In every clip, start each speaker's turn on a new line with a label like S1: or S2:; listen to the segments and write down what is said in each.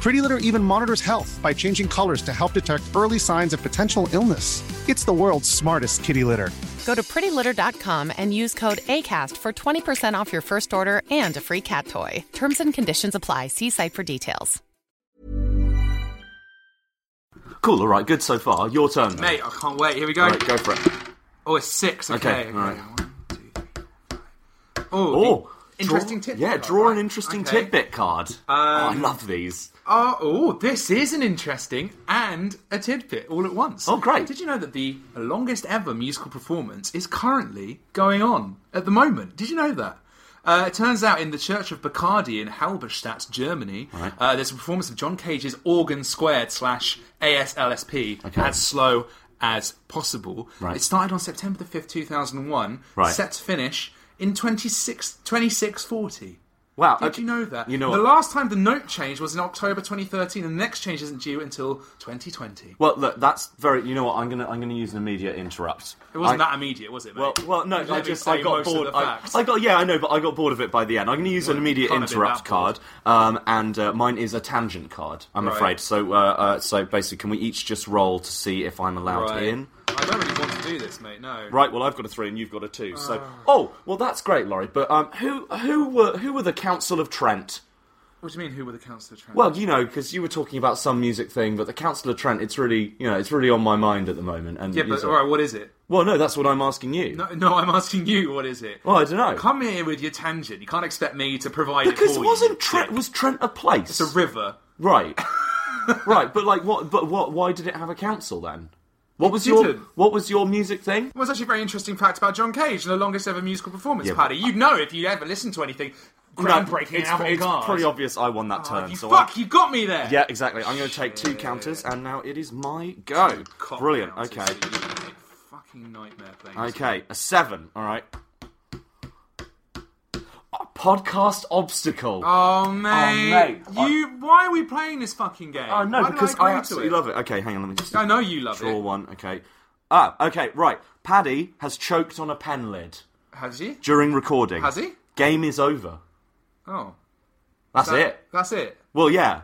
S1: Pretty Litter even monitors health by changing colors to help detect early signs of potential illness. It's the world's smartest kitty litter.
S2: Go to prettylitter.com and use code ACAST for 20% off your first order and a free cat toy. Terms and conditions apply. See site for details.
S3: Cool, all right, good so far. Your turn.
S4: Mate, I can't wait. Here we go.
S3: All right, go for it.
S4: Oh, it's six. Okay.
S3: Okay, all right.
S4: One, two, three, four, five. Oh,
S3: Oh,
S4: interesting
S3: draw,
S4: tidbit
S3: Yeah,
S4: card,
S3: draw an
S4: right.
S3: interesting
S4: Okay. Um,
S3: tidbit card. Oh, I love these.
S4: Oh, oh, this is an interesting and a tidbit all at once.
S3: Oh, great.
S4: Did you know that the longest ever musical performance is currently going on at the moment? Did you know that? Uh, it turns out in the Church of Bacardi in Halberstadt, Germany, uh, there's a performance of John Cage's Organ Squared slash ASLSP as slow as possible.
S3: Right.
S4: It started on September the 5th, 2001,
S3: Right.
S4: set to finish in 26, 2640.
S3: Wow.
S4: Did
S3: okay.
S4: you know that?
S3: You know
S4: the
S3: what?
S4: last time the note change was in October 2013, and the next change isn't due until 2020.
S3: Well, look, that's very. You know what? I'm gonna I'm gonna use an immediate interrupt.
S4: It wasn't
S3: I-
S4: that immediate, was it? Mate?
S3: Well, well, no,
S4: You let
S3: I
S4: me
S3: just
S4: say
S3: I got
S4: most of
S3: bored.
S4: the
S3: I,
S4: facts.
S3: I got yeah, I know, but I got bored of it by the end. I'm going to use an immediate
S4: can't have been
S3: interrupt
S4: that bored.
S3: card, um, and uh, mine is a tangent card. I'm
S4: Right.
S3: afraid. So, uh, uh, so basically, can we each just roll to see if I'm allowed
S4: Right.
S3: in?
S4: I don't really want to do this, mate. No.
S3: Right. Well, I've got a three, and you've got a two. So,
S4: Ah.
S3: oh, well, that's great, Laurie. But um, who who were who were the Council of Trent?
S4: What do you mean? Who were the Council of Trent?
S3: Well, you know, because you were talking about some music thing, but the Council of Trent, it's really you know, it's really on my mind at the moment. And
S4: yeah,
S3: you
S4: but
S3: sort-
S4: all right. What is it?
S3: well, no, that's what I'm asking you.
S4: No, no, I'm asking you. What is it?
S3: Well, I don't know.
S4: Come here with your tangent. You can't expect me to provide it
S3: because
S4: for you.
S3: wasn't Trent was Trent a place?
S4: It's a river.
S3: Right. right, but like what but what why did it have a council then? What was your
S4: didn't.
S3: what was your music thing?
S4: It was actually a very interesting fact about John Cage, the longest ever musical performance,
S3: Yeah, but-
S4: Paddy. You'd know if you ever listened to anything groundbreaking
S3: it's,
S4: and
S3: it's
S4: avant-garde. Ah,
S3: pretty obvious I won that turn.
S4: You
S3: so
S4: fuck,
S3: I-
S4: you got me there.
S3: yeah, exactly. I'm going to take two counters, and now it is my go.
S4: Cock
S3: Brilliant.
S4: houses,
S3: Okay.
S4: you make Fucking nightmare things.
S3: Okay. A seven. All right. A podcast obstacle.
S4: Oh mate,
S3: Oh, mate, I-
S4: you. Why are we playing this fucking game?
S3: oh no,
S4: Why did
S3: because
S4: agree
S3: I
S4: to
S3: absolutely love it. Okay, hang on. Let me just
S4: I know you love
S3: draw
S4: it.
S3: one. Okay. Ah, okay. Right. Paddy has choked on a pen lid
S4: Has he?
S3: during recording.
S4: Has he?
S3: Game is over.
S4: Oh,
S3: That's
S4: that-
S3: it.
S4: That's it.
S3: Well, yeah,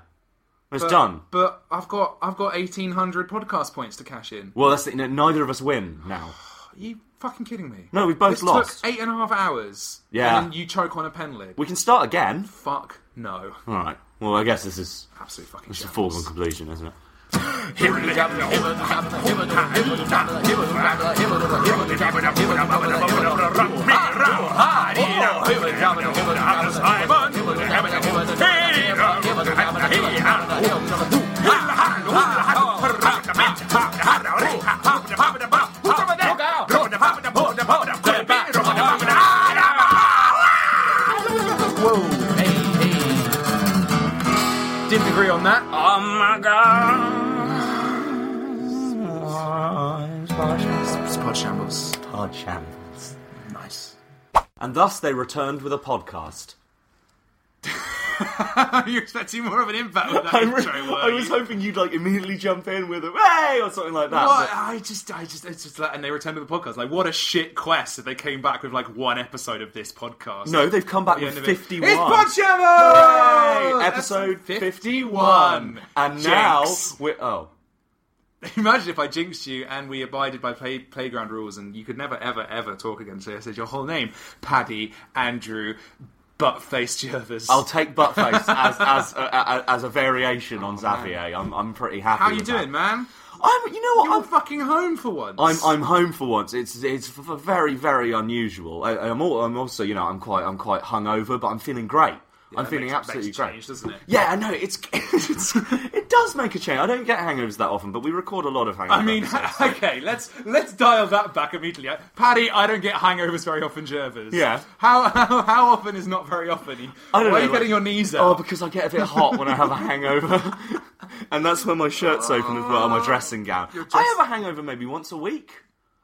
S3: it's
S4: But-
S3: done.
S4: But I've got I've got eighteen hundred podcast points to cash in.
S3: Well, that's the, no, neither of us win now.
S4: Are you fucking kidding me?
S3: No, we both
S4: this
S3: lost.
S4: Took eight and a half hours.
S3: Yeah.
S4: And then you choke on a pen lid.
S3: We can start again.
S4: Fuck no.
S3: All right. Well, I guess this is
S4: Absolute fucking
S3: it's a
S4: shit.
S3: foregone conclusion, isn't it?
S4: Didn't agree on that.
S5: Oh my god.
S4: Spot shambles.
S3: Hard shambles.
S4: Nice.
S3: And thus they returned with a podcast.
S4: You're expecting more of an impact with that
S3: I, re-
S4: intro, were
S3: I was
S4: you?
S3: hoping you'd like immediately jump in with a hey or something like that.
S4: What?
S3: but-
S4: I just, I just, it's just like, and they returned to the podcast. Like, what a shit quest if they came back with like one episode of this podcast.
S3: no, they've come back
S4: At the
S3: with
S4: end of it,
S3: 51.
S4: It's
S3: Yay!
S4: Podshambles!
S3: Episode
S4: That's
S3: 51. And now
S4: Jinx.
S3: we're. Oh.
S4: Imagine if I jinxed you and we abided by play, playground rules and you could never, ever, ever talk again. So I said your whole name Paddy, Andrew, Buttface Jervis.
S3: I'll take Buttface as as a, a, as a variation on Xavier. I'm I'm pretty happy.
S4: Oh, How you
S3: with
S4: doing,
S3: that.
S4: man?
S3: I'm. You know what?
S4: You're
S3: I'm,
S4: fucking home for once.
S3: I'm I'm home for once. It's it's f- f- very very unusual. I, I'm all, I'm also you know I'm quite I'm quite hungover, but I'm feeling great. I'm
S4: that
S3: feeling
S4: makes-
S3: absolutely
S4: makes a
S3: great.
S4: change, doesn't it?
S3: Yeah, I know. It's, it's it does make a change. I don't get hangovers that often, but we record a lot of hangovers.
S4: I mean, okay, let's let's dial that back immediately. Paddy, I don't get hangovers very often, Jervis.
S3: Yeah.
S4: How how, how often is not very often?
S3: I don't know,
S4: Why are you
S3: like-
S4: getting your knees out?
S3: oh, because I get a bit hot when I have a hangover, and that's when my shirt's open as well, and my
S4: Ah,
S3: dressing gown. I have a hangover maybe once a week.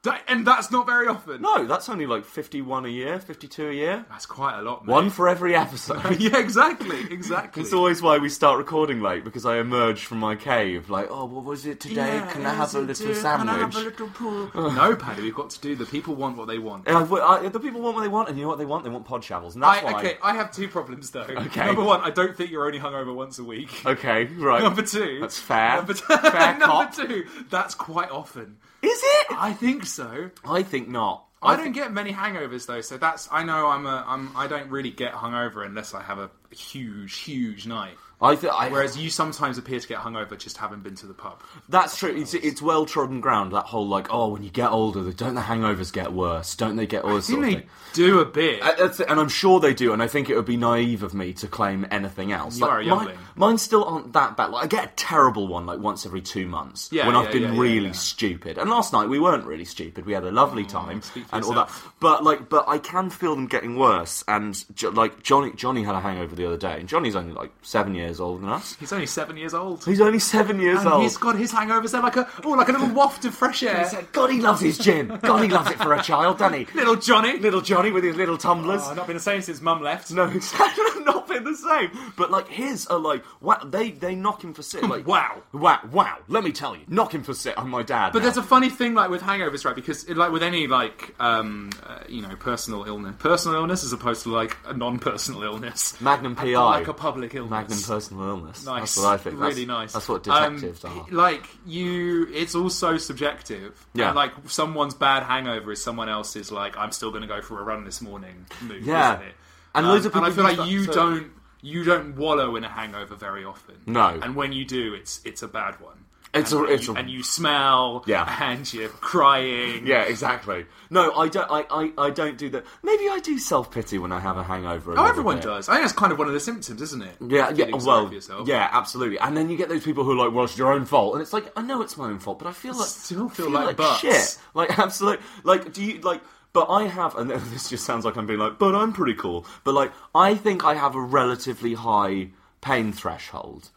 S4: That- and that's not very often.
S3: No, that's only like 51 a year, 52 a year.
S4: That's quite a lot, mate.
S3: One for every episode.
S4: yeah, exactly, exactly.
S3: It's always why we start recording late because I emerge from my cave like, oh, what was it today?
S4: Yeah,
S3: Can I have
S4: yes,
S3: a
S4: I
S3: little
S4: do.
S3: sandwich?
S4: Can I have a little pool? no, Paddy, we've got to do the people want what they want.
S3: And I've- I- the people want what they want, and you know what they want? They want pod shovels, and that's
S4: I,
S3: why.
S4: okay, I have two problems though.
S3: Okay.
S4: Number one, I don't think you're only hungover once a week.
S3: Okay, right.
S4: Number two,
S3: That's fair.
S4: Number, t-
S3: Fair
S4: number
S3: cop.
S4: two, that's quite often.
S3: Is it?
S4: I think so.
S3: I think not.
S4: I don't get many hangovers though, so that's I know I'm a I'm I don't really get hungover unless I have a huge huge night.
S3: I th- I,
S4: Whereas you sometimes appear to get hungover just having been to the pub.
S3: that's true. It's, it's well trodden ground. That whole like, oh, when you get older, the- don't the hangovers get worse? Don't they get worse?
S4: Didn't
S3: sort of
S4: they
S3: thing.
S4: do a bit?
S3: I- that's- and I'm sure they do, and I think it would be naive of me to claim anything else.
S4: You are a
S3: mine,
S4: youngling.
S3: mine still aren't that bad. Like, I get a terrible one like once every two months
S4: Yeah,
S3: when
S4: yeah,
S3: I've been
S4: yeah, yeah,
S3: really
S4: yeah. Mm,
S3: stupid. And last night we weren't really stupid. We had a lovely time
S4: speak for
S3: and all that. But like, but I can feel them getting worse. And jo- like Johnny, Johnny had a hangover the other day, and Johnny's only like seven years older than us.
S4: He's only seven years old.
S3: He's only seven years
S4: and
S3: old.
S4: he's got his hangovers. They're like a oh, like a little waft of fresh air.
S3: He's like, God, he loves his gin. God, he loves it for a child, doesn't he?
S4: little Johnny.
S3: Little Johnny with his little tumblers.
S4: Oh, not been the same since Mum left.
S3: No, exactly. Not been the same. But like his are like wow, they they knock him for sit. Like
S4: Wow.
S3: wow, wow. Let me tell you, knock him for sit. I'm my dad.
S4: But
S3: now.
S4: there's a funny thing like with hangovers, right? Because it, like with any like um, uh, you know personal illness, personal illness as opposed to like a non-personal illness,
S3: Magnum
S4: I
S3: PI,
S4: feel like a public illness,
S3: Magnum personal illness.
S4: Nice,
S3: That's what I think. That's-
S4: Really nice.
S3: That's what
S4: Um,
S3: detectives are.
S4: Like you, it's also subjective.
S3: Yeah.
S4: And, like someone's bad hangover is someone else's. Like I'm still going to go for a run this morning. Mood,
S3: Yeah.
S4: Isn't it? Um,
S3: And loads of
S4: and I
S3: people
S4: feel
S3: use
S4: like
S3: that
S4: you
S3: to-
S4: don't you don't wallow in a hangover very often.
S3: No.
S4: And when you do, it's it's a bad one.
S3: It's
S4: and
S3: a-
S4: you,
S3: it's a-
S4: and you smell.
S3: Yeah.
S4: And you're crying.
S3: Yeah, exactly. No, I don't. I, I, I don't do that. Maybe I do self pity when I have a hangover. a
S4: Oh,
S3: little
S4: everyone
S3: bit.
S4: does. I think that's kind of one of the symptoms, isn't it?
S3: Yeah, yeah.
S4: Feeling sorry
S3: Well,
S4: for yourself.
S3: yeah, absolutely. And then you get those people who are like, "Well, it's your own fault," and it's like, "I know it's my own fault, but I feel like
S4: still
S3: I
S4: feel like butts.
S3: shit." Like, absolutely. Like, do you like? But I have, and this just sounds like I'm being like, "But I'm pretty cool." But like, I think I have a relatively high pain threshold.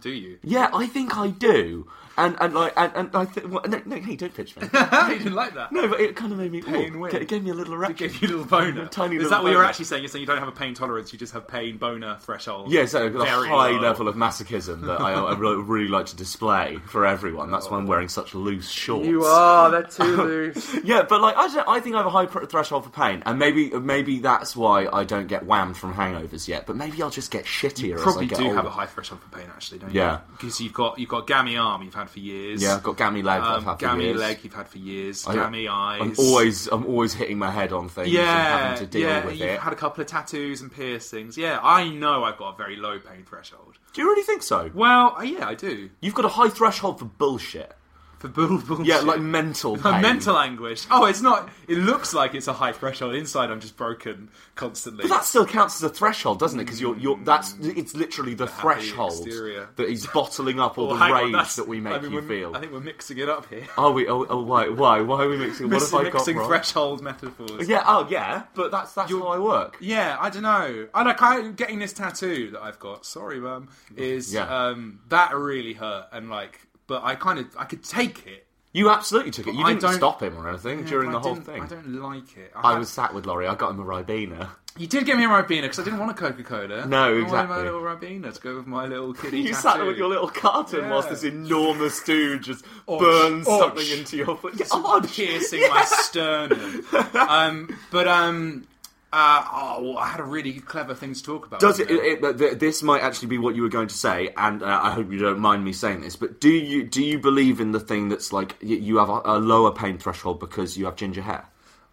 S4: Do you?
S3: Yeah, I think I do. And and like and, and I think well, no, no, hey, don't pitch me.
S4: you didn't like that.
S3: no, but it kind of made me
S4: Pain
S3: ooh,
S4: win.
S3: It gave me a little
S4: It
S3: erection.
S4: gave you a little boner.
S3: Tiny
S4: Is
S3: little
S4: that what you're
S3: boner.
S4: actually saying? You're saying you don't have a pain tolerance, you just have pain boner threshold.
S3: Yeah, so I've got a
S4: Very
S3: high
S4: low.
S3: level of masochism that I, I really, really like to display for everyone. That's why I'm wearing such loose shorts.
S4: are, they're too loose.
S3: Yeah, but like I, don't, I think I have a high pr- threshold for pain, and maybe maybe that's why I don't get whammed from hangovers yet. But maybe I'll just get shittier as I
S4: Probably
S3: get
S4: do
S3: older.
S4: have a high threshold for pain actually, don't you?
S3: Yeah.
S4: Because you've got you've got gammy arm you've had for years.
S3: yeah, I've got gammy leg. that I've
S4: um,
S3: had for
S4: gammy
S3: years.
S4: leg you've had for years.
S3: I-
S4: gammy eyes.
S3: I'm always I'm always hitting my head on things. and
S4: yeah,
S3: having to deal
S4: yeah,
S3: with
S4: you've
S3: it.
S4: had a couple of tattoos and piercings. Yeah, I know I've got a very low pain threshold.
S3: Do you really think so?
S4: Well, uh, yeah, I do.
S3: You've got a high threshold for bullshit.
S4: For bull- bullshit.
S3: Yeah, like mental
S4: A
S3: pain.
S4: mental anguish. Oh, it's not. It looks like it's a high threshold. Inside, I'm just broken constantly.
S3: But that still counts as a threshold, doesn't it? Because you're, you're that's it's literally the, threshold
S4: exterior.
S3: that is bottling up all
S4: Well,
S3: the
S4: hang on,
S3: rage
S4: that's-
S3: that we make
S4: I mean,
S3: you
S4: we're-
S3: feel.
S4: I think we're mixing it up here.
S3: Are we? Oh, oh, why? Why? Why are we mixing? What have I got
S4: mixing
S3: wrong?
S4: threshold metaphors.
S3: Yeah. Oh, yeah. But that's that's how I work.
S4: Yeah, I don't know. I like I, getting this tattoo that I've got. Sorry, mum. Is
S3: Yeah.
S4: um, that really hurt? And like, but I kind of I could take it.
S3: You absolutely took it. You
S4: I
S3: didn't
S4: don't-
S3: stop him or anything during
S4: But
S3: the
S4: I
S3: whole
S4: didn't-
S3: thing.
S4: I don't like it.
S3: I
S4: had-
S3: was sat with Laurie. I got him a Ribena.
S4: You did get me a Ribena because I didn't want a Coca Cola.
S3: No,
S4: I wanted my
S3: exactly.
S4: little Ribena to go with my little kitty.
S3: You
S4: tattoo.
S3: sat there with your little carton whilst
S4: Yeah.
S3: this enormous dude just
S4: Ouch.
S3: burns
S4: Ouch.
S3: something into your foot. Yeah, oh, ouch.
S4: piercing
S3: Yeah.
S4: my sternum. um, but um, uh, oh, I had a really clever thing to talk about.
S3: Does it, it, it- th- This might actually be what you were going to say, and uh, I hope you don't mind me saying this. But do you do you believe in the thing that's like y- you have a, a lower pain threshold because you have ginger hair?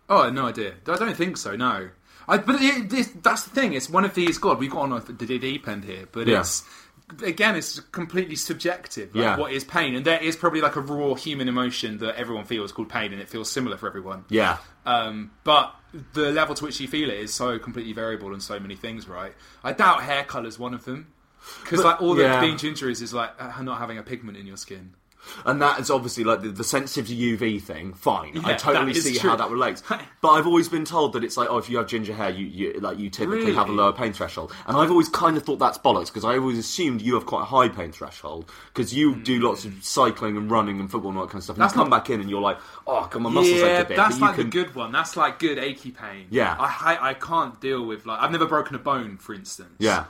S4: Oh, no idea. I don't think so. No. I, but it, this, that's the thing. It's one of these. God, we've got on a d- d- deep end here, but
S3: Yeah.
S4: it's again, it's completely subjective. Like,
S3: Yeah.
S4: What is pain? And there is probably like a raw human emotion that everyone feels called pain, and it feels similar for everyone.
S3: Yeah.
S4: Um, but the level to which you feel it is so completely variable and so many things, right? I doubt hair colour's one of them. Because like all
S3: yeah.
S4: that Dean Ginger is is like uh, not having a pigment in your skin.
S3: and that is obviously like the, the sensitive to UV thing. Fine, I
S4: Yeah,
S3: totally
S4: that is
S3: see
S4: true.
S3: how that relates. But I've always been told that it's like, oh, if you have ginger hair, you, you like you typically
S4: Really?
S3: have a lower pain threshold. And I've always kind of thought that's bollocks because I always assumed you have quite a high pain threshold because you do lots of cycling and running and football and all that kind of stuff. And
S4: Hmm. That's
S3: you come
S4: not-
S3: back in and you're like, oh, God, my muscles
S4: yeah,
S3: ache a bit. but
S4: that's
S3: you
S4: like
S3: can...
S4: a good one. That's like good achy pain.
S3: Yeah.
S4: I, I I can't deal with like I've never broken a bone, for instance.
S3: Yeah.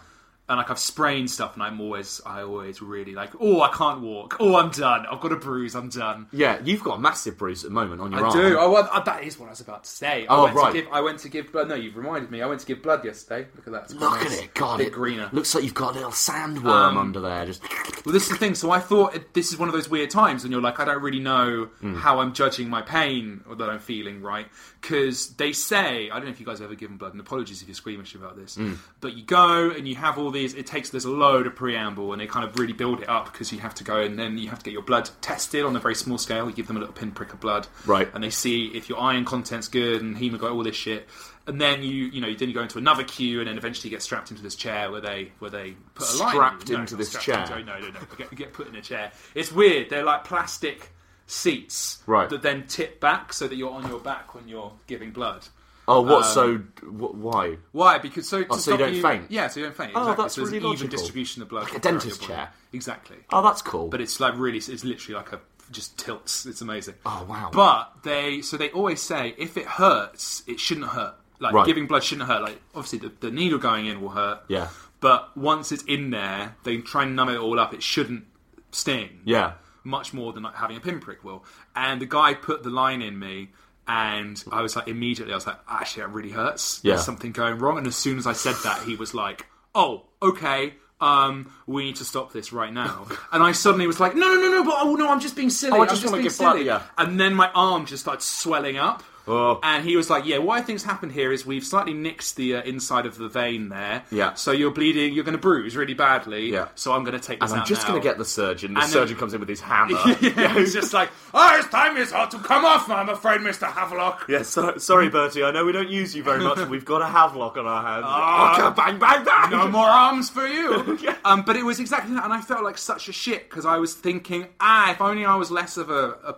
S4: and like I've sprained stuff, and I'm always I always really like oh I can't walk, oh I'm done, I've got a bruise, I'm done.
S3: Yeah, you've got a massive bruise at the moment on your
S4: I
S3: arm.
S4: do. I, want- uh, that is what I was about to say. I
S3: Oh,
S4: went
S3: right.
S4: To give, I went to give blood. No, you've reminded me. I went to give blood yesterday. Look at that. It's quite
S3: Look at
S4: nice.
S3: it, God!
S4: Bit
S3: It
S4: greener. Um,
S3: looks like you've got a little sandworm under there. Just
S4: Well, this is the thing. So I thought it, this is one of those weird times when you're like, I don't really know
S3: Hmm.
S4: how I'm judging my pain or that I'm feeling, right? Because they say, I don't know if you guys have ever given blood, and apologies if you're squeamish about this,
S3: Hmm.
S4: but you go and you have all these. It takes there's a load of preamble, and they kind of really build it up because you have to go and then you have to get your blood tested on a very small scale. You give them a little pinprick of blood,
S3: Right.
S4: And they see if your iron content's good and hemoglobin, all this shit. And then you, you know, then you go into another queue, and then eventually you get strapped into this chair where they, where they put a line in you.
S3: Strapped
S4: No,
S3: into
S4: not
S3: this
S4: strapped
S3: chair.
S4: into- no, no, no. Get, get put in a chair. It's weird. They're like plastic seats
S3: Right.
S4: that then tip back so that you're on your back when you're giving blood.
S3: oh, what? so
S4: um,
S3: wh- why?
S4: Why? Because so to
S3: Oh, so you
S4: stop
S3: don't faint?
S4: Yeah, so you don't faint.
S3: Oh,
S4: exactly.
S3: that's
S4: so there's
S3: really
S4: an even
S3: logical.
S4: distribution of blood.
S3: Like a
S4: throughout your
S3: dentist
S4: body.
S3: chair.
S4: Exactly.
S3: Oh, that's cool.
S4: But it's like really, it's literally like a just tilts. It's amazing.
S3: Oh, wow.
S4: But they so they always say if it hurts, it shouldn't hurt. Like
S3: Right.
S4: giving blood shouldn't hurt. Like obviously the, the needle going in will hurt.
S3: Yeah.
S4: But once it's in there, they try and numb it all up. It shouldn't sting
S3: yeah,
S4: much more than like, having a pinprick will. And the guy put the line in me, and I was like, immediately, I was like, actually, that really hurts.
S3: Yeah.
S4: There's something going wrong. And as soon as I said that, he was like, oh, okay. Um, we need to stop this right now. And I suddenly was like, no, no, no, no, but oh no, I'm just being silly.
S3: Oh, I
S4: I'm
S3: just wanna
S4: being
S3: give blood,
S4: silly."
S3: yeah.
S4: And then my arm just started swelling up.
S3: Oh.
S4: And he was like, yeah, what I think's happened here is we've slightly nixed the uh, inside of the vein there.
S3: Yeah.
S4: So you're bleeding, you're going to bruise really badly.
S3: Yeah.
S4: So I'm going to take this
S3: and I'm
S4: out
S3: just
S4: now.
S3: going to get the surgeon. The
S4: And then-
S3: surgeon comes in with his hammer.
S4: yeah, he's just like, oh, his time is hard to come off, I'm afraid, Mr. Havelock.
S3: Yeah, so, sorry, Bertie. I know we don't use you very much, but we've got a Havelock on our hands. Okay, bang, bang, bang!
S4: Ah. No more arms for you. um, but it was exactly that, and I felt like such a shit because I was thinking, ah, if only I was less of a, a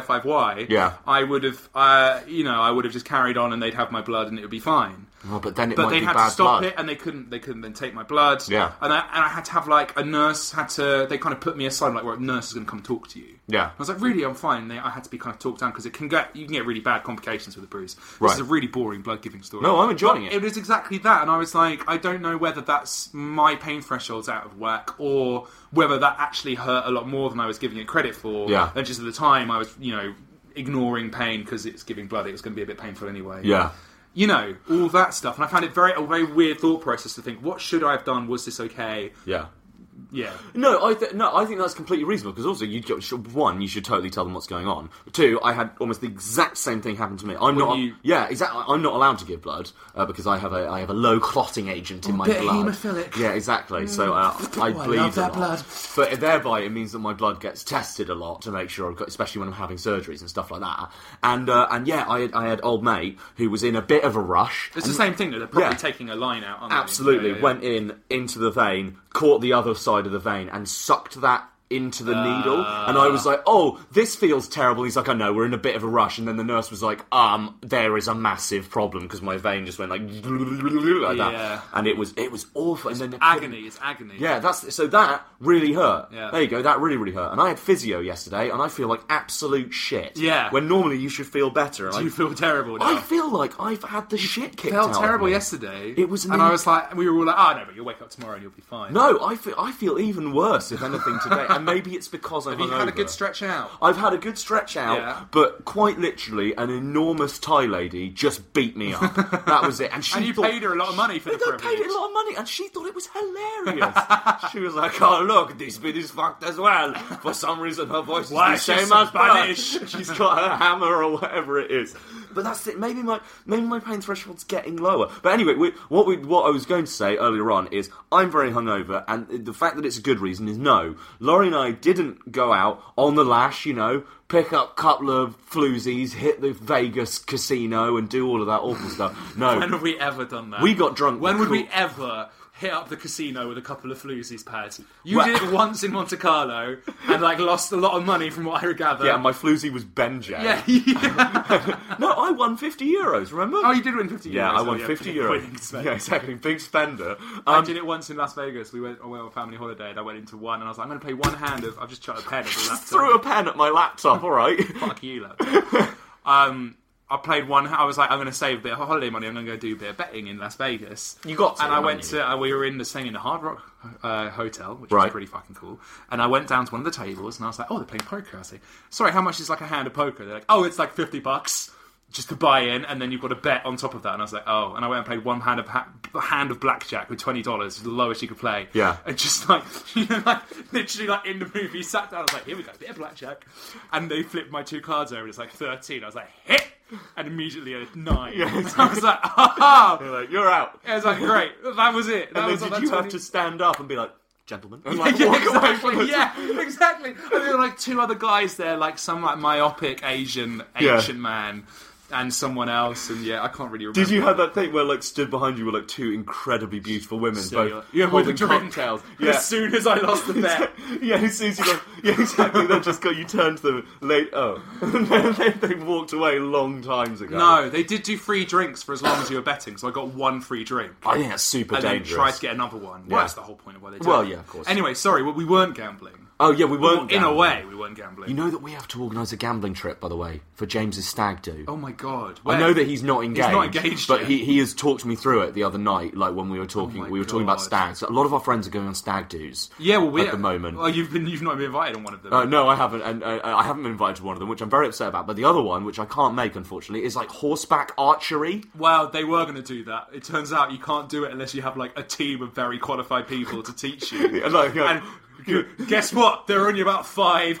S4: PU55Y,
S3: Yeah.
S4: I would have, uh, you know, I would have just carried on, and they'd have my blood, and it would be fine.
S3: Oh, but then it
S4: but
S3: might
S4: they
S3: be
S4: had
S3: bad
S4: to stop
S3: blood.
S4: it, and they couldn't. They couldn't then take my blood.
S3: Yeah.
S4: and I, and I had to have like a nurse had to. They kind of put me aside, like, "Well, nurse is going to come talk to you."
S3: Yeah.
S4: I was like, "Really, I'm fine." And they, I had to be kind of talked down because it can get you can get really bad complications with a bruise. This
S3: Right.
S4: is a really boring blood giving story.
S3: No, I'm enjoying
S4: But
S3: it.
S4: It was exactly that, and I was like, I don't know whether that's my pain thresholds out of whack or whether that actually hurt a lot more than I was giving it credit for.
S3: Yeah.
S4: and just at the time, I was you know ignoring pain because it's giving blood. It was going to be a bit painful anyway
S3: Yeah.
S4: you know all that stuff and i found it very a very weird thought process to think what should i have done was this okay
S3: Yeah.
S4: yeah
S3: No, I th- no, I think that's completely reasonable because also you sh- one, you should totally tell them what's going on. Two, I had almost the exact same thing happen to me. I'm not,
S4: you-
S3: yeah, exactly. I'm not allowed to give blood uh, because I have a I have a low clotting agent in my
S4: Oh, bit
S3: blood.
S4: haemophilic.
S3: Yeah, exactly. So uh, I
S4: love
S3: bleed
S4: that
S3: a lot.
S4: blood.
S3: but thereby it means that my blood gets tested a lot to make sure, I've got, especially when I'm having surgeries and stuff like that. And uh, and yeah, I had, I had old mate who was in a bit of a rush.
S4: it's the same thing though they're probably
S3: Yeah.
S4: taking a line out aren't they?
S3: Absolutely.
S4: Yeah, yeah, yeah.
S3: Went in into the vein, caught the other side of the vein, and sucked that into the needle. And I was
S4: Ah.
S3: like, "Oh, this feels terrible." He's like, "I know. We're in a bit of a rush." And then the nurse was like, "Um, there is a massive problem because my vein just went like like
S4: Yeah.
S3: that, and it was it was awful." And then
S4: agony it's agony
S3: Yeah, that's so that really hurt.
S4: Yeah.
S3: There you go. That really really hurt. And I had physio yesterday, and I feel like absolute shit.
S4: Yeah.
S3: When normally you should feel better.
S4: do
S3: I,
S4: you feel terrible now
S3: I feel like I've had the shit kicked out
S4: felt
S3: of
S4: terrible
S3: me.
S4: yesterday
S3: It was an
S4: and i was like we were all like oh no but you'll wake up tomorrow and you'll be fine
S3: No, I feel I feel even worse if anything today, and maybe it's because I'm.
S4: have you had a
S3: hungover.
S4: good stretch out
S3: I've had a good stretch out,
S4: Yeah.
S3: but quite literally, an enormous Thai lady just beat me up. that was it, and she
S4: and you
S3: thought-
S4: paid her a lot of money for the
S3: I
S4: privilege
S3: paid it a lot of money, and she thought it was hilarious. she was like, "Oh look, this bit is fucked as well." For some reason, her voice
S4: Why
S3: is
S4: is
S3: the
S4: she
S3: same
S4: so
S3: as mine.
S4: Spanish?
S3: She's got her hammer or whatever it is. But that's it. Maybe my maybe my pain threshold's getting lower. But anyway, we, what we what I was going to say earlier on is I'm very hungover, and the fact that it's a good reason is no. Laurie and I didn't go out on the lash, you know, pick up a couple of floozies, hit the Vegas casino, and do all of that awful stuff. No,
S4: When have we ever done that?
S3: We got drunk
S4: When
S3: with
S4: would we
S3: cool-
S4: ever hit up the casino with a couple of floozies, pads? You
S3: Well-
S4: did it once in Monte Carlo and like lost a lot of money from what I gather.
S3: yeah, and my floozy was Benjay.
S4: yeah, yeah.
S3: no, I won 50 euros, remember?
S4: Oh, you did win fifty.
S3: Yeah,
S4: euros,
S3: I
S4: oh,
S3: won
S4: yeah,
S3: 50
S4: big winning
S3: euros.
S4: spend.
S3: Yeah, exactly. Big spender.
S4: I
S3: Um,
S4: did it once in Las Vegas. We went away on a family holiday, and I went into one, and I was like, "I'm going to play one hand of." I've just chucked a pen at the laptop.
S3: threw a pen at my laptop, alright?
S4: fuck you, lad. um, I played one. I was like, I'm going to save a bit of holiday money. I'm going to go do a bit of betting in Las Vegas.
S3: You got to,
S4: and I went
S3: haven't you?
S4: to. Uh, we were in the staying in the Hard Rock uh, Hotel, which
S3: Right.
S4: was pretty fucking cool. And I went down to one of the tables, and I was like, Oh, they're playing poker. I say, Sorry, how much is like a hand of poker? They're like, Oh, it's like fifty bucks. Just to buy in, and then you've got a bet on top of that. And I was like, oh. And I went and played one hand of ha- hand of blackjack with twenty dollars, the lowest you could play.
S3: Yeah.
S4: And just like, you know, like literally like in the movie, sat down. I was like, here we go, bit of blackjack. And they flipped my two cards over. and It's like thirteen. I was like, hit, and immediately a nine. I was like, ah.
S3: They're like, you're out.
S4: I was like, great. That was it. That
S3: And
S4: was
S3: then
S4: that
S3: did you have
S4: 20
S3: to stand up and be like, gentlemen? And like,
S4: yeah,
S3: walk away from
S4: exactly.
S3: us?
S4: Yeah, exactly. And there were like two other guys there, like some like myopic Asian
S3: Yeah.
S4: ancient man, and someone else. And yeah, I can't really remember.
S3: Did you have that thing where, like, stood behind you were like two incredibly beautiful women, both
S4: yeah, with
S3: holding
S4: the drink.
S3: cocktails?
S4: As soon as I lost the bet,
S3: yeah, as soon as you got, yeah, exactly. They just got you turned to them late. Oh, they, they walked away long times ago.
S4: No, they did do free drinks for as long as you were betting. So I got one free drink.
S3: I think that's super
S4: and
S3: dangerous.
S4: then tried to get another one.
S3: Yeah.
S4: Well, that's the whole point of why they did
S3: Well,
S4: it.
S3: yeah, of course.
S4: Anyway, sorry, well, we weren't gambling.
S3: oh yeah, we
S4: Well,
S3: weren't
S4: in a
S3: gambling.
S4: way, we weren't gambling.
S3: You know that we have to organise a gambling trip, by the way, for James's stag do.
S4: oh my god!
S3: I
S4: Where?
S3: know that he's not engaged.
S4: not engaged
S3: but
S4: yet. Oh
S3: he, he has talked me through it the other night, like when we were talking.
S4: my
S3: we were talking about
S4: God.
S3: stags. A lot of our friends are going on stag do's.
S4: Yeah, well, we
S3: at the moment.
S4: Well, you've been you've not been invited on one of them.
S3: Uh, no, I haven't, and uh, I haven't been invited to one of them, which I'm very upset about. But the other one, which I can't make, unfortunately, is like horseback archery.
S4: Well, they were going to do that. It turns out you can't do it unless you have like a team of very qualified people to teach you.
S3: Yeah, like, uh,
S4: and you- guess what? There are only about five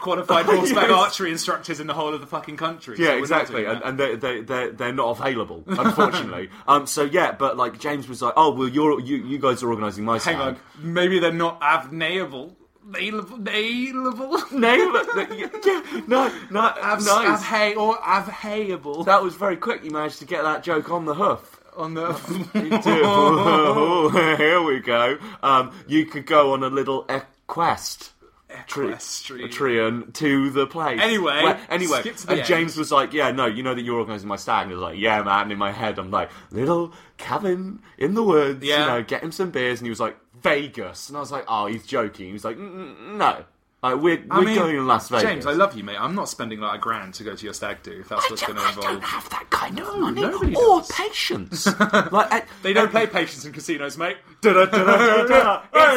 S4: qualified horseback
S3: Yes.
S4: archery instructors in the whole of the fucking country.
S3: Yeah,
S4: so we're not
S3: exactly,
S4: doing
S3: and,
S4: that.
S3: and they they they're, they're not available, unfortunately. um, so yeah, but like James was like, oh well, you're you, you guys are organising my
S4: hang
S3: stag.
S4: on, maybe they're not available. Available. Available.
S3: Name, yeah, no, no, nice.
S4: Avhay or avhayable.
S3: That was very quick. You managed to get that joke on the hoof.
S4: on the
S3: Beautiful. Here we go. Um, you could go on a little quest.
S4: Equestrian.
S3: Equestrian to the place.
S4: Anyway,
S3: Well, anyway,
S4: skip to the
S3: and
S4: end.
S3: James was like, "Yeah, no, you know that you're organising my stag." And I was like, "Yeah, man." And in my head, I'm like, "Little cabin in the woods,
S4: Yeah.
S3: you know, get him some beers." And he was like, "Vegas," and I was like, "Oh, he's joking." He was like, "Mm, mm, "No, like, we're we're
S4: I mean,
S3: going to Las Vegas."
S4: James, I love you, mate. I'm not spending like a grand to go to your stag do if that's what's going to involve.
S3: have that kind of money
S4: nobody does.
S3: patience. like, uh, I-
S4: They don't play patience in casinos, mate.
S3: it's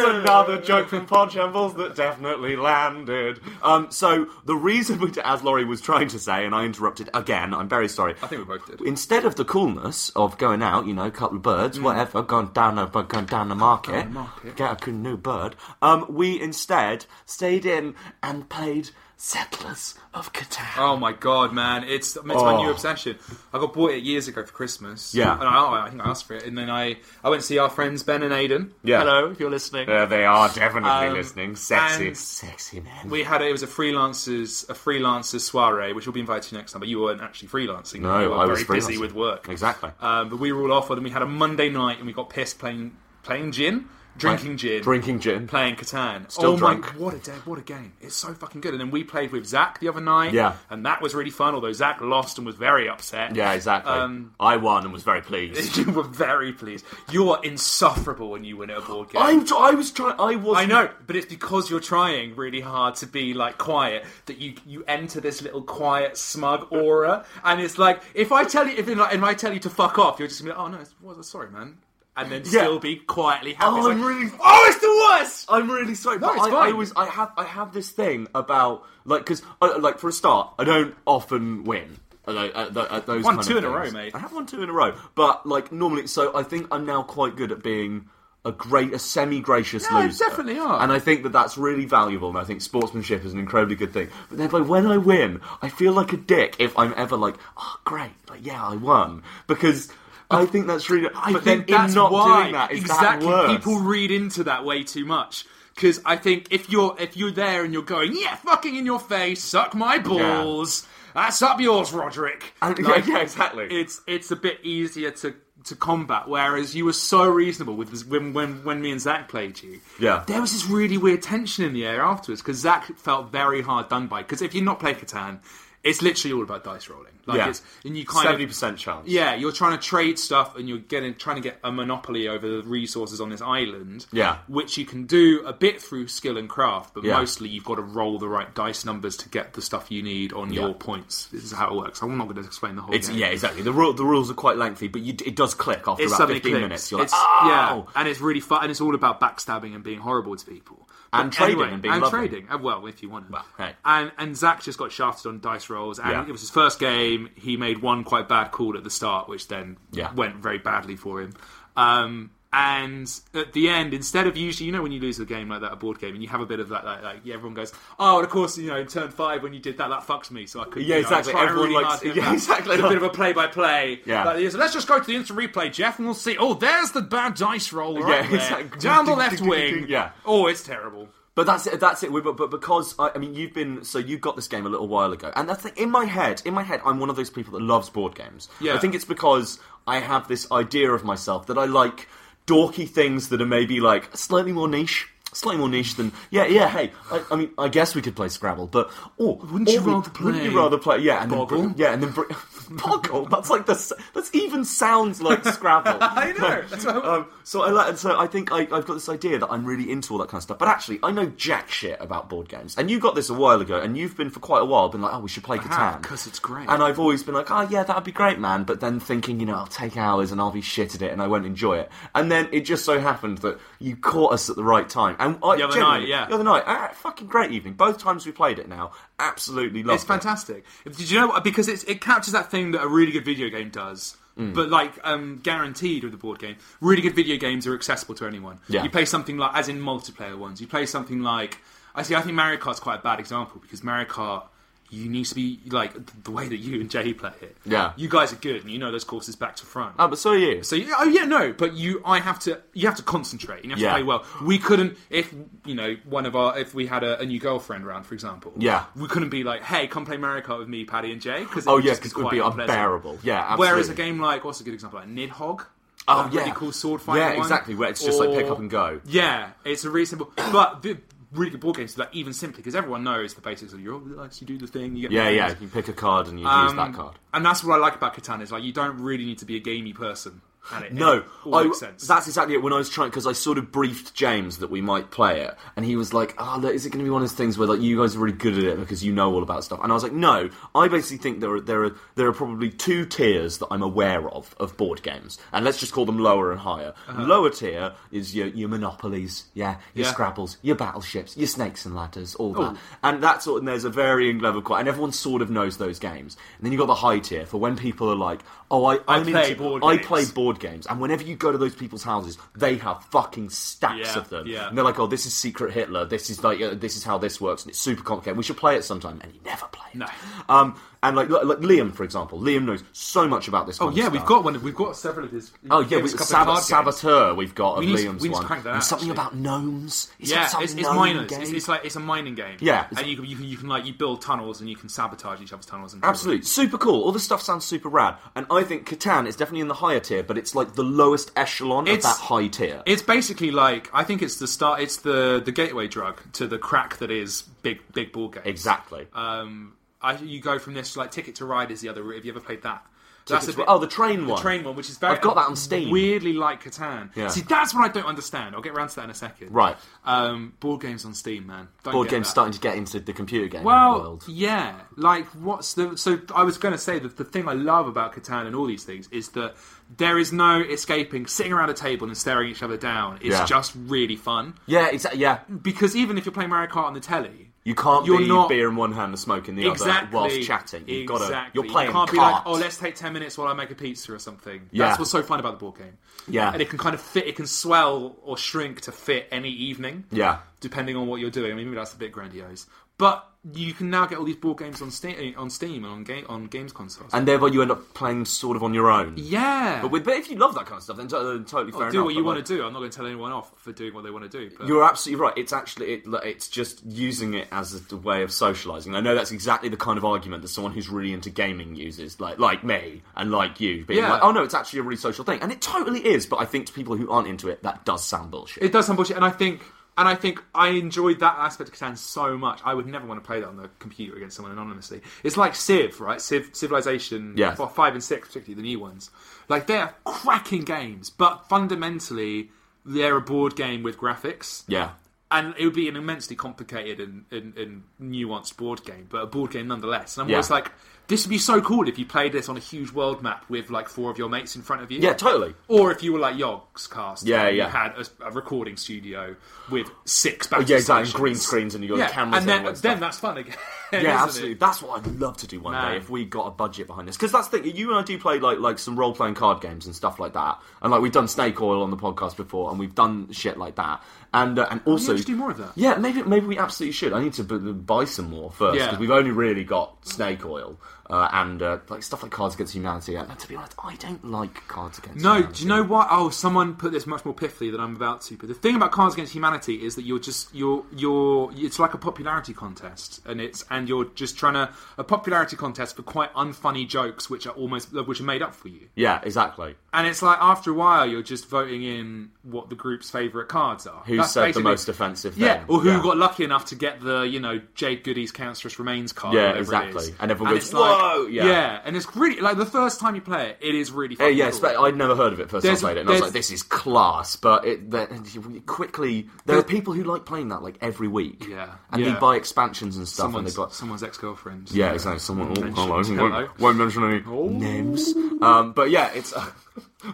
S3: another joke from Pod Shambles that definitely landed. Um, so the reason, we, as Laurie was trying to say, and I interrupted again, I'm very sorry.
S4: I think we both did.
S3: Instead of the coolness of going out, you know, a couple of birds,
S4: Mm.
S3: whatever, gone down, a, gone down the market, get a good new bird, um, we instead stayed in and played Settlers of Catan.
S4: Oh my god, man! It's it's
S3: Oh.
S4: my new obsession. I got bought it years ago for Christmas.
S3: Yeah.
S4: and I, I think I asked for it, and then I I went to see our friends Ben and Aiden.
S3: Yeah.
S4: hello, if you're listening.
S3: Uh, they are definitely
S4: Um,
S3: listening. Sexy,
S4: and-
S3: sexy man.
S4: We had a, it was a freelancers a freelancers soiree, which you'll be invited to next time. But you weren't actually freelancing.
S3: No,
S4: you were
S3: I
S4: very
S3: was
S4: busy
S3: freelancing.
S4: with work.
S3: Exactly.
S4: Um, but we were all offered, and we had a Monday night, and we got pissed playing playing gin, drinking gin,
S3: Drinking gin.
S4: playing Catan.
S3: Still
S4: oh
S3: drunk.
S4: my, what a day, what a game! It's so fucking good. And then we played with Zach the other night.
S3: Yeah.
S4: and that was really fun. Although Zach lost and was very upset.
S3: yeah, exactly.
S4: Um,
S3: I won and was very pleased.
S4: you were very pleased. You are insufferable when you win at a board game.
S3: I'm. T- I was trying. I was.
S4: I know, but it's because you're trying really hard to be like quiet that you you enter this little quiet smug aura, and it's like if I tell you if, like, if I tell you to fuck off, you're just gonna be like, oh no, it's, well, sorry, man, and then still be quietly happy.
S3: Oh,
S4: It's
S3: I'm
S4: like,
S3: really-
S4: oh, it's the worst.
S3: I'm really sorry,
S4: No,
S3: but
S4: it's
S3: I, I
S4: fine.
S3: always I have I have this thing about like because uh, like for a start I don't often win at, tho- at, tho- at those
S4: Won
S3: kind
S4: two
S3: of
S4: in a row,
S3: things.
S4: mate.
S3: I have won two in a row, but like normally, so I think I'm now quite good at being a great, a semi-gracious
S4: No, they
S3: loser.
S4: definitely are.
S3: And I think that that's really valuable, and I think sportsmanship is an incredibly good thing. But then, like, when I win, I feel like a dick if I'm ever like, oh, great, like, yeah, I won, because I think that's really.
S4: I
S3: but
S4: think
S3: then
S4: that's
S3: in not
S4: why
S3: doing that, is
S4: exactly
S3: that worse?
S4: people read into that way too much. Because I think if you're if you're there and you're going, yeah, fucking in your face, suck my balls. That's up yours, Roderick.
S3: And- yeah, yeah, exactly.
S4: It's it's a bit easier to to combat. Whereas you were so reasonable with this, when when when me and Zach played you.
S3: Yeah.
S4: there was this really weird tension in the air afterwards because Zach felt very hard done by. Because if you're not playing Catan, it's literally all about dice rolling. Like
S3: Yeah.
S4: it's and you kind
S3: seventy
S4: of
S3: percent chance.
S4: yeah, you're trying to trade stuff and you're getting trying to get a monopoly over the resources on this island.
S3: Yeah.
S4: Which you can do a bit through skill and craft, but
S3: Yeah.
S4: mostly you've got to roll the right dice numbers to get the stuff you need on your points. This is how it works. I'm not going to explain the whole
S3: It's,
S4: game.
S3: yeah, exactly. The, rule, the rules are quite lengthy, but you, it does click after
S4: It's
S3: about
S4: suddenly
S3: 15
S4: clicks.
S3: minutes. You're like,
S4: it's,
S3: oh!
S4: yeah, and it's really fun, and it's all about backstabbing and being horrible to people.
S3: And
S4: But
S3: trading
S4: anyway,
S3: and being
S4: and
S3: lovely.
S4: trading. Uh, Well, if you want to.
S3: Well, hey.
S4: And and Zach just got shafted on dice rolls, and
S3: Yeah.
S4: it was his first game. He made one quite bad call at the start, which then
S3: Yeah.
S4: went very badly for him. Um, and at the end, instead of usually, you know, when you lose a game like that, a board game, and you have a bit of that, like, like yeah, everyone goes, oh, and of course, you know, in turn five when you did that, that fucks me, so I couldn't.
S3: Yeah,
S4: you know, I was
S3: exactly.
S4: trying
S3: Everyone
S4: really
S3: likes-
S4: hard to get
S3: yeah,
S4: back.
S3: exactly.
S4: It's a bit of a play-by-play.
S3: Yeah.
S4: Like, so let's just go to the instant replay, Jeff, and we'll see. Oh, there's the bad dice roll
S3: Yeah,
S4: right there.
S3: exactly.
S4: down the
S3: Ding,
S4: left
S3: ding, ding, ding,
S4: wing.
S3: ding. Yeah.
S4: Oh, it's terrible.
S3: But that's it. That's it. But, but because I, I mean, you've been so you got this game a little while ago, and that's the, in my head. In my head, I'm one of those people that loves board games.
S4: Yeah.
S3: I think it's because I have this idea of myself that I like dorky things that are maybe like slightly more niche. Slightly more niche than yeah yeah hey I, I mean I guess we could play Scrabble but oh
S4: Wouldn't you
S3: or we-
S4: rather
S3: wouldn't you
S4: play
S3: rather play yeah and
S4: Boggle?
S3: then, br- yeah and then br- Boggle that's like the s- that's even sounds like Scrabble
S4: I know. That's what I-
S3: um, so I like, so I think I, I've got this idea that I'm really into all that kind of stuff. But actually, I know jack shit about board games. And you got this a while ago, and you've been for quite a while been like, oh, we should play Catan
S4: have, 'cause it's great.
S3: And I've always been like, oh yeah, that'd be great, man. But then thinking, you know, I'll take hours and I'll be shit at it and I won't enjoy it. And then it just so happened that you caught us at the right time. And I,
S4: The other
S3: genuinely,
S4: night, yeah.
S3: the other night, ah, fucking great evening. Both times we played it now, absolutely loved
S4: It's fantastic. Did you know what? Because it's, it captures that thing that a really good video game does.
S3: Mm.
S4: But like um, guaranteed with a board game, really good video games are accessible to anyone.
S3: Yeah.
S4: You play something like, as in multiplayer ones, you play something like. I see. I think Mario Kart's quite a bad example because Mario Kart, you need to be like th- the way that you and Jay play it.
S3: Yeah.
S4: you guys are good and you know those courses back to front.
S3: Oh, but so are you.
S4: So yeah, oh yeah, no, but you, I have to, you have to concentrate. and You have
S3: Yeah.
S4: to play well. We couldn't, if you know, one of our, if we had a, a new girlfriend around, for example,
S3: Yeah.
S4: we couldn't be like, hey, come play Mario Kart with me, Paddy and Jay, because
S3: Oh, yeah, 'cause it would be unbearable. Yeah, absolutely.
S4: Whereas a game like, what's a good example, like Nidhogg.
S3: Oh,
S4: that
S3: yeah.
S4: really cool sword fighting.
S3: Yeah,
S4: one.
S3: exactly, where it's just like pick
S4: Or-
S3: up and go.
S4: Yeah, it's a reasonable, but the really good board games like even simply because everyone knows the basics of your dice, you do the thing, you get the
S3: Yeah, yeah. Um,
S4: things.
S3: You can pick a card and you use that card.
S4: And that's what I like about Catan is like you don't really need to be a gamey person. And it,
S3: No,
S4: it all
S3: I-
S4: makes sense.
S3: that's exactly it. When I was trying, because I sort of briefed James that we might play it, and he was like, "Oh, look, is it going to be one of those things where like you guys are really good at it because you know all about stuff?" And I was like, "No, I basically think there are there are there are probably two tiers that I'm aware of of board games, and let's just call them lower and higher. Lower tier is your your monopolies, yeah, your
S4: Uh-huh. Yeah.
S3: Scrabbles, your battleships, your snakes and ladders, all that, and that sort. And there's a varying level, of quite, and everyone sort of knows those games. And then you have got the high tier for when people are like, "Oh, I I'm
S4: play
S3: into-
S4: board
S3: I
S4: games."
S3: play board games, and whenever you go to those people's houses, they have fucking stacks
S4: Yeah,
S3: of them.
S4: yeah.
S3: And they're like, "Oh, this is Secret Hitler. This is like, uh, this is how this works, and it's super complicated. We should play it sometime." And you never play it.
S4: No.
S3: Um, and like, like, like Liam, for example, Liam knows so much about this.
S4: Oh yeah, we've got one. We've got several of his.
S3: Oh yeah,
S4: a
S3: we've
S4: couple of
S3: Sab-
S4: card games.
S3: Saboteur. We've got of
S4: We need to-
S3: Liam's
S4: we need to
S3: one.
S4: crank that
S3: and
S4: out,
S3: something
S4: actually.
S3: about gnomes. It's
S4: Yeah,
S3: got some
S4: it's, it's
S3: gnome
S4: miners.
S3: game.
S4: It's, it's like it's a mining game.
S3: Yeah, it's-
S4: and you can, you can you can like you build tunnels and you can sabotage each other's tunnels and
S3: Absolutely, super cool. All this stuff sounds super rad, and I think Catan is definitely in the higher tier, but it's like the lowest echelon
S4: It's-
S3: of that high tier.
S4: It's basically like I think it's the start. It's the the gateway drug to the crack that is big big ball games.
S3: exactly.
S4: Um, I, you go from this like Ticket to Ride is the other. Have you ever played that?
S3: Ticket
S4: a
S3: to- oh, the train one.
S4: The train one, which is very.
S3: I've got that on Steam.
S4: Weirdly like Catan.
S3: Yeah.
S4: See, that's what I don't understand. I'll get around to that in a second.
S3: Right.
S4: Um, board games on Steam, man. Don't
S3: board
S4: get
S3: games
S4: that.
S3: starting to get into the computer game
S4: Well,
S3: world.
S4: yeah. Like, what's the? So I was going to say that the thing I love about Catan and all these things is that There is no escaping sitting around a table and staring each other down. It's
S3: Yeah.
S4: just really fun.
S3: Yeah, exactly. Yeah,
S4: Because even if you're playing Mario Kart on the telly,
S3: you can't
S4: You're
S3: be
S4: not-
S3: beer in one hand and smoke in the other
S4: exactly
S3: whilst chatting. You've got to.
S4: exactly.
S3: You're playing
S4: You can't
S3: cards.
S4: be like, oh, let's take ten minutes while I make a pizza or something.
S3: Yeah.
S4: That's what's so fun about the board game.
S3: Yeah.
S4: and it can kind of fit. It can swell or shrink to fit any evening.
S3: Yeah.
S4: depending on what you're doing. I mean, maybe that's a bit grandiose, but you can now get all these board games on Steam, on Steam and on game on games consoles.
S3: and thereby you end up playing sort of on your own.
S4: yeah,
S3: Uh,
S4: Oh,
S3: But, with, but if you love that kind of stuff, then to- then totally fair
S4: do
S3: enough.
S4: what you
S3: But,
S4: want
S3: like,
S4: to do. I'm not going to tell anyone off for doing what they want to do. But
S3: You're absolutely right. It's actually it, like, it's just using it as a way of socializing. I know that's exactly the kind of argument that someone who's really into gaming uses, like like me and like you, being
S4: Yeah.
S3: like, "Oh no, it's actually a really social thing," and it totally is. But I think to people who aren't into it, that does sound bullshit.
S4: It does sound bullshit, and I think and I think I enjoyed that aspect of Catan so much. I would never want to play that on the computer against someone anonymously. It's like Civ, right? Civ Civilization,
S3: Yeah.
S4: well, five and six, particularly the new ones. Like they're cracking games, but fundamentally they're a board game with graphics.
S3: yeah,
S4: And it would be an immensely complicated and, and, and nuanced board game, but a board game nonetheless. And I'm
S3: Yeah.
S4: always like, this would be so cool if you played this on a huge world map with like four of your mates in front of you.
S3: yeah, totally.
S4: Or if you were like Yogg's cast,
S3: Yeah,
S4: and
S3: yeah. Oh,
S4: you had a, a recording studio with six back
S3: yeah, exactly, and green screens and you got
S4: yeah.
S3: cameras
S4: and then,
S3: everywhere and stuff.
S4: then that's fun again.
S3: Yeah,
S4: isn't
S3: absolutely.
S4: it?
S3: That's what I'd love to do one
S4: Man.
S3: day if we got a budget behind this. Because that's the thing. You and I do play like like some role playing card games and stuff like that. And like we've done snake oil on the podcast before, and we've done shit like that. And uh, and also
S4: we should do more of that.
S3: Yeah, maybe maybe we absolutely should. I need to b- b- buy some more first
S4: Yeah.
S3: because we've only really got snake oil uh, and uh, like stuff like Cards Against Humanity. And to be honest, I don't like Cards Against.
S4: No,
S3: Humanity.
S4: do you know what? Oh, someone put this much more pithily than I'm about to. But the thing about Cards Against Humanity is that you're just you're you're it's like a popularity contest, and it's and you're just trying to a popularity contest for quite unfunny jokes, which are almost which are made up for you.
S3: Yeah, exactly.
S4: And it's like after a while, you're just voting in what the group's favourite cards are.
S3: Who
S4: That's
S3: said the
S4: basically-
S3: most offensive thing?
S4: Yeah, or who
S3: Yeah.
S4: got lucky enough to get the you know Jade Goody's Counselor's Remains card?
S3: Yeah,
S4: whatever it
S3: exactly.
S4: is.
S3: And everyone goes,
S4: it's
S3: "Whoa!"
S4: Like,
S3: Yeah.
S4: and it's really like the first time you play it, it is really.
S3: Yeah,
S4: Fun
S3: yeah, spe- I'd never heard of it first time I
S4: There's-
S3: played it, and I was
S4: there's-
S3: like, "This is class." But it that- quickly, there are people who like playing that like every week,
S4: Yeah.
S3: and
S4: Yeah.
S3: they buy expansions and stuff,
S4: someone's,
S3: and they buy.
S4: someone's ex-girlfriend.
S3: Yeah, exactly. Someone oh, hello,
S4: Mentioned, hello. Oh.
S3: Won't, won't mention any names. Um, but yeah, it's.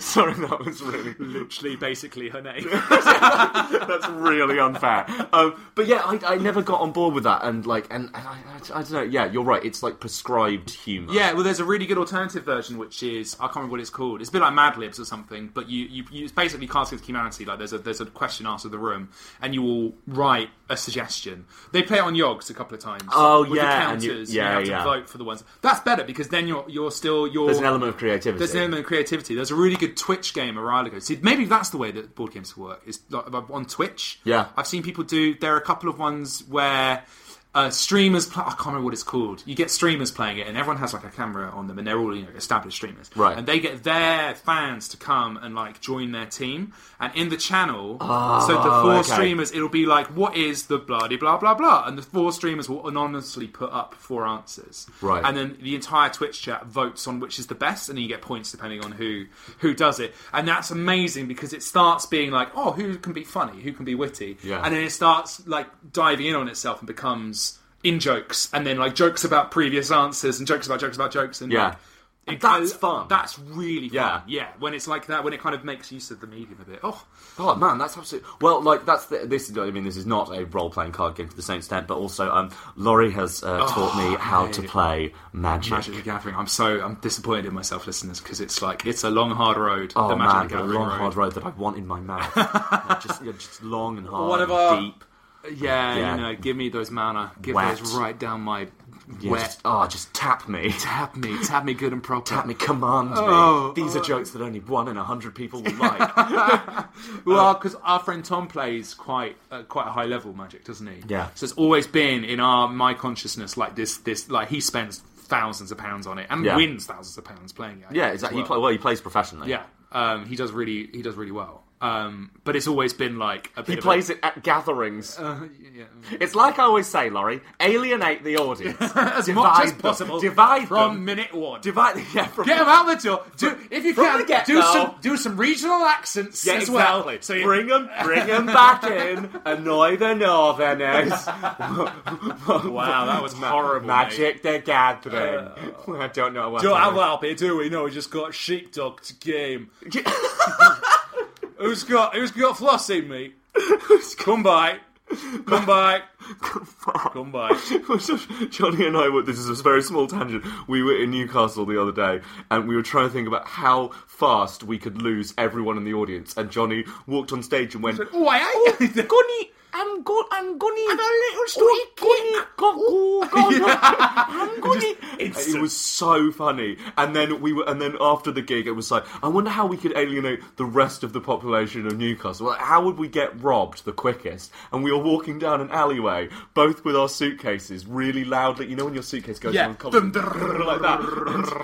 S3: sorry, that was really
S4: literally, basically her name.
S3: that's really unfair. Um, but yeah, I, I never got on board with that, and like, and, and I, I, I don't know. Yeah, you're right. It's like prescribed humor.
S4: yeah, well, there's a really good alternative version, which is I can't remember what it's called. It's a bit like Mad Libs or something, but you, you, you it's basically Cards Against Humanity. Like there's a there's a question asked of the room, and you will write a suggestion. They play it on Yogs a couple of times.
S3: Oh,
S4: with the
S3: yeah, and
S4: counters.
S3: you-
S4: and
S3: yeah,
S4: you have
S3: yeah.
S4: to vote for the ones. That's better because then you're you're still you're
S3: There's an element of creativity.
S4: There's an element of creativity. There's a really good Twitch game a while ago. See, maybe that's the way that board games work. Is like, on Twitch.
S3: Yeah.
S4: I've seen people do. There are a couple of ones where uh, streamers. Pl- I can't remember what it's called. You get streamers playing it, and everyone has like a camera on them, and they're all you know established streamers.
S3: Right.
S4: And they get their fans to come and like join their team, and in the channel, so the four
S3: Ah, okay.
S4: streamers, it'll be like, what is the bloody blah blah blah, and the four streamers will anonymously put up four answers.
S3: Right.
S4: And then then the entire Twitch chat votes on which is the best, and then you get points depending on who who does it. And that's amazing because it starts being like, oh, who can be funny, who can be witty,
S3: Yeah.
S4: and then it starts like diving in on itself and becomes in jokes, and then like jokes about previous answers and jokes about jokes about jokes, and
S3: Yeah.
S4: like,
S3: And that's fun.
S4: That's really fun.
S3: Yeah.
S4: Yeah, When it's like that, when it kind of makes use of the medium a bit. Oh,
S3: Oh man, that's absolutely well. Like that's the, this. is- I mean, this is not a role playing card game to the same extent, but also, um, Laurie has uh, taught me how to play magic.
S4: Oh, Magic the Gathering. I'm so I'm disappointed in myself, listeners, because it's like it's a long hard road.
S3: Oh
S4: the Magic
S3: man,
S4: the
S3: the
S4: Gathering
S3: long
S4: road.
S3: hard road that I want in my mouth. Like, just, yeah, just long and hard,
S4: One of
S3: and
S4: our-
S3: deep.
S4: Yeah,
S3: Yeah.
S4: you know, give me those mana. Give
S3: Wet.
S4: those right down my
S3: Yeah,
S4: wet.
S3: just, oh, just tap me,
S4: Tap me, tap me good and proper.
S3: tap me, command
S4: Oh,
S3: me. These are jokes that only one in a hundred people will like. Uh,
S4: Well, because our friend Tom plays quite uh, quite a high level magic, doesn't he?
S3: Yeah.
S4: So it's always been in our my consciousness like this this like he spends thousands of pounds on it and
S3: Yeah.
S4: wins thousands of pounds playing it. I
S3: yeah,
S4: think, as
S3: exactly. He
S4: well.
S3: play, well, he plays professionally.
S4: Yeah, um, he does really he does really well. Um, but it's always been like a bit
S3: He
S4: of
S3: plays it at gatherings.
S4: a, yeah.
S3: It's like I always say, Laurie, alienate the audience.
S4: as
S3: divide
S4: much as
S3: them.
S4: possible.
S3: Divide
S4: from
S3: them.
S4: minute one.
S3: Divide, yeah, from
S4: Get them out the door. Do, if you
S3: From
S4: can,
S3: the get-go.
S4: do some do some regional accents
S3: Yeah,
S4: as
S3: exactly.
S4: well. So you
S3: bring them, bring them back in. Annoy the Northerners.
S4: Wow, that was horrible. mate.
S3: Magic the Gathering. I don't know what.
S4: Don't
S3: that
S4: have
S3: is.
S4: up here, do we? No, we just got sheepdog to game. who's got who's got Flossie, mate? Come by. Come by. Come by.
S3: Johnny and I were. This is a very small tangent. We were in Newcastle the other day, and we were trying to think about how fast we could lose everyone in the audience. And Johnny walked on stage and went,
S4: Oh, I ain't.
S3: Gunny, I'm go, I'm Gunny. I'm a little
S4: story
S3: I'm Gunny. It was so funny. And then we were, and then after the gig, it was like, I wonder how we could alienate the rest of the population of Newcastle. Like, how would we get robbed the quickest? And we were walking down an alleyway, both with our suitcases, really loudly. You know when your suitcase goes
S4: Yeah.
S3: on constant-
S4: Dum, drrr,
S3: like that.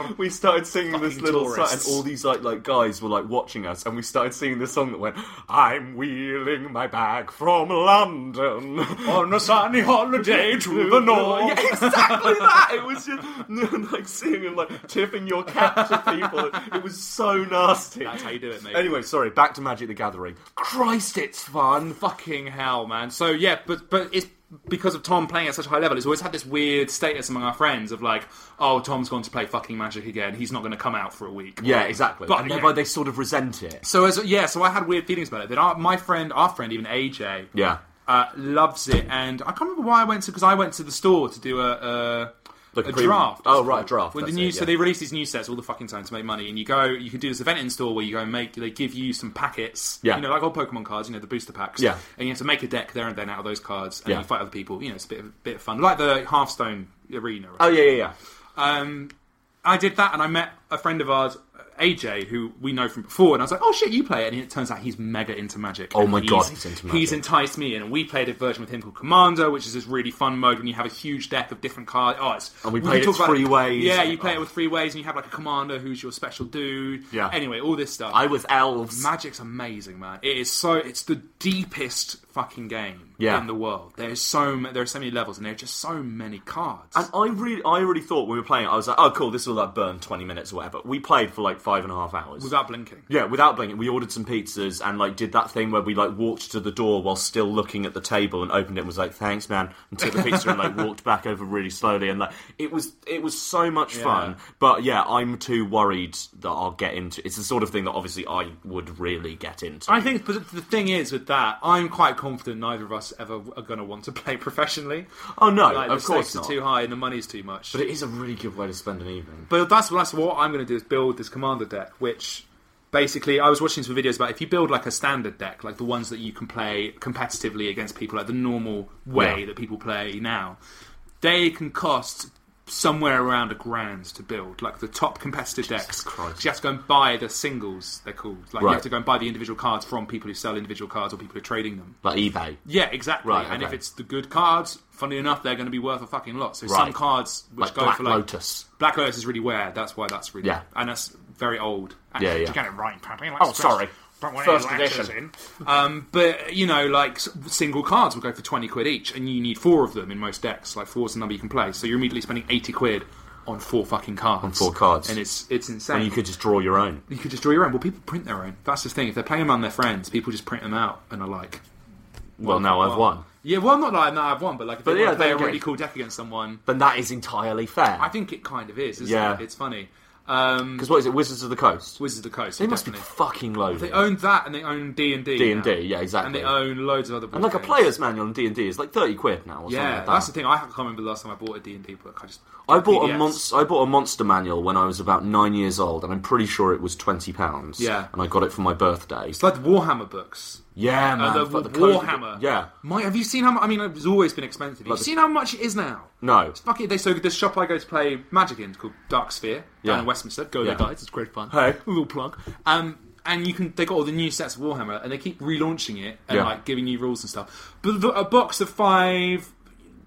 S3: And we started singing this
S4: Fucking
S3: little song, and
S4: tourists.
S3: all these like like guys were like watching us, and we started singing this song that went, "I'm wheeling my bag from London."
S4: On a sunny holiday to the north.
S3: Yeah, exactly that. It was just like singing and like tipping your cap to people. It was so nasty.
S4: That's how you do it, mate.
S3: Anyway, sorry. Back to Magic the Gathering.
S4: Christ, it's fun. Fucking hell, man. So yeah, but but it's because of Tom playing at such a high level. It's always had this weird status among our friends of like, oh, Tom's gone to play fucking Magic again. He's not going to come out for a week.
S3: Yeah, exactly.
S4: But
S3: and
S4: yeah.
S3: thereby they sort of resent it.
S4: So as yeah, so I had weird feelings about it. Then our, my friend, our friend, even AJ,
S3: Yeah.
S4: uh, loves it. And I can't remember why I went to because I went to the store to do a. a
S3: Like
S4: a
S3: a pre-
S4: draft.
S3: oh, right, a draft,
S4: When the
S3: that's
S4: new,
S3: it,
S4: so
S3: yeah.
S4: they release these new sets all the fucking time to make money, and you go, you can do this event in store where you go and make. They give you some packets,
S3: Yeah.
S4: you know, like old Pokemon cards, you know, the booster packs,
S3: Yeah.
S4: And you have to make a deck there and then out of those cards, and
S3: Yeah.
S4: you fight other people. You know, it's a bit of, bit of fun, like the Hearthstone arena.
S3: Oh yeah, yeah, yeah.
S4: Um, I did that, and I met a friend of ours, AJ, who we know from before, and I was like, "Oh shit, you play it!" And it turns out he's mega into Magic.
S3: Oh
S4: and
S3: my
S4: he's,
S3: God, he's into Magic.
S4: He's enticed me in, and we played a version with him called Commander, which is this really fun mode when you have a huge deck of different cards. Oh, it's
S3: And we
S4: can
S3: played it
S4: talk about
S3: three ways.
S4: Yeah, you play
S3: Oh.
S4: it with three ways, and you have like a commander who's your special dude.
S3: Yeah.
S4: Anyway, all this stuff.
S3: I was elves.
S4: Magic's amazing, man. It is so. It's the deepest fucking game
S3: Yeah.
S4: in the world. There's so ma- there are so many levels, and there are just so many cards.
S3: And I really, I really thought when we were playing, it, I was like, oh, cool, this will like burn twenty minutes or whatever. We played for like five and a half hours.
S4: without blinking.
S3: yeah, without blinking, we ordered some pizzas and like did that thing where we like walked to the door while still looking at the table and opened it and was like, "Thanks, man," and took the pizza and like walked back over really slowly and like it was it was so much fun. But yeah, I'm too worried that I'll get into. It's the sort of thing that obviously I would really get into.
S4: I think, but the thing is with that, I'm quite confident neither of us ever are going to want to play professionally.
S3: Oh, no,
S4: like,
S3: of
S4: the
S3: course
S4: stakes
S3: not.
S4: are too high and the money's too much.
S3: but it is a really good way to spend an evening.
S4: But that's that's what I'm going to do is build this commander deck, which basically I was watching some videos about. If you build like a standard deck, like the ones that you can play competitively against people, like the normal way
S3: Yeah.
S4: that people play now, they can cost somewhere around a grand to build. Like the top competitive decks,
S3: Christ.
S4: you have to go and buy the singles. They're called. Like you
S3: Right.
S4: have to go and buy the individual cards from people who sell individual cards or people who are trading them.
S3: Like eBay.
S4: Yeah, exactly.
S3: Right,
S4: And if
S3: okay.
S4: it's the good cards, funny enough, they're going to be worth a fucking lot. So some
S3: Right.
S4: cards which
S3: Like
S4: go
S3: Black
S4: for like
S3: Lotus.
S4: Black Lotus is really rare. That's why that's really
S3: Yeah.
S4: and that's very old.
S3: Yeah,
S4: Actually,
S3: yeah.
S4: To get it right, Pappy.
S3: Oh, sorry. First edition.
S4: Um, but you know, like s- single cards will go for twenty quid each, and you need four of them in most decks. Like four's the number you can play. So you're immediately spending eighty quid on four fucking cards. On
S3: four cards.
S4: and it's it's insane.
S3: And you could just draw your own.
S4: you could just draw your own. Well, people print their own. That's the thing. If they're playing among their friends, people just print them out and are like.
S3: Well, now I've won.
S4: Yeah, well, not like that I've won, but like if
S3: But
S4: they
S3: yeah,
S4: want to play
S3: they
S4: a really
S3: get-
S4: cool deck against someone,
S3: Then that is entirely fair.
S4: I think it kind of is. Isn't
S3: Yeah.
S4: it? it's funny. Um,
S3: Because what is it, Wizards of the Coast?
S4: Wizards of the Coast.
S3: They must be
S4: definitely.
S3: fucking loaded.
S4: They own that, and they own D and D.
S3: D&D,
S4: now.
S3: yeah, exactly.
S4: And they own loads of other. board
S3: And like a
S4: games.
S3: player's manual on D and D is like thirty quid now. Or something
S4: Yeah,
S3: like that.
S4: that's the thing. I can't remember the last time I bought a D and D book. I just
S3: I bought a
S4: PDFs.
S3: monster. I bought a monster manual when I was about nine years old, and I'm pretty sure it was twenty pounds.
S4: Yeah.
S3: and I got it for my birthday.
S4: It's like the Warhammer books.
S3: yeah, man.
S4: Uh, the,
S3: fuck, the code-
S4: Warhammer.
S3: yeah.
S4: My, have you seen how? mu- I mean, it's always been expensive. Have you
S3: the-
S4: seen how much it is now?
S3: No.
S4: It's fucking. They so the shop I go to play Magic in called Dark Sphere down
S3: Yeah.
S4: in Westminster. Go
S3: Yeah.
S4: there, guys. It's great fun.
S3: Hey.
S4: a little plug. Um, and you can. They got all the new sets of Warhammer, and they keep relaunching it and
S3: Yeah.
S4: like giving you rules and stuff. But the, a box of five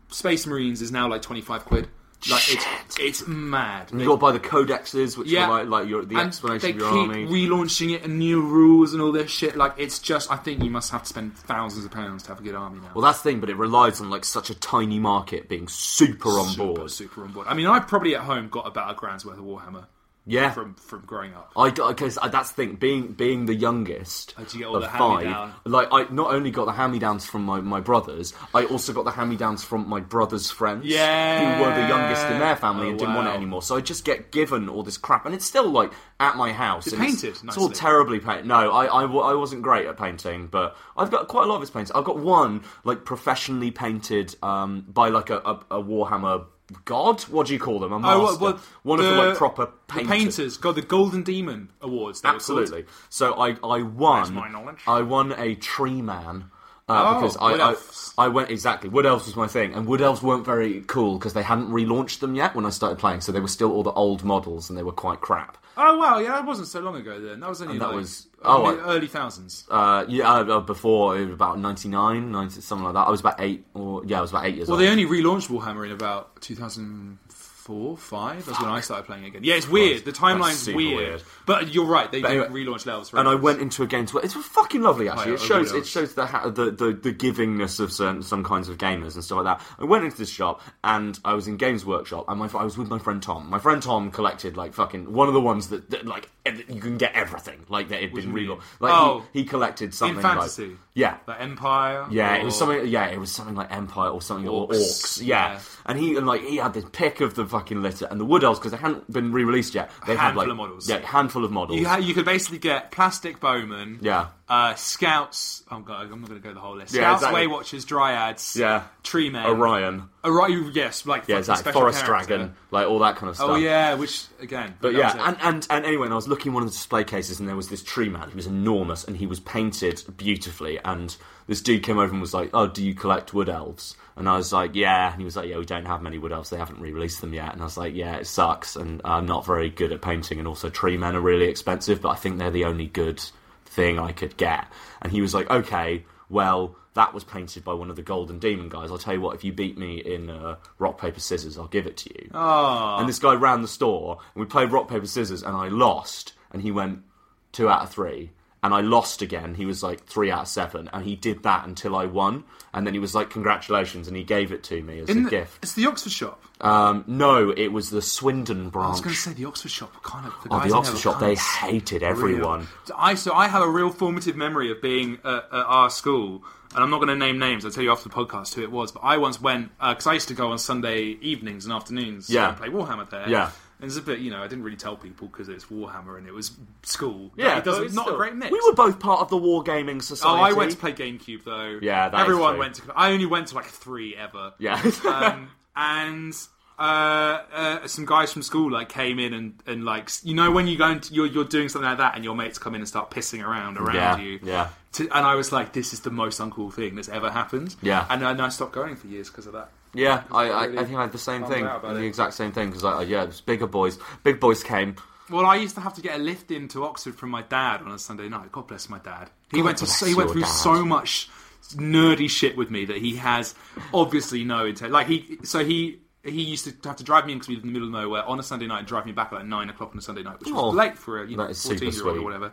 S4: Space Marines is now like twenty five quid. Like it's it's mad.
S3: You
S4: They-
S3: got by the codexes, which
S4: yeah,
S3: are like, like your, the
S4: and
S3: explanation
S4: they
S3: of your
S4: keep
S3: army.
S4: relaunching it and new rules and all this shit. Like it's just, I think you must have to spend thousands of pounds to have a good army now.
S3: well, that's the thing, but it relies on like such a tiny market being super on
S4: super,
S3: board.
S4: super on board. I mean, I probably at home got about a grand's worth of Warhammer
S3: Yeah,
S4: from from growing up.
S3: I because that's the thing. Being being the youngest
S4: Oh, did you get all
S3: of
S4: the
S3: five,
S4: hand-me-down?
S3: like I not only got the hand-me-downs from my, my brothers, I also got the hand-me-downs from my brother's friends,
S4: Yeah.
S3: who were the youngest in their family
S4: Oh,
S3: and didn't want it
S4: wow.
S3: anymore. So I just get given all this crap, and it's still like at my house.
S4: It's
S3: and
S4: painted
S3: It's, it's all
S4: nicely.
S3: terribly painted. No, I, I wa- I wasn't great at painting, but I've got quite a lot of his paintings. I've got one like professionally painted um, by like a, a, a Warhammer. God, what do you call them? A master.
S4: Oh, what- what-
S3: one of the like proper
S4: the
S3: painters.
S4: painters got the Golden Demon Awards. they were called.
S3: Absolutely. So I, I won.
S4: There's my knowledge.
S3: I won a tree man. Uh,
S4: Oh,
S3: because
S4: Wood
S3: I, I,
S4: Elves.
S3: I went exactly wood elves was my thing, and wood elves weren't very cool because they hadn't relaunched them yet when I started playing, so they were still all the old models and they were quite crap.
S4: Oh wow, yeah, that wasn't so long ago then. That was only
S3: And that
S4: like,
S3: was- oh,
S4: early-
S3: I-
S4: early thousands.
S3: Uh, yeah, uh, uh, before it was about 99, 90, something like that. I was about eight, or yeah, I was about eight years
S4: Well,
S3: old.
S4: they only relaunched Warhammer in about 2004, 5. That's when I started playing again. Yeah, it's weird. The
S3: That's
S4: timeline's
S3: super
S4: weird.
S3: weird.
S4: But you're right. They
S3: anyway-
S4: did relaunch levels. For
S3: and I
S4: ages.
S3: went into a game to it. It's fucking lovely, actually.
S4: Oh,
S3: it
S4: yeah,
S3: shows
S4: really
S3: it shows the, ha- the the the givingness of certain some kinds of gamers and stuff like that. I went into this shop and I was in Games Workshop and my fr- I was with my friend Tom. My friend Tom collected like fucking one of the ones that, that like ev- you can get everything like that had been
S4: do you mean?
S3: relaunched. Like
S4: Oh.
S3: he, he collected something
S4: fantasy?
S3: like yeah.
S4: Like Empire.
S3: Yeah,
S4: or-
S3: it was something. Yeah, it was something like Empire or something or
S4: Orcs,
S3: Orcs. Yeah.
S4: yeah.
S3: and he and like he had this pick of the fucking litter and the Wood Elves because they hadn't been re-released yet. They had
S4: handful
S3: like
S4: of models.
S3: Yeah, handful of models.
S4: You, ha- you could basically get Plastic Bowman.
S3: Yeah.
S4: Uh, scouts. Oh, God, I'm not going to go the whole list.
S3: Yeah,
S4: Scouts,
S3: exactly.
S4: Waywatchers, Dryads.
S3: Yeah.
S4: Tree Men.
S3: Orion.
S4: Orion, yes. Like,
S3: Yeah,
S4: fucking
S3: exactly.
S4: special
S3: Forest
S4: character.
S3: Dragon, like all that kind of stuff.
S4: Oh, yeah, which, again.
S3: But
S4: that
S3: yeah,
S4: was it.
S3: and, and, and anyway, and I was looking in one of the display cases, and there was this tree man. He was enormous, and he was painted beautifully. And this dude came over and was like, "Oh, do you collect wood elves?" And I was like, "Yeah." And he was like, "Yeah, we don't have many wood elves. They haven't re-released them yet." And I was like, "Yeah, it sucks." And I'm not very good at painting, and also tree men are really expensive. But I think they're the only good thing I could get. And he was like, "Okay, well." That was painted by one of the Golden Demon guys. I'll tell you what, if you beat me in uh, rock paper scissors, I'll give it to
S4: Oh,
S3: you. And this guy ran the store, and we played rock paper scissors, and I lost. And he went two out of three, and I lost again. He was like three out of seven, and he did that until I won. And then he was like, "Congratulations!" and he gave it to me as
S4: In
S3: a
S4: the-
S3: gift.
S4: It's the Oxford shop.
S3: Um, no, it was the Swindon branch.
S4: I was going to say the Oxford shop. Kind of the,
S3: Oh,
S4: guys
S3: the
S4: in
S3: Oxford
S4: there
S3: shop,
S4: were
S3: they
S4: cunts.
S3: hated everyone.
S4: So I so I have a real formative memory of being uh, at our school, and I'm not going to name names. I'll tell you after the podcast who it was. But I once went because I used to go on Sunday evenings and afternoons
S3: Yeah.
S4: and play Warhammer there.
S3: Yeah.
S4: And it's a bit, you know, I didn't really tell people because it's Warhammer and it was school.
S3: Yeah,
S4: it doesn't,
S3: but it's
S4: not
S3: still-
S4: a great mix.
S3: We were both part of the Wargaming
S4: oh,
S3: Society.
S4: I went to play GameCube though.
S3: Yeah, that is
S4: everyone
S3: true.
S4: went to. I only went to like three ever
S3: Yeah.
S4: um, and uh, uh, some guys from school like came in and, and like s- you know when you go and you're, you're doing something like that and your mates come in and start pissing around around
S3: Yeah,
S4: you
S3: yeah.
S4: To- and I was like this is the most uncool thing that's ever happened
S3: Yeah.
S4: and, and I stopped going for years because of that
S3: Yeah, I, I,
S4: really
S3: I think I had the same
S4: bummed
S3: thing,
S4: out about
S3: the
S4: it.
S3: exact same thing. Because I, I- yeah, it was bigger boys. Big boys came.
S4: well I used to have to get a lift in to Oxford from my dad on a Sunday night God bless my dad he
S3: God
S4: went to
S3: bless
S4: so, he went
S3: your
S4: through
S3: dad.
S4: so much nerdy shit with me that he has obviously no intent like he so he he used to have to drive me in because we lived in the middle of nowhere on a Sunday night and drive me back at like nine o'clock on a Sunday night, which was
S3: Oh,
S4: late for a you know
S3: that is super
S4: fourteen year old
S3: sweet.
S4: or whatever.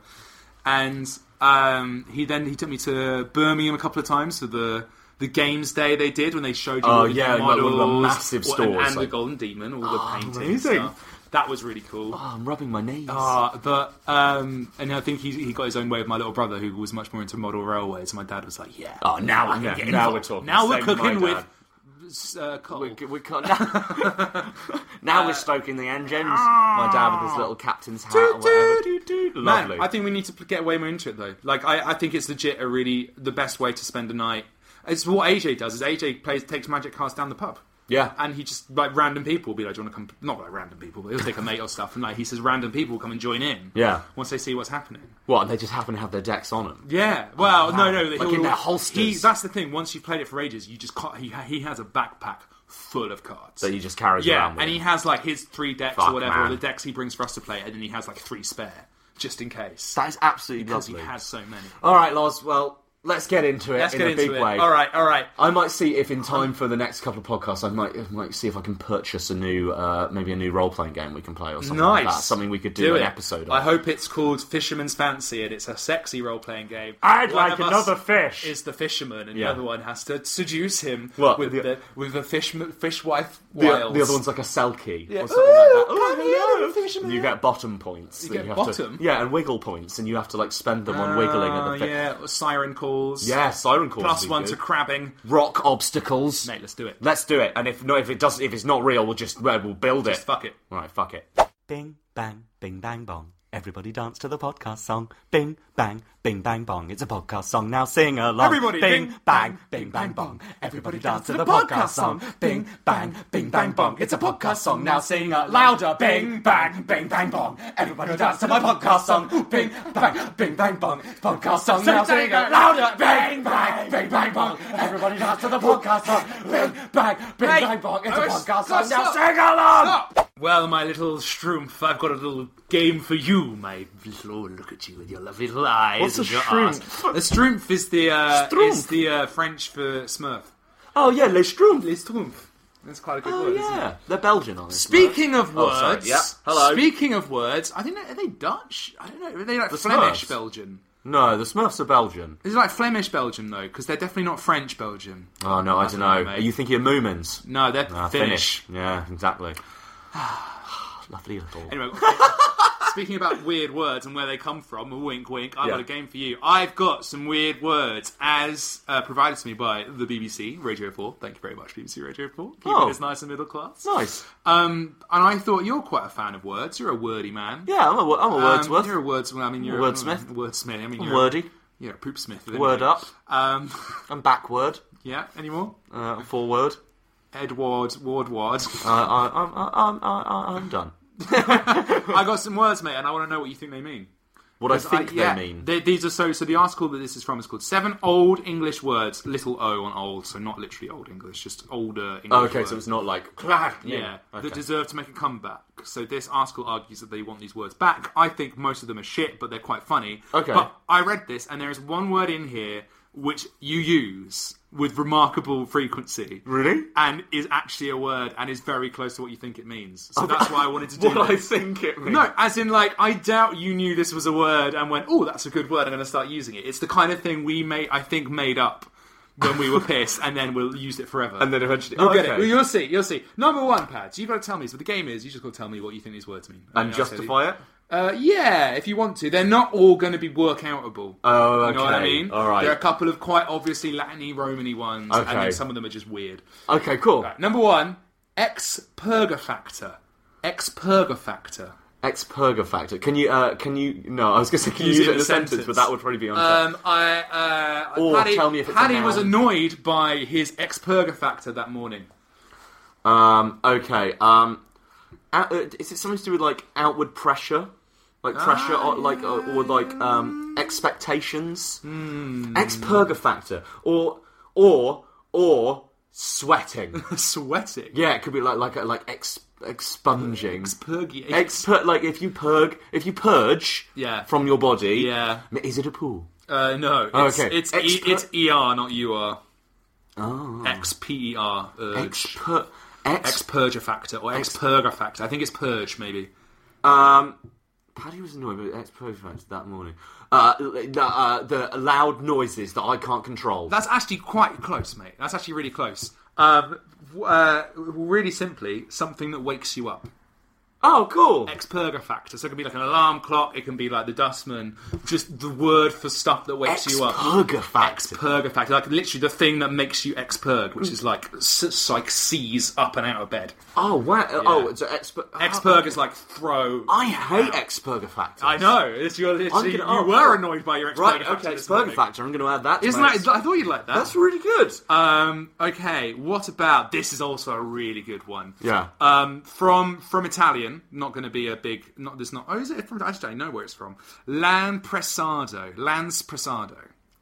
S4: And um, he then he took me to Birmingham a couple of times for the the games day they did when they showed you
S3: Oh,
S4: all the
S3: yeah,
S4: new
S3: like one of the
S4: models,
S3: massive
S4: what- and-
S3: stores, like-
S4: and,
S3: Ah,
S4: the Golden Demon, all the paintings. and
S3: amazing.
S4: stuff. That was really cool.
S3: Oh, I'm rubbing my knees.
S4: Uh, but um, and I think he, he got his own way with my little brother, who was much more into model railways. And my dad was like, "Yeah,
S3: oh, now I can
S4: Ah, yeah,
S3: get
S4: now
S3: involved.
S4: we're talking. Now we're
S3: Same with my
S4: cooking
S3: dad.
S4: with uh, coal."
S3: We, we can't, now, now we're stoking the engines. My dad with his little captain's hat. or whatever.
S4: Man,
S3: Lovely.
S4: I think we need to p- get way more into it though. Like, I, I think it's legit a really the best way to spend a night. It's what AJ does. Is AJ plays takes magic cards down the pub.
S3: Yeah.
S4: and he just like random people will be like, "Do you want to come?" Not like random people, but he'll take a mate or stuff, and like he says, random people will come and join in.
S3: Yeah.
S4: once they see what's happening.
S3: What? And they just happen to have their decks on them.
S4: Yeah. Well,
S3: Oh, wow.
S4: no, no.
S3: Like
S4: he'll-
S3: in their holsters.
S4: He, that's the thing. Once you've played it for ages, you just can't, he ha- he has a backpack full of cards
S3: That he just carries
S4: yeah,
S3: around. With
S4: and he
S3: him.
S4: has like his three decks
S3: Fuck,
S4: or whatever,
S3: man.
S4: or the decks he brings for us to play, and then he has like three spare just in case
S3: That is absolutely
S4: because
S3: lovely.
S4: he has so many.
S3: All right, Lars. Well, Let's get into it
S4: Let's
S3: in
S4: get
S3: a
S4: into
S3: big
S4: it.
S3: way.
S4: All right, all right.
S3: I might see if in time for the next couple of podcasts, I might, I might see if I can purchase a new, uh, maybe a new role playing game we can play or something like that.
S4: Nice.
S3: Something we could do, an
S4: it.
S3: episode.
S4: I
S3: on.
S4: hope it's called Fisherman's Fancy and it's a sexy role playing game.
S5: I'd
S4: One
S5: like
S4: of us
S5: another fish.
S4: Is the fisherman and
S3: Yeah.
S4: the other one has to seduce him
S3: What?
S4: with
S3: The-
S4: the, with the fish fish wife
S3: The,
S4: wiles.
S3: the other one's like a selkie
S4: Yeah.
S3: or something
S4: Ooh,
S3: like that.
S4: come here,
S3: hello.
S4: little fisherman.
S3: And you get bottom points.
S4: You
S3: that
S4: get
S3: have to-
S4: bottom?
S3: yeah, and wiggle points, and you have to like spend them on wiggling at the
S4: Ah,
S3: thing.
S4: yeah, or siren calls.
S3: Yeah, siren calls.
S4: Plus
S3: would be
S4: one
S3: good.
S4: to crabbing.
S3: rock obstacles.
S4: Mate, let's do it.
S3: Let's do it. And if no, if it doesn't, if it's not real, we'll just well, we'll build it.
S4: Just fuck it.
S3: Right, fuck it.
S6: Bing, bang, bing, bang, bong. Everybody dance to the podcast song. Bing, bang, bing, bang, bong. It's a podcast song. Now sing along.
S4: Everybody,
S6: bing,
S4: bing,
S6: bang, bing, bang, bong. Everybody dance to the podcast song. Bing, bang, bing, bang, bong. It's a podcast song. Now sing it louder. Bing, bang, bing, bang, bong. Everybody dance to my podcast song. Bing, bang, bing, bang, bong. Podcast song. Now sing it louder. Bing, bang, bing, bang, bong. Everybody dance to the podcast song. Bing, bang, bing,
S4: Hey,
S6: bang, bong. It's a
S4: oh, it's-
S6: podcast
S4: God,
S6: song. Now
S4: stop.
S6: sing along.
S4: Stop! Ah! Well, my little shroomf, I've got a little game for you, my little. Oh, look at you with your lovely little eyes
S5: What's
S4: and
S5: a
S4: your
S5: shroomf?
S4: arse. A shroomf is the uh,
S3: Schtroumpf.
S4: is the uh, French for Smurf.
S3: Oh yeah, Les Schtroumpfs.
S4: Les Schtroumpfs. That's quite a good
S3: Oh
S4: word. Isn't it?
S3: yeah, they're Belgian, aren't they?
S4: Speaking of
S3: Oh,
S4: words,
S3: sorry. Yeah. Hello.
S4: Speaking of words, I think they- are they Dutch? I don't know. Are they like
S3: The
S4: Flemish
S3: Smurfs.
S4: Belgian?
S3: No, the Smurfs are Belgian.
S4: Is it like Flemish Belgium though? Because they're definitely not French Belgium.
S3: Oh no, I don't know.
S4: mate.
S3: Are you thinking of Moomins?
S4: No, they're
S3: Ah,
S4: Finnish.
S3: Yeah, exactly. Lovely little.
S4: Anyway, speaking about weird words and where they come from, a wink, wink. I've
S3: Yeah.
S4: got a game for you. I've got some weird words as uh, provided to me by the BBC Radio Four. Thank you very much, BBC Radio Four. Keeping
S3: Oh.
S4: this nice and middle class.
S3: Nice.
S4: Um, and I thought you're quite a fan of words. You're a wordy man.
S3: Yeah, I'm a, wo- I'm a
S4: Um,
S3: Wordsworth.
S4: You're a wordsmith. I mean, you're a
S3: Wordsmith.
S4: Wordsmith. I mean, you're
S3: Wordy.
S4: A, you're a poopsmith. isn't
S3: Word
S4: you?
S3: up.
S4: Um,
S3: I'm backward.
S4: yeah. Any more?
S3: Uh, forward.
S4: Edward Ward Ward.
S3: Uh, I, I'm, I'm, I'm, I'm done.
S4: I got some words, mate, and I want to know what you think they mean.
S3: What I
S4: Because
S3: think
S4: yeah,
S3: they mean.
S4: th- these are so. So the article that this is from is called Seven Old English Words, little O on old, so not literally old English, just older English.
S3: Oh, okay,
S4: words.
S3: so it's not like
S4: Yeah,
S3: Okay.
S4: that deserve to make a comeback. So this article argues that they want these words back. I think most of them are shit, but they're quite funny.
S3: Okay.
S4: But I read this, and there is one word in here which you use with remarkable frequency.
S3: Really?
S4: And is actually a word, and is very close to what you think it means. So that's why I wanted to do
S3: Oh, what I
S4: this.
S3: think it means.
S4: No, as in, like, I doubt you knew this was a word and went, oh, that's a good word, I'm going to start using it. It's the kind of thing we made, I think, made up when we were pissed, and then we'll use it forever.
S3: And then eventually,
S4: You'll
S3: oh,
S4: get
S3: okay.
S4: it. Well, You'll see. You'll see. Number one, Pads, you've got to tell me. So the game is, you just got to tell me what you think these words mean.
S3: and
S4: then I'll tell you.
S3: justify it.
S4: Uh, yeah, if you want to. They're not all going to be work outable.
S3: Oh,
S4: You know what I
S3: okay.
S4: mean?
S3: All right.
S4: There are a couple of quite obviously Latin-y, Roman-y ones,
S3: Okay.
S4: and then some of them are just weird.
S3: Okay, cool.
S4: Right, number one, ex-purgafactor. Ex-purgafactor.
S3: Ex purga factor. Can you? Uh, can you? No, I was going to say can you use, it in a sentence, but that would probably be unfair.
S4: Um, I, uh,
S3: Or
S4: Paddy,
S3: tell me if it's a
S4: Paddy was
S3: noun.
S4: annoyed by his ex factor that morning.
S3: Um, okay. Um, out, uh, is it something to do with like outward pressure, like pressure, or like or, or like um, expectations? Ex purga factor, or or or sweating.
S4: Sweating.
S3: yeah, it could be like like like ex expunging.
S4: Purgy.
S3: Ex pur- like if you purg if you purge
S4: Yeah.
S3: from your body
S4: Yeah.
S3: is it a pool
S4: Uh, no. It's,
S3: Okay.
S4: It's,
S3: Ex-
S4: e- it's ER, not UR. Oh. Ex P E R.
S3: Ah. ex pur-
S4: Ex
S3: ex
S4: purgafactor or ex purgafactor. I think it's purge, maybe.
S3: um Paddy was annoyed with ex purgafactor that morning uh, the, uh, the loud noises that I can't control
S4: That's actually quite close, mate. That's actually really close. Um, w- uh, really simply, something that wakes you up.
S3: oh cool
S4: ex purga factor. So it can be like an alarm clock, it can be like the dustman, just the word for stuff that wakes you up.
S3: purgafactor
S4: Purga factor, like literally the thing that makes you ex purg, which is like s- like seize up and out of bed.
S3: oh wow oh it's ex oh,
S4: Ex purg is like throw.
S3: I hate ex purgafactor
S4: I know. It's your, it's,
S3: I'm
S4: you,
S3: gonna- oh,
S4: were annoyed by your ex
S3: right
S4: purga
S3: okay
S4: factor.
S3: ex purgafactor I'm going to add that to
S4: Isn't
S3: my-
S4: that? I thought you'd like that.
S3: that's really good
S4: Um, okay, what about this? Is also a really good one.
S3: Yeah.
S4: Um, from from Italian, not going to be a big. Not there's not. Oh, is it from? I just don't know where it's from. Lan Presado, Lans Presado,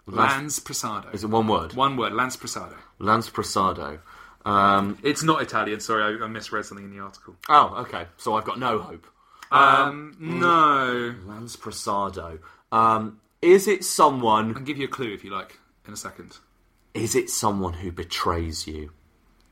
S4: Lans Presado.
S3: is it one word
S4: One word, Lans Presado.
S3: Lance Prasado um,
S4: It's not Italian. Sorry, I, I misread something in the article.
S3: oh okay so I've got no hope
S4: Um, no.
S3: Lance Prasado. Um, is it someone?
S4: I'll give you a clue if you like. in a second.
S3: Is it someone who betrays you?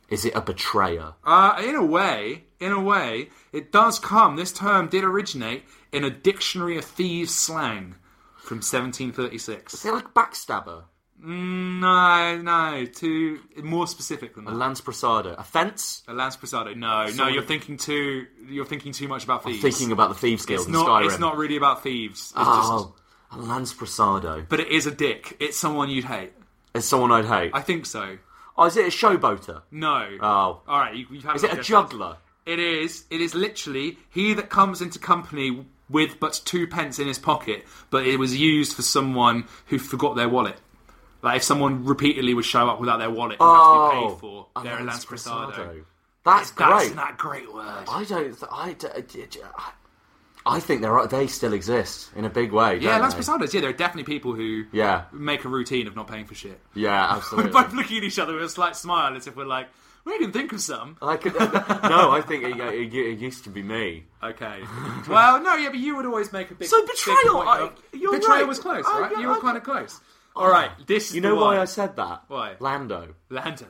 S3: Is it a betrayer?
S4: Uh, in a way, in a way, it does come. This term did originate in a dictionary of thieves slang from 1736.
S3: Is it like backstabber?
S4: No, no, too more specific than
S3: A
S4: that.
S3: lance prasada? A fence?
S4: A Lance Prasado. No, no, you're thinking too. You're thinking too much about thieves.
S3: Thinking about the Thieves Guild
S4: it's
S3: in
S4: not.
S3: Skyrim.
S4: It's not really about thieves. It's just,
S3: Oh, a lance prasado.
S4: but it is a dick. It's someone you'd hate.
S3: It's someone I'd hate.
S4: I think so.
S3: Oh, is it a showboater?
S4: No.
S3: Oh.
S4: All right. You, you have
S3: Is it a
S4: guess.
S3: juggler?
S4: It is. It is literally he that comes into company with but two pence in his pocket, but it was used for someone who forgot their wallet. Like if someone repeatedly would show up without their wallet and have to be
S3: Oh,
S4: paid for,
S3: a
S4: they're a Lance
S3: Prasado.
S4: Prasado.
S3: That's great.
S4: That's not great word.
S3: I don't. Th- I, d- I d- I- I think they're they still exist in a big way.
S4: Yeah,
S3: don't
S4: Lance
S3: they?
S4: Posadas. Yeah, there are definitely people who
S3: Yeah.
S4: make a routine of not paying for shit.
S3: Yeah,
S4: We're both
S3: absolutely.
S4: looking at each other with a slight smile as if we're like, we can think of some.
S3: I could, no, I think it, it, it used to be me.
S4: Okay. well, no, yeah, but you would always make a big.
S3: So
S4: big
S3: betrayal,
S4: point
S3: I-
S4: of-
S3: you're
S4: betrayal
S3: right.
S4: was close,
S3: I-
S4: right?
S3: yeah,
S4: you were
S3: I-
S4: kind of close. All right, this is
S3: You
S4: the
S3: know why
S4: one.
S3: I said that?
S4: Why?
S3: Lando.
S4: Lando,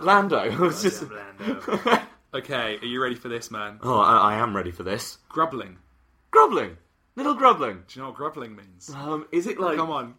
S4: Lando,
S3: Lando. It was just-
S4: Goddamn Lando. okay, are you ready for this, man?
S3: oh, I, I am ready for this.
S4: Grubbling.
S3: Grubbling. Little grubbling.
S4: Do you know what grubbling means?
S3: Um, is it like?
S4: Come on.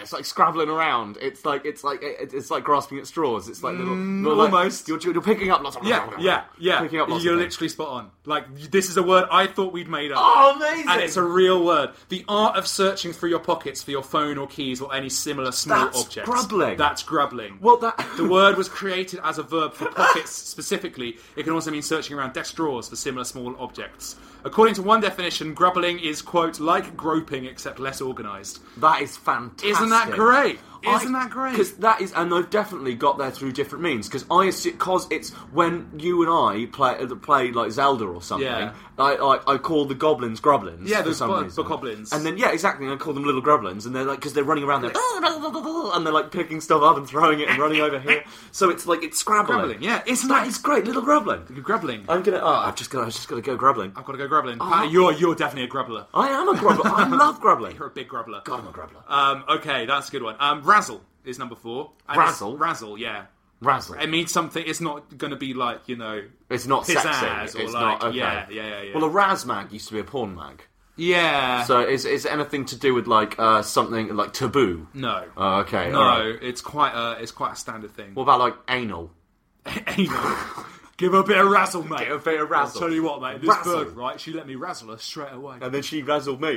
S3: It's like scrabbling around. It's like it's like it- it's like grasping at straws. It's like little, little like-
S4: Mm, almost.
S3: you're, you're picking up lots of
S4: Yeah, yeah, yeah.
S3: Picking up lots
S4: You're
S3: of things.
S4: literally spot on. Like this is a word I thought we'd made up.
S3: Oh, amazing!
S4: And it's a real word. The art of searching through your pockets for your phone or keys or any similar small
S3: That's
S4: objects.
S3: grubbling.
S4: That's grubbling.
S3: Well, that-
S4: the word was created as a verb for pockets specifically. It can also mean searching around desk drawers for similar small objects. According to one definition, grubbling is quote like groping except less organised.
S3: That is fantastic.
S4: Isn't that great? Isn't that great?
S3: Because that is, and they've definitely got there through different means. Because I, because it's when you and I play uh, play like Zelda or something.
S4: Yeah.
S3: I, I I call the goblins grublins.
S4: Yeah,
S3: for
S4: those
S3: some
S4: bu-
S3: reason.
S4: bokoblins.
S3: And then yeah, exactly. and I call them little grublins, and they're like because they're running around there, and they're like picking stuff up and throwing it and running over here. So it's like it's scrabbling.
S4: Grubbling, yeah, isn't
S3: that
S4: that-
S3: is great, little grubbling.
S4: Grubbling.
S3: I'm gonna. Oh, I've just got. to I've just got to go grubbling.
S4: I've got to go grubbling. Pat, you're you're definitely a grubbler.
S3: I am a grubbler. I love grubbling.
S4: You're a big grubbler.
S3: God, I'm a grubbler.
S4: Um, okay, that's a good one. Um, razzle is number four. And it's-
S3: Razzle?
S4: razzle, yeah.
S3: Razzle.
S4: It means something. It's not going to be like you know.
S3: It's not
S4: pizzazz
S3: sexy.
S4: or
S3: it's
S4: like-
S3: not okay.
S4: yeah, yeah, yeah, yeah.
S3: Well, a raz mag used to be a porn mag.
S4: Yeah.
S3: So is is it anything to do with like uh, something like taboo?
S4: no.
S3: Oh, okay.
S4: no,
S3: all right.
S4: it's quite a it's quite a standard thing.
S3: What about like anal?
S4: Anal. Give her a bit of razzle, mate.
S3: Give her a bit of razzle.
S4: I'll tell you what, mate. This
S3: Razzle.
S4: bird, right? She let me razzle her straight away.
S3: And then she razzled me.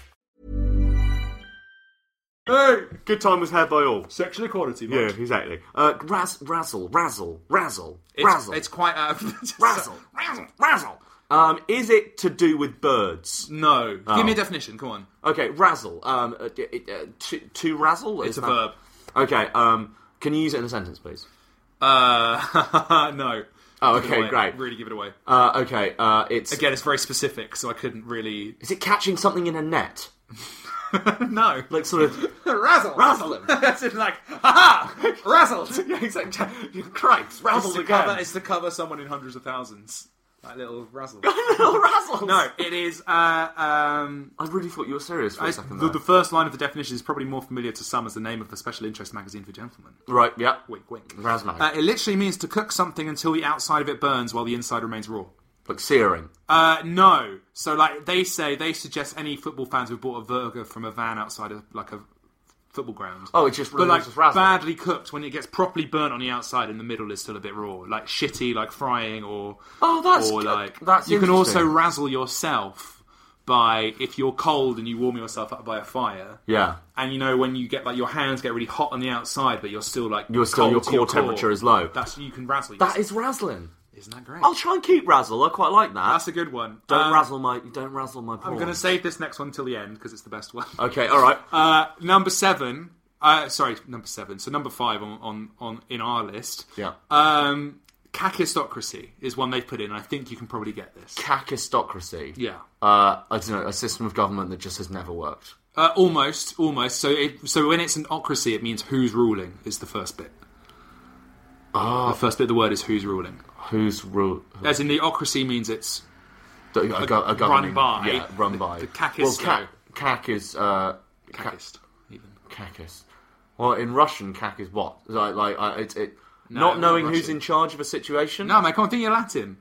S3: Hey, good time was had by all.
S4: Sexual equality, mate.
S3: Yeah, exactly. Uh, raz, razzle, razzle, razzle,
S4: It's,
S3: razzle,
S4: it's quite a
S3: razzle, razzle, razzle. Um, is it to do with birds?
S4: No. Give
S3: Oh.
S4: me a definition. Come on.
S3: Okay, razzle. Um, uh, it, uh, to, to razzle.
S4: It's
S3: Is
S4: a
S3: that-
S4: verb.
S3: Okay. Um, can you use it in a sentence, please?
S4: Uh, no.
S3: Oh,
S4: Give it
S3: okay,
S4: away.
S3: great.
S4: Really give it away.
S3: Uh, okay. Uh, it's
S4: Again, it's very specific, so I couldn't really.
S3: Is it catching something in a net?
S4: no.
S3: Like sort of
S4: razzle,
S3: razzle him.
S4: That's it. Like, ha ha, razzled.
S3: yeah, exactly. You Christ, razzled
S4: it's to
S3: again.
S4: cover. It's to cover someone in hundreds of thousands. That little razzle.
S3: Little razzles.
S4: No, it is. Uh, um,
S3: I really thought you were serious for a
S4: I-
S3: second.
S4: the,
S3: there.
S4: the first line of the definition is probably more familiar to some as the name of a special interest magazine for gentlemen.
S3: right, yeah.
S4: Wink, wink.
S3: Razzmatazz.
S4: Uh, it literally means to cook something until the outside of it burns while the inside remains raw.
S3: like searing.
S4: Uh, no. So, like, they say, they suggest any football fans who bought a burger from a van outside of, like, a football ground.
S3: Oh, it's just
S4: But, like,
S3: religious razzle.
S4: badly cooked when it gets properly burnt on the outside and the middle is still a bit raw. Like, shitty, like, frying or...
S3: Oh, that's
S4: Or,
S3: good.
S4: like...
S3: That's
S4: you can also
S3: interesting.
S4: razzle yourself by... If you're cold and you warm yourself up by a fire...
S3: Yeah.
S4: And you know when you get like your hands get really hot on the outside, but you're still like
S3: You're still-
S4: cold
S3: your
S4: to
S3: core temperature is low.
S4: That's you can razzle.
S3: That
S4: yourself.
S3: is razzling.
S4: isn't that great?
S3: I'll try and keep razzle. I quite like that.
S4: That's a good one.
S3: don't
S4: Um,
S3: razzle my. Don't razzle my. Porn.
S4: I'm going to save this next one till the end because it's the best one.
S3: Okay, all right.
S4: Uh, number seven. Uh, sorry, number seven. So number five on, on, on in our list.
S3: Yeah.
S4: Um, Kakistocracy is one they've put in. I think you can probably get this.
S3: Kakistocracy.
S4: Yeah.
S3: Uh, I don't know. A system of government that just has never worked.
S4: Uh, almost, almost. So it, so when it's an ocracy, it means who's ruling is the first bit.
S3: Ah.
S4: The first bit of the word is who's ruling.
S3: Who's rule? Who,
S4: As in the ocracy means it's
S3: a, go- a
S4: run
S3: governing-
S4: by.
S3: Yeah, run by.
S4: The Kakis
S3: Well, ca-
S4: go.
S3: kak is. Uh, kak-
S4: Kakist. even.
S3: Kakis. Well, in Russian, kak is what? Like, like uh, it, it, not
S4: not
S3: knowing who's
S4: Russian.
S3: in charge of a situation.
S4: No, man, come on, think you're Latin.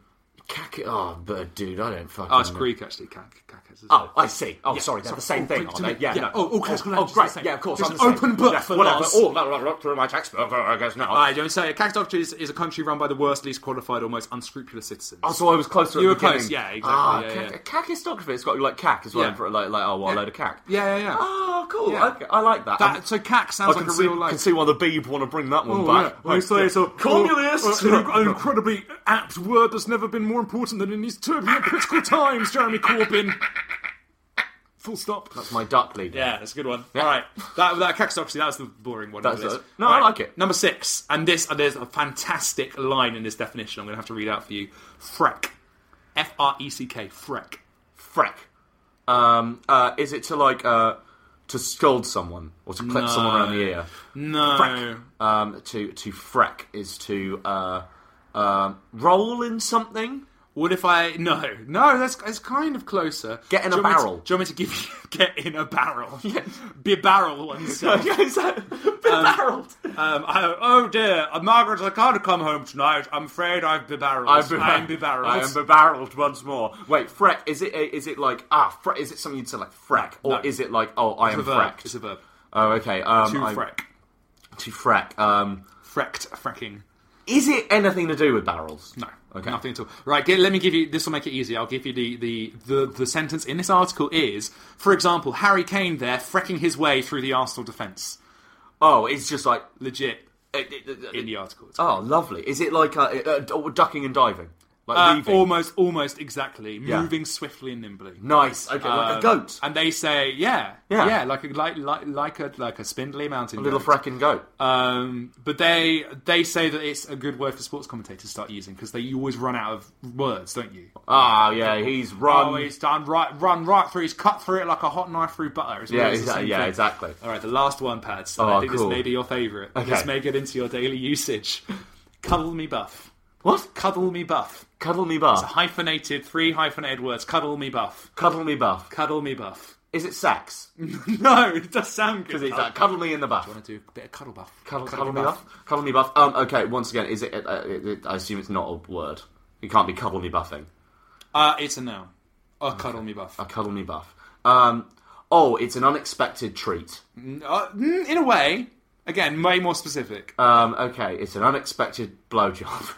S3: Kak. Oh, but dude, I don't fucking.
S4: Oh, it's
S3: know.
S4: Greek actually. Kak, kakis.
S3: Oh, I see. Oh,
S4: Yeah,
S3: sorry, they're
S4: sorry.
S3: the same
S4: Oh,
S3: thing,
S4: wait,
S3: aren't
S4: to
S3: they?
S4: me-
S3: Yeah.
S4: yeah. Oh, all classical
S3: Oh,
S4: language is
S3: great.
S4: the same.
S3: Yeah, of course.
S4: There's
S3: I'm
S4: an
S3: the
S4: open
S3: same.
S4: book
S3: yeah,
S4: for
S3: whatever.
S4: laws.
S3: Oh, blah, blah, blah, through my textbook. I guess not.
S4: I don't say it. Kakistocracy is, is a country run by the worst, least qualified, almost unscrupulous citizens.
S3: Oh, so I was closer. at
S4: You
S3: the
S4: were close,
S3: beginning.
S4: yeah, exactly,
S3: Ah,
S4: yeah,
S3: cac-
S4: yeah.
S3: cacistography. It's got like cac as well.
S4: Yeah.
S3: For like, like, oh, what a load of cac.
S4: Yeah, yeah, yeah.
S3: Oh, cool.
S4: Yeah.
S3: Okay, I like that.
S4: That-
S3: Um,
S4: so cac sounds
S3: I
S4: like
S3: can
S4: a
S3: see,
S4: real life-
S3: Can see why the Beeb want to bring that one
S4: Oh,
S3: back.
S4: yeah. I say so.
S3: Communists.
S4: Well, well, an incredibly apt word that's never been more important than in these turbulent political times, Jeremy Corbyn. Full stop.
S3: That's my duck leader.
S4: Yeah, that's a good one. All right, that that Kakistocracy, that was the boring one.
S3: That's
S4: of this.
S3: it. No,
S4: All
S3: I
S4: right,
S3: like it.
S4: Number six, and this and there's a fantastic line in this definition. I'm going to have to read out for you. Freck, F R E C K, freck.
S3: Freck. Um, uh, is it to like uh, to scold someone or to clip someone around the ear?
S4: No,
S3: Um, to to freck is to uh, um roll in something.
S4: What if I no no? That's it's kind of closer.
S3: Get in a
S4: Do you want me
S3: barrel.
S4: To, do you want me to give you get in a barrel? Be barrel oneself.
S3: is that barreled?
S4: Um, I, oh dear, uh, Margaret, I can't come home tonight. I'm afraid I've be barreled. I'm be barreled.
S3: I am bebarreled once more. Wait, freck. Is it? Is it like ah? Freck, is it something you'd say like freck, or
S4: No.
S3: is it like oh, I am
S4: It's a verb.
S3: frecked?
S4: It's a verb.
S3: Oh, okay. Um,
S4: To
S3: I-
S4: freck,
S3: To freck. Um,
S4: frecked, fracking.
S3: is it anything to do with barrels?
S4: No.
S3: Okay.
S4: Nothing at all. Right, get, let me give you this will make it easy. I'll give you the, the, the, the sentence in this article is, for example, Harry Kane there frecking his way through the Arsenal defence.
S3: Oh, it's just like
S4: Legit.
S3: it- it- it-
S4: In the article. It's
S3: Oh, lovely. Is it like uh, uh, d- ducking and diving? Like
S4: Uh,
S3: leaving?
S4: almost, almost exactly.
S3: Yeah.
S4: Moving swiftly and nimbly.
S3: Nice. Okay, like a
S4: Um,
S3: goat.
S4: And they say, yeah,
S3: Yeah.
S4: yeah, like a like like like a like a spindly mountain,
S3: A little
S4: goat.
S3: fracking goat.
S4: Um, but they they say that it's a good word for sports commentators to start using because they you always run out of words, don't you?
S3: Ah, yeah, he's run.
S4: Oh, he's done right, run right through. He's cut through it like a hot knife through butter. It's
S3: Yeah,
S4: always the
S3: exactly-
S4: same
S3: yeah,
S4: thing.
S3: exactly.
S4: All right, the last one, Pads. and
S3: Oh,
S4: I think
S3: cool.
S4: this may be your favourite.
S3: Okay.
S4: This may get into your daily usage. Cuddle me buff.
S3: What?
S4: Cuddle me buff.
S3: Cuddle me buff.
S4: It's a hyphenated, three hyphenated words. Cuddle me buff.
S3: Cuddle me buff.
S4: Cuddle me buff.
S3: Is it sex? Because
S4: no, it does sound good.
S3: it's
S4: though.
S3: like cuddle me in the buff.
S4: I want to do a bit of cuddle buff.
S3: Cuddle, cuddle me buff. Cuddle me buff. Um, okay, once again, is it, uh, uh, it, it? I assume it's not a word. It can't be cuddle me buffing.
S4: Uh, it's a noun. A cuddle me buff.
S3: A cuddle me buff. Um, oh, it's an unexpected treat.
S4: Uh, mm, in a way, again, way more specific.
S3: Um, okay, it's an unexpected blowjob.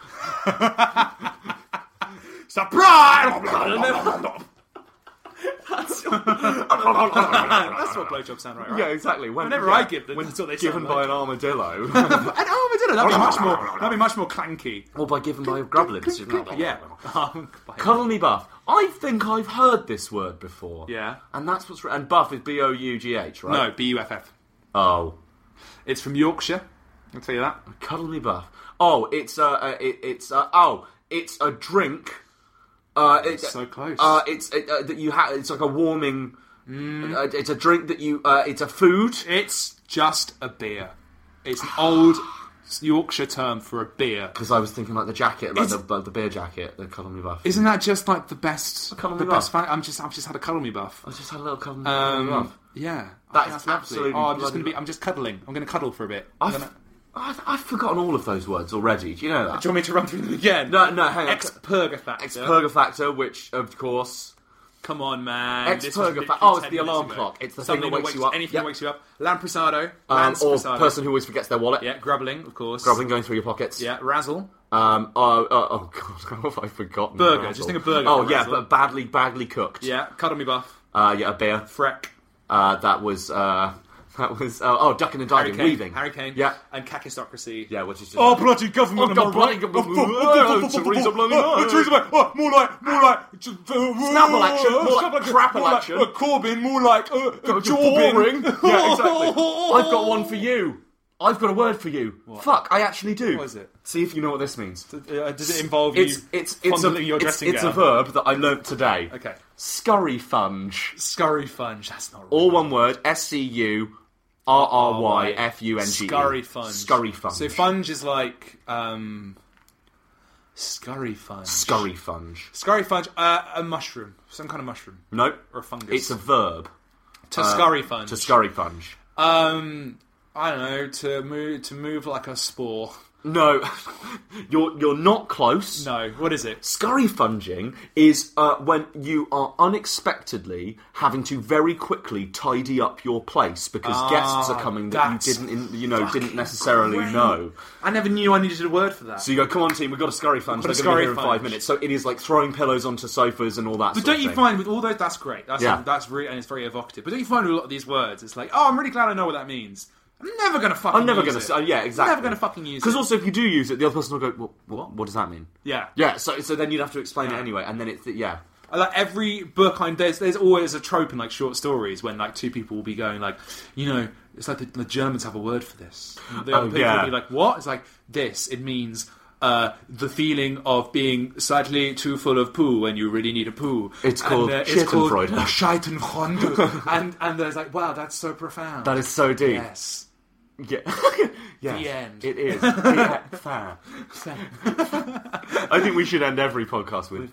S4: Surprise! that's what blowjobs sound right, right?
S3: Yeah, exactly. When,
S4: Whenever
S3: yeah,
S4: I give them,
S3: when
S4: that's what they
S3: given
S4: sound
S3: by
S4: like.
S3: an armadillo,
S4: An armadillo. That'd be much more. That'd be much more clanky.
S3: or by given by a grublin. excuse me.
S4: Yeah. Um,
S3: Cuddle me buff. I think I've heard this word before.
S4: Yeah.
S3: And that's what's written. And buff is B O U G H,
S4: No,
S3: right?
S4: B U F F.
S3: Oh.
S4: It's from Yorkshire. I'll tell you that.
S3: Cuddle me buff. Oh, it's a. Uh, it, it's uh, oh, it's a drink. Uh, it's
S4: Oh, so close.
S3: Uh, it's it, uh, that you have. It's like a warming
S4: Mm.
S3: Uh, It's a drink that you. Uh, it's a food.
S4: It's just a beer. It's an old Yorkshire term for a beer.
S3: Because I was thinking like the jacket, like
S4: Is-
S3: the, the beer jacket, the colour me buff.
S4: Isn't that just like the best?
S3: cuddle
S4: The
S3: me
S4: best. Fa- I'm just. I've just had a cuddle me buff.
S3: I just had a little cuddle me cuddle me
S4: Um,
S3: buff.
S4: yeah, I
S3: That
S4: think
S3: is
S4: that's lovely.
S3: absolutely
S4: Oh, I'm just
S3: bloody
S4: gonna be. I'm just cuddling. I'm gonna cuddle for a bit. I'm
S3: I've,
S4: gonna-
S3: I've, I've forgotten all of those words already. Do you know that?
S4: Do you want me to run through them again?
S3: No, no, hang on.
S4: Ex-purga factor.
S3: Expurga factor, which of course.
S4: Come on, man. This was
S3: Ex-purga
S4: literally
S3: factor. Oh, it's the
S4: 10 minutes
S3: alarm
S4: ago.
S3: clock. It's the
S4: Something
S3: thing that wakes, you up.
S4: Anything
S3: Yep.
S4: that wakes you up. Lamprisado.
S3: Um, or
S4: Lamprisado.
S3: person who always forgets their wallet.
S4: Yeah, grubbling, of course.
S3: Grubbling going through your pockets.
S4: Yeah, razzle.
S3: Um, oh, oh, oh god, what have I forgotten?
S4: Burger,
S3: Razzle.
S4: just think of burger,
S3: Oh yeah,
S4: Razzle.
S3: but badly, badly cooked.
S4: Yeah, cuddle me buff.
S3: Uh, yeah, a beer.
S4: Freck.
S3: Uh, that was uh, that was uh, oh ducking and diving,
S4: Harry Kane.
S3: weaving.
S4: Harry Kane.
S3: Yeah,
S4: And kakistocracy.
S3: yeah, which is just
S4: Oh, bloody government,
S3: Oh,
S4: am I
S3: God, bloody
S4: right?
S3: government.
S4: Oh, fuck, oh, fuck,
S3: Oh,
S4: fuck,
S3: Theresa
S4: fuck,
S3: bloody
S4: fuck.
S3: May.
S4: Oh, Theresa May. Oh, more like, more like... j- uh,
S3: Snapple election, more like
S4: Snapple
S3: crap
S4: more like,
S3: election.
S4: uh, Corbyn, more like... uh, uh,
S3: boring.
S4: Jorbyn.
S3: yeah, exactly. I've got one for you. I've got a word for you. Fuck, I actually do.
S4: What is it?
S3: See if you know what this means.
S4: Uh, does it involve
S3: It's
S4: you
S3: it's it's a
S4: fondling your
S3: it's,
S4: dressing
S3: it's a
S4: gown?
S3: verb that I learnt today.
S4: Okay.
S3: Scurry funge.
S4: Scurry funge. That's not right.
S3: All one word. S C U R R Y F U N G. E.
S4: Scurry funge.
S3: Scurry funge.
S4: So funge is like... Um, scurry funge.
S3: Scurry funge.
S4: Scurry funge. Uh, a mushroom. Some kind of mushroom.
S3: Nope.
S4: Or a fungus.
S3: It's a verb.
S4: To scurry funge.
S3: To scurry funge.
S4: Um, I don't know to move to move like a spore.
S3: No, you're you're not close.
S4: No, what is it?
S3: Scurry funging is uh, when you are unexpectedly having to very quickly tidy up your place because guests are coming that you
S4: Ah, that's
S3: didn't in, you know didn't necessarily know.
S4: I never knew I needed a word for that.
S3: So you go, come on, team, we've got a scurry funge.
S4: We've got
S3: They're
S4: a
S3: going to be
S4: scurry
S3: here in five
S4: funge."
S3: minutes. So it is like throwing pillows onto sofas and all that.
S4: but
S3: sort
S4: don't
S3: of
S4: you
S3: thing.
S4: find with all those that's great. That's
S3: Yeah.
S4: that's really and it's very evocative. But don't you find with a lot of these words, it's like, oh, I'm really glad I know what that means. I'm never gonna fucking.
S3: I'm never
S4: use
S3: going
S4: it.
S3: to. Uh, yeah, exactly.
S4: I'm never gonna fucking use it.
S3: Because also, if you do use it, the other person will go, well, what? What does that mean?
S4: yeah,
S3: Yeah. So so then you'd have to explain it anyway, and then it's yeah.
S4: I like every book I'm there's there's always a trope in like short stories when like two people will be going like you know it's like the, the Germans have a word for this. And The
S3: Oh,
S4: other people
S3: yeah.
S4: will be like what? It's like this. It means. Uh, the feeling of being slightly too full of poo when you really need a poo. uh,
S3: It's called Schadenfreude.
S4: It's called Schadenfreude. and and there's like, wow, that's so profound.
S3: That is so deep.
S4: yes.
S3: Yeah. yes.
S4: The end.
S3: It is. Yeah. Fair. I think we should end every podcast with.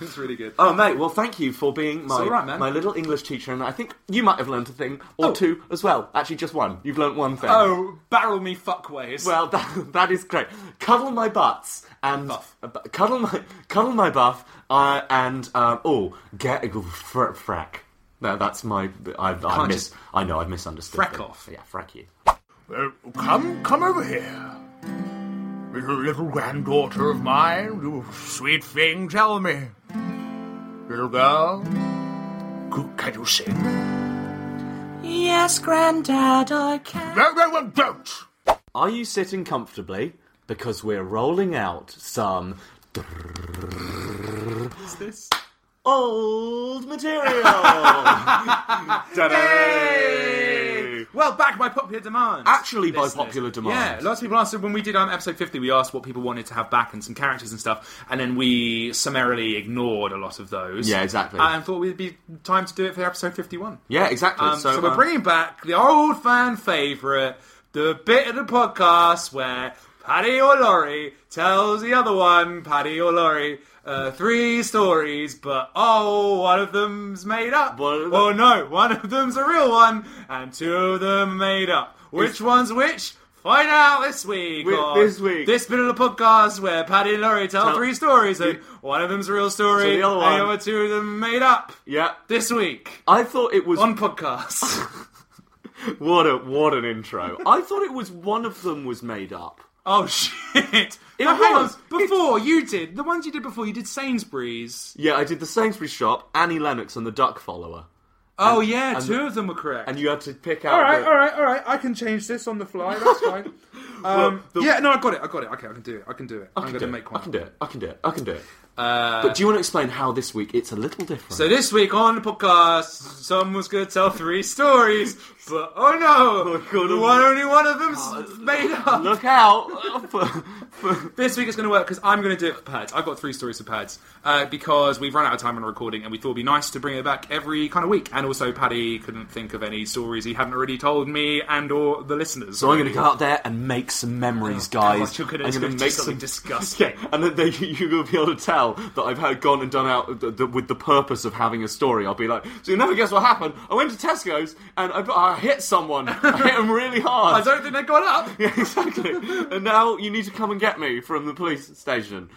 S4: It's really good.
S3: Oh, mate, well, thank you for being my,
S4: all right, man.
S3: my little English teacher, and I think you might have learnt a thing or
S4: Oh.
S3: two as well. Actually, just one. You've learnt one thing.
S4: Oh, barrel me fuckways.
S3: Well, that, that is great. Cuddle my butts and
S4: Buff.
S3: uh, bu- cuddle my cuddle my buff uh, and uh, oh, get a fr- frack. No, that's my I, I
S4: Can't
S3: miss.
S4: just-
S3: I know I've misunderstood.
S4: Frack
S3: them.
S4: off.
S3: Yeah, frack you.
S5: Well, Uh, come, come over here. Little, little granddaughter of mine, you sweet thing, tell me. Little girl, c- can you sing?
S6: Yes, Grandad, I can.
S5: No, no, no, don't!
S3: Are you sitting comfortably? Because we're rolling out some
S4: this?
S3: old material.
S4: Well, back by popular demand.
S3: Actually, by popular demand.
S4: Yeah, lots of people asked. so When we did um, episode 50, we asked what people wanted to have back and some characters and stuff, and then we summarily ignored a lot of those. Uh,
S3: Yeah, exactly.
S4: And thought we'd be time to do it for episode 51.
S3: yeah, exactly.
S4: Um, so,
S3: so
S4: we're
S3: um,
S4: bringing back the old fan favourite, the bit of the podcast where Paddy or Laurie tells the other one, Paddy or Laurie, uh, three stories, but oh, one of them's made up.
S3: One of them-
S4: Oh no, one of them's a real one, and two of them are made up. Which one's which? Find out this week.
S3: Wi-
S4: on
S3: this week.
S4: This bit of the podcast where Paddy and Laurie tell,
S3: Tell-
S4: three stories, and one of them's a real story,
S3: So the other
S4: and the
S3: one-
S4: other two of them made up.
S3: yeah.
S4: This week
S3: I thought it was
S4: on podcast.
S3: what a what an intro. I thought it was one of them was made up.
S4: Oh shit!
S3: It
S4: Now, hang on.
S3: was.
S4: Before you did the ones you did before, you did Sainsbury's.
S3: Yeah, I did the Sainsbury's shop, Annie Lennox, and the Duck Follower,
S4: Oh yeah,
S3: and-
S4: two of them were correct.
S3: and you had to pick out.
S4: all right,
S3: the-
S4: all right, all right. I can change this on the fly. That's fine. Um,
S3: the-
S4: yeah, no, I got it. I got it. Okay, I can do it. I can do it.
S3: I
S4: I'm
S3: can
S4: going
S3: do
S4: to
S3: it.
S4: make one.
S3: I can do it. I can do it. I can do it. but do you want to explain how this week it's a little different?
S4: So this week on the podcast, someone's going to tell three stories, but oh no,
S3: God, oh
S4: one
S3: my-
S4: only one of them's made up.
S3: Look out! for, for-
S4: This week it's going to work because I'm going to do it for pads. I've got three stories for pads uh, because we've run out of time on recording, and we thought it'd be nice to bring it back every kind of week. And and also Paddy couldn't think of any stories he hadn't already told me and or the listeners.
S3: So I'm going to go out there and make some memories,
S4: Oh, God,
S3: guys.
S4: you're gonna-
S3: I'm
S4: it's
S3: gonna
S4: gonna do something disgusting.
S3: Yeah, and then they, you're going to be able to tell that I've had gone and done out th- th- with the purpose of having a story. I'll be like, so you never guess what happened. I went to Tesco's and I, I hit someone. I hit him really hard.
S4: I don't think they got up.
S3: Yeah, exactly. and now you need to come and get me from the police station.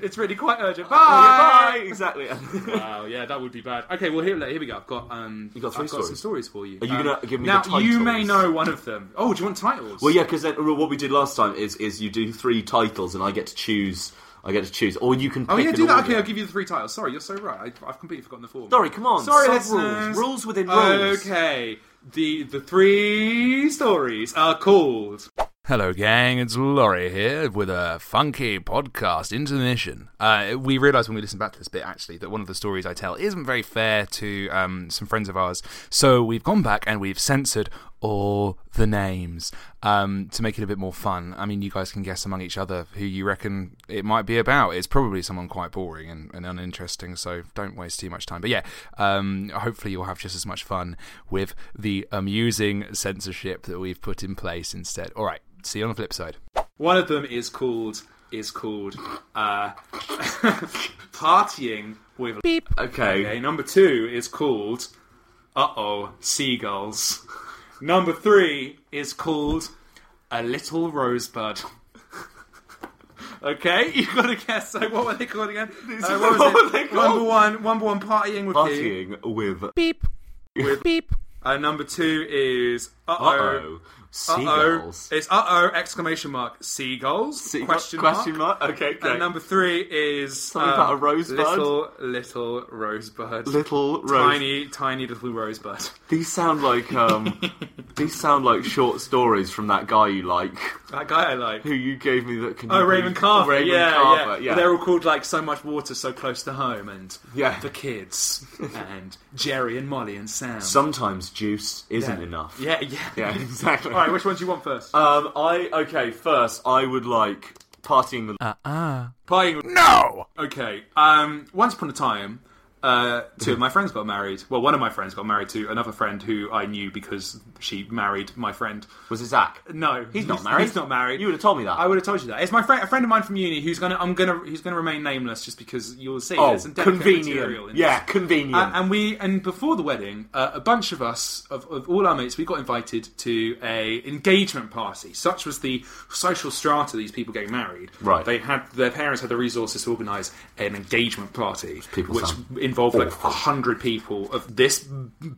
S4: It's really quite urgent. Bye.
S3: Oh, Bye. Exactly.
S4: wow. Yeah. That would be bad. Okay. Well, here, here we go. I've got um. You
S3: got three
S4: I've got some stories for you.
S3: Are you
S4: Um,
S3: gonna give me
S4: now?
S3: the
S4: you
S3: titles?
S4: may know one of them. Oh, do you want titles?
S3: Well, yeah, because what we did last time is is you do three titles and I get to choose. I get to choose, or you can.
S4: Oh
S3: pick
S4: yeah,
S3: an
S4: do that.
S3: order.
S4: Okay, I'll give you the three titles. Sorry, you're so right. I, I've completely forgotten the form.
S3: Sorry, come on.
S4: Sorry,
S3: Sub
S4: listeners.
S3: rules. Rules within rules.
S4: Okay. The the three stories are called.
S7: Hello, gang. It's Laurie here with a funky podcast intermission. Uh, we realised when we listened back to this bit actually that one of the stories I tell isn't very fair to um, some friends of ours, so we've gone back and we've censored all the names um, to make it a bit more fun. I mean, you guys can guess among each other who you reckon it might be about. It's probably someone quite boring and, and uninteresting, so don't waste too much time. But yeah, um, hopefully you'll have just as much fun with the amusing censorship that we've put in place instead. All right. See you on the flip side.
S4: One of them is called is called uh, partying with
S7: beep.
S3: Okay.
S4: Number two is called uh oh seagulls. Number three is called a little rosebud. Okay, you got to guess. So, what were they called again? Uh, what was
S3: what
S4: it?
S3: were they called?
S4: Number one, number one, partying with who?
S3: Partying with
S7: beep,
S4: with
S7: beep.
S4: Uh, number two is uh
S3: Uh-oh.
S4: oh,
S3: Seagulls.
S4: It's uh oh exclamation mark seagulls
S3: Seagull-
S4: question mark
S3: question mark? Okay, great.
S4: And number three is um,
S3: Something about a rosebud?
S4: Little little rosebud.
S3: Little rose-
S4: tiny tiny little rosebud.
S3: These sound like um, these sound like short stories from that guy you like,
S4: That guy I like.
S3: who you gave me that. Can
S4: Oh,
S3: you
S4: Raymond
S3: read?
S4: Carver.
S3: Raymond
S4: yeah,
S3: Carver.
S4: yeah.
S3: Yeah.
S4: They're all called like so much water, so close to home, and
S3: Yeah.
S4: the kids and Jerry and Molly and Sam.
S3: Sometimes juice isn't
S4: Yeah.
S3: enough.
S4: Yeah, yeah,
S3: Yeah, exactly.
S4: all right, which one do you want first?
S3: Um, I okay. First, I would like partying
S4: Uh,
S3: with.
S7: Ah.
S4: Playing.
S7: No.
S4: Okay. Um. Once upon a time, uh, two of my friends got married. Well, one of my friends got married to another friend who I knew because she married my friend.
S3: Was it Zach?
S4: No,
S3: He's not married.
S4: He's not married.
S3: You would have told me that.
S4: I would have told you that. It's my friend, a friend of mine from uni, who's gonna, I'm gonna, who's gonna remain nameless, just because you'll see.
S3: Oh,
S4: there's some delicate
S3: convenient.
S4: material in
S3: Yeah,
S4: this.
S3: convenient.
S4: Uh, and we, and before the wedding, uh, a bunch of us, of, of all our mates, we got invited to a engagement party. Such was the social strata these people getting married.
S3: Right.
S4: They had their parents had the resources to organise an engagement party,
S3: people
S4: which
S3: sound
S4: involved like a hundred people of this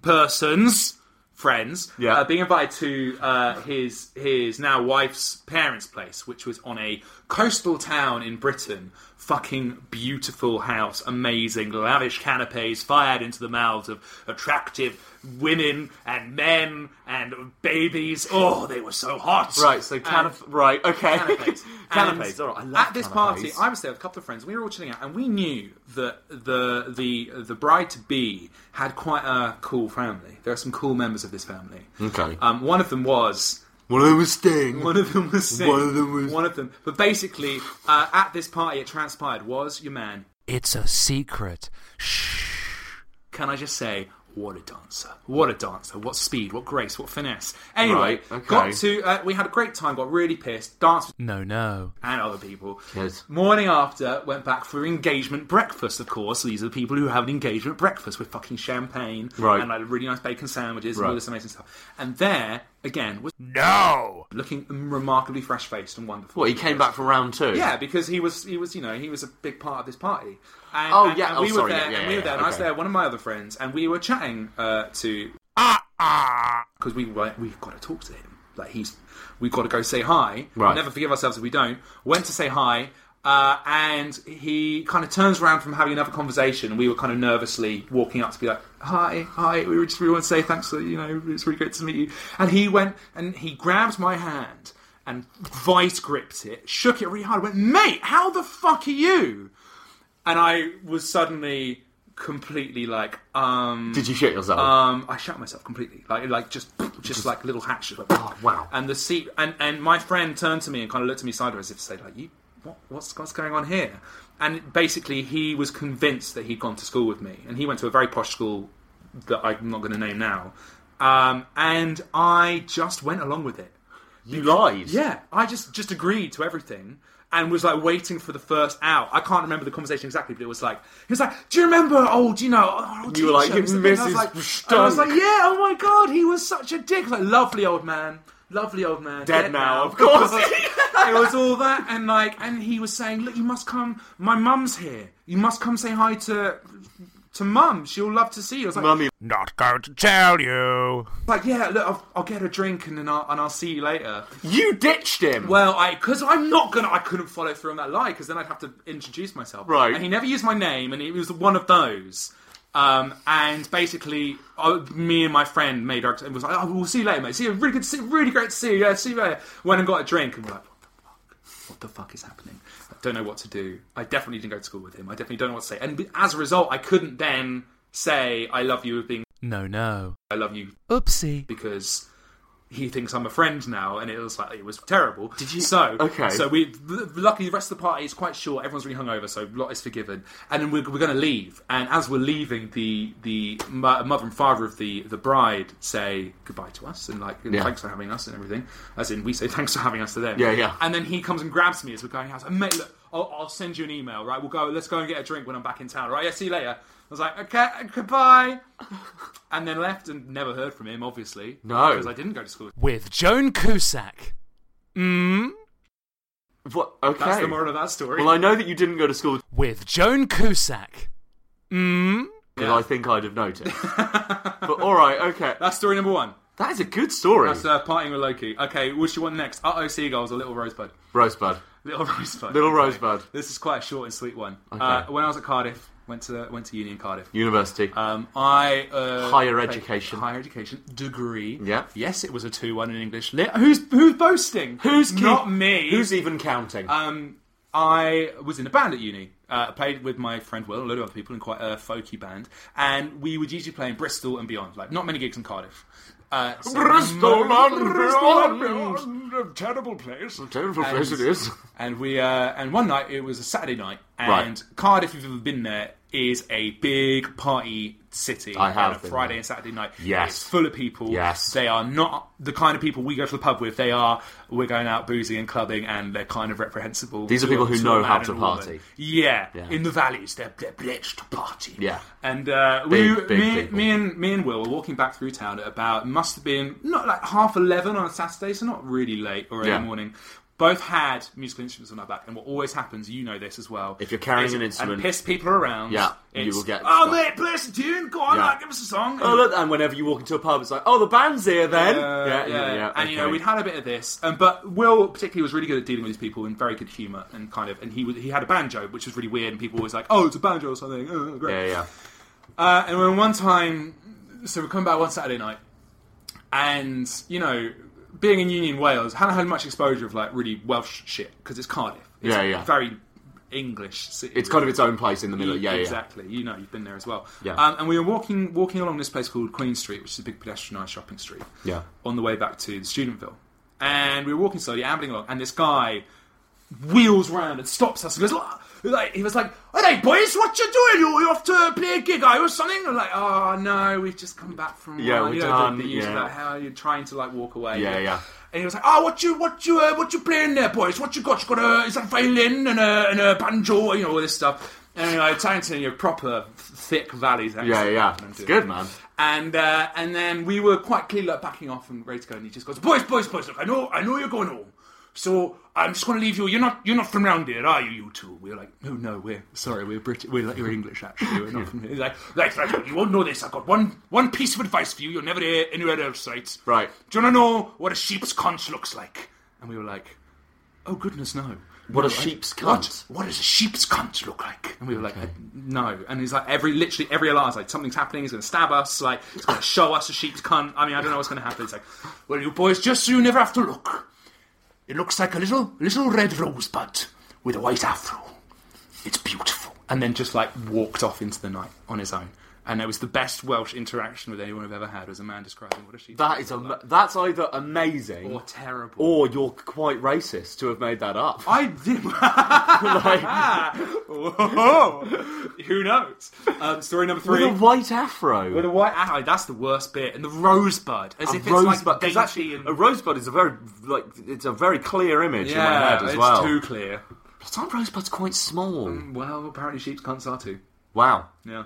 S4: person's friends
S3: Yeah.
S4: uh, being invited to uh, his his now wife's parents' place, which was on a coastal town in Britain. Fucking beautiful house, amazing, lavish canapes fired into the mouths of attractive women and men and babies. Oh, they were so hot.
S3: Right, so
S4: And-
S3: canap- right, okay.
S4: Canapes.
S3: Canapes,
S4: And
S3: all right, I love
S4: at this party,
S3: canapes.
S4: I was there with a couple of friends. We were all chilling out, and we knew that the the the bride to be had quite a cool family. There are some cool members of this family.
S3: Okay.
S4: Um, one of them was
S3: One of them was Sting.
S4: one of them was Sid.
S3: One of them was-
S4: one of them. But basically, uh, at this party, it transpired was your man.
S7: It's a secret.
S4: Can I just say? What a dancer! What a dancer! What speed! What grace! What finesse! Anyway,
S3: Right, okay.
S4: got to uh, we had a great time. Got really pissed. Danced
S7: No, no.
S4: and other people.
S3: Yes.
S4: Morning after, went back for engagement breakfast, of course. These are the people who have an engagement breakfast with fucking champagne
S3: Right.
S4: and like really nice bacon sandwiches and
S3: Right.
S4: all this amazing stuff. And there, again, was
S7: No!
S4: looking remarkably fresh faced and wonderful.
S3: What? He came back from round two.
S4: Yeah, because he was he was you know he was a big part of this party. And,
S3: Oh,
S4: and-
S3: yeah.
S4: and
S3: Oh,
S4: we were
S3: sorry.
S4: there.
S3: Yeah, yeah,
S4: and we were
S3: yeah,
S4: there. And I was
S3: okay.
S4: there. One of my other friends, and we were chatting uh, to because we were like, we've got to talk to him. Like he's we've got to go say hi. We'll
S3: Right.
S4: never forgive ourselves if we don't. Went to say hi. Uh, and he kind of turns around from having another conversation. and We were kind of nervously walking up to be like, "Hi, hi." We were just we want to say thanks. For, you know, it's really great to meet you. And he went and he grabbed my hand and vice gripped it, shook it really hard. Went, mate, how the fuck are you? And I was suddenly completely like, um,
S3: Did you shit yourself?
S4: um, I shut myself completely, like like just just like little hatchet. Like, oh
S3: wow.
S4: And the seat and and my friend turned to me and kind of looked at me sideways, as if to say like you what what's what's going on here? And basically, he was convinced that he'd gone to school with me, and he went to a very posh school that I'm not going to name now. Um, and I just went along with it.
S3: You lied.
S4: Yeah, I just just agreed to everything and was like waiting for the first out. I can't remember the conversation exactly, but it was like he was like, "Do you remember old, you know?" Old
S3: You were like,
S4: teacher, Mr. Bing?" And I
S3: "Mrs.
S4: was like, and I
S3: Stunk."
S4: was like, "Yeah, oh my god, he was such a dick." Like, lovely old man, lovely old man,
S3: Dead now, of course.
S4: it was all that, and like, and he was saying, "Look, you must come. My mum's here. You must come say hi to." To mum, she'll love to see you. I was like,
S3: Mummy.
S7: Not going to tell you.
S4: like, yeah, look, I'll, I'll get a drink and then I'll, and I'll see you later.
S3: You ditched him.
S4: Well, I because I'm not gonna. I couldn't follow through on that lie because then I'd have to introduce myself.
S3: Right.
S4: And he never used my name, and it was one of those. Um, and basically, uh, me and my friend made our and was like, "Oh, we'll see you later, mate. See you. Really good. To see, really great to see you. Yeah, see you later." Went and got a drink, and we're like, what the fuck is happening? I don't know what to do. I definitely didn't go to school with him. I definitely don't know what to say. And as a result, I couldn't then say I love you as being
S7: No, no.
S4: I love you
S7: Oopsie.
S4: because he thinks I'm a friend now, and it was like it was terrible. Did
S3: you-
S4: So
S3: Okay.
S4: So we luckily the rest of the party is quite short. Everyone's really hungover, so lot is forgiven. And then we're, we're going to leave. And as we're leaving, the the mo- mother and father of the the bride say goodbye to us and like
S3: Yeah.
S4: thanks for having us and everything. As in, we say thanks for having us to them.
S3: Yeah, yeah.
S4: And then he comes and grabs me as we're going out. And mate, look, I'll, I'll send you an email. Right, we'll go. Let's go and get a drink when I'm back in town. Right, yeah. See you later. I was like, okay, goodbye, and then left and never heard from him. Obviously,
S3: No.
S4: because I didn't go to school.
S7: With Joan Cusack. Mmm.
S3: What? Okay.
S4: That's the moral of that story.
S3: Well, I know that you didn't go to school
S7: With Joan Cusack. Mmm.
S3: because
S4: Yeah.
S3: I think I'd have noticed. but all right, okay.
S4: That's story number one.
S3: That is a good story.
S4: That's uh, parting with Loki. Okay, which you want next? Uh oh, seagulls or little rosebud?
S3: Rosebud.
S4: Little rosebud.
S3: Little
S4: Okay.
S3: Rosebud.
S4: This is quite a short and sweet one.
S3: Okay.
S4: Uh, when I was at Cardiff, went to went to uni in Cardiff.
S3: University.
S4: Um, I uh,
S3: Higher
S4: played-
S3: education.
S4: higher education degree.
S3: Yeah.
S4: Yes, it was a two-one in English lit. Who's who's boasting?
S3: who's keep-
S4: not me?
S3: Who's even counting?
S4: Um, I was in a band at uni. Uh, I played with my friend Will, and a load of other people in quite a folky band, and we would usually play in Bristol and beyond. Like not many gigs in Cardiff. Uh, so-
S5: Terrible place.
S3: Terrible place it is.
S4: And we uh, and one night it was a Saturday night, and
S3: Right.
S4: Cardiff, if you've ever been there, is a big party city.
S3: I have
S4: on a
S3: been
S4: Friday
S3: there.
S4: and Saturday night.
S3: Yes.
S4: it's full of people.
S3: Yes.
S4: they are not the kind of people we go to the pub with. They are we're going out boozing and clubbing, and they're kind of reprehensible.
S3: These are
S4: to a-
S3: people who
S4: to a
S3: know
S4: man
S3: how
S4: and
S3: to
S4: a woman.
S3: party.
S4: Yeah.
S3: Yeah.
S4: in the valleys, they're they're blessed to party.
S3: Yeah.
S4: and uh,
S3: Big,
S4: we
S3: big
S4: me,
S3: people.
S4: me and me and Will were walking back through town at about must have been not like half eleven on a Saturday, so not really late or early
S3: Yeah.
S4: morning. Both had musical instruments on our back, and what always happens, you know this as well.
S3: If you're carrying
S4: is-
S3: an instrument-
S4: and piss people around,
S3: Yeah, you
S4: it's,
S3: will get
S4: Oh
S3: stuff."
S4: mate, play us a tune. Go on,
S3: Yeah.
S4: like, give us a song.
S3: Oh, look, and whenever you walk into a pub, it's like, oh, the band's here then.
S4: Uh,
S3: yeah, yeah, yeah.
S4: And you know,
S3: okay.
S4: we'd had a bit of this, um, but Will particularly was really good at dealing with these people and very good humour and kind of. And he was, he had a banjo, which was really weird, and people were always like, "Oh, it's a banjo or something." Oh, great.
S3: Yeah, yeah.
S4: Uh, and when one time, so we come back one Saturday night, and you know, being in Union Wales, hadn't had much exposure of like really Welsh shit because it's Cardiff. It's
S3: Yeah, yeah.
S4: a Very English city.
S3: It's kind of its own place in the middle. Yeah, yeah.
S4: E- exactly. You know, you've been there as well.
S3: Yeah.
S4: Um, and we were walking walking along this place called Queen Street, which is a big pedestrianised shopping street.
S3: Yeah.
S4: On the way back to Studentville, and we were walking slowly, ambling along, and this guy wheels round and stops us and goes, "Look," like, he was like, hey boys, what you doing? You, you off to play a gig are you, or something? I'm like, oh no, we've just come back from
S3: Yeah,
S4: uh,
S3: we're
S4: you
S3: done,
S4: Know, the, the usual,
S3: yeah.
S4: like, how you're trying to like walk away.
S3: Yeah, yeah.
S4: And he was like, "Oh, what you, what you, uh, what you playing there, boys? What you got? You got a, is that a violin and a, and a banjo? You know all this stuff." And you know, Tarrington, your proper thick valleys. accent.
S3: Yeah, yeah.
S4: I'm
S3: It's
S4: doing
S3: good,
S4: it.
S3: man.
S4: And uh, and then we were quite clearly like, backing off and ready to go, and he just goes, "Boys, boys, boys! Look, I know, I know you're going home, so I'm just going to leave you. You're not, you're not from round here, are you? You two? We We're like, no, no, we're sorry, we're British, we're, like, we're English actually. We're not from here. He's like, like, like, you won't know this. I've got one, one piece of advice for you. You'll never hear anywhere else, right?
S3: Right.
S4: Do you want to know what a sheep's conch looks like? And we were like, oh goodness, no.
S3: What
S4: No,
S3: a
S4: I-
S3: sheep's
S4: what-
S3: cunt.
S4: What, does a sheep's cunt look like? And we were like, uh, no. And he's like, every literally every alarm is like, something's happening. He's going to stab us. Like he's going to show us a sheep's cunt. I mean, I don't know what's going to happen. It's like,
S5: Well, you boys, just so you never have to look. It looks like a little, little red rosebud with a white afro.
S4: it's beautiful. And then just like walked off into the night on his own. and it was the best Welsh interaction with anyone I've ever had. Was a man describing what a sheep.
S3: That is am- that's either amazing
S4: or terrible,
S3: or you're quite racist to have made that up.
S4: I did. Whoa. Who knows? Um, story number three.
S3: With a white afro.
S4: With a white afro. That's the worst bit. And the rosebud. As
S3: A
S4: if it's
S3: rosebud-
S4: like
S3: 'cause
S4: dainty
S3: actually,
S4: and...
S3: a rosebud is a very like it's a very clear image in my
S4: Yeah,
S3: head as
S4: it's
S3: well.
S4: too Mm. clear.
S3: Plus, aren't rosebuds quite small?
S4: well, apparently sheep's cunts are too.
S3: Wow.
S4: Yeah.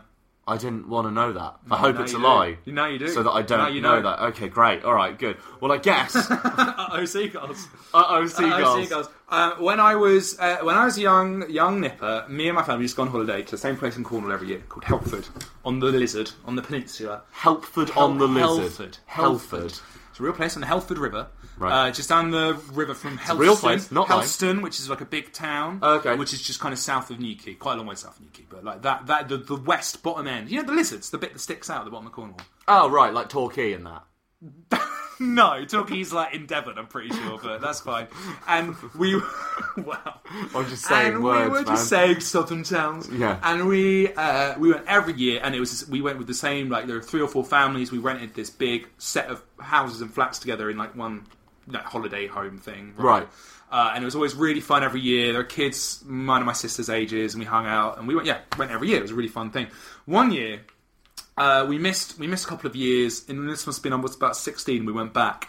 S3: I didn't want to know that.
S4: No,
S3: I hope
S4: now
S3: it's
S4: you
S3: a
S4: do.
S3: lie.
S4: You- now you do.
S3: So that I don't
S4: Now you
S3: know.
S4: know.
S3: that. Okay, great. All right, good. Well, I guess.
S4: Uh-oh, seagulls.
S3: Uh-oh,
S4: Uh-oh,
S3: seagulls.
S4: seagulls. Uh, when I was uh, when I was a young young nipper, me and my family used to go on holiday to the same place in Cornwall every year called Helpford on the Lizard on the peninsula.
S3: Helpford on the Lizard.
S4: Helford.
S3: Helford.
S4: Helford. It's a real place on the Helford River,
S3: Right.
S4: uh, just down the river from
S3: a
S4: Helston.
S3: real place, not mine.
S4: Helston, which is like a big town, which is just kind of south of Newquay, quite a long way south of Newquay, but like that that the, the west bottom end. You know the lizards, the bit that sticks out at the bottom of Cornwall.
S3: oh, right, like Torquay and that.
S4: No, Torquay's like in Devon, I'm pretty sure, but that's fine. And we, wow,
S3: I'm just saying
S4: and
S3: words,
S4: we were just
S3: man.
S4: saying southern towns.
S3: Yeah.
S4: and we uh, we went every year, and it was we went with the same like there were three or four families. We rented this big set of houses and flats together in like one like, holiday home thing,
S3: Right.
S4: Uh, and it was always really fun every year. There were kids mine and my sister's ages, and we hung out, and we went yeah went every year. It was a really fun thing. One year uh, we missed we missed a couple of years, and this must have been I was about sixteen. We went back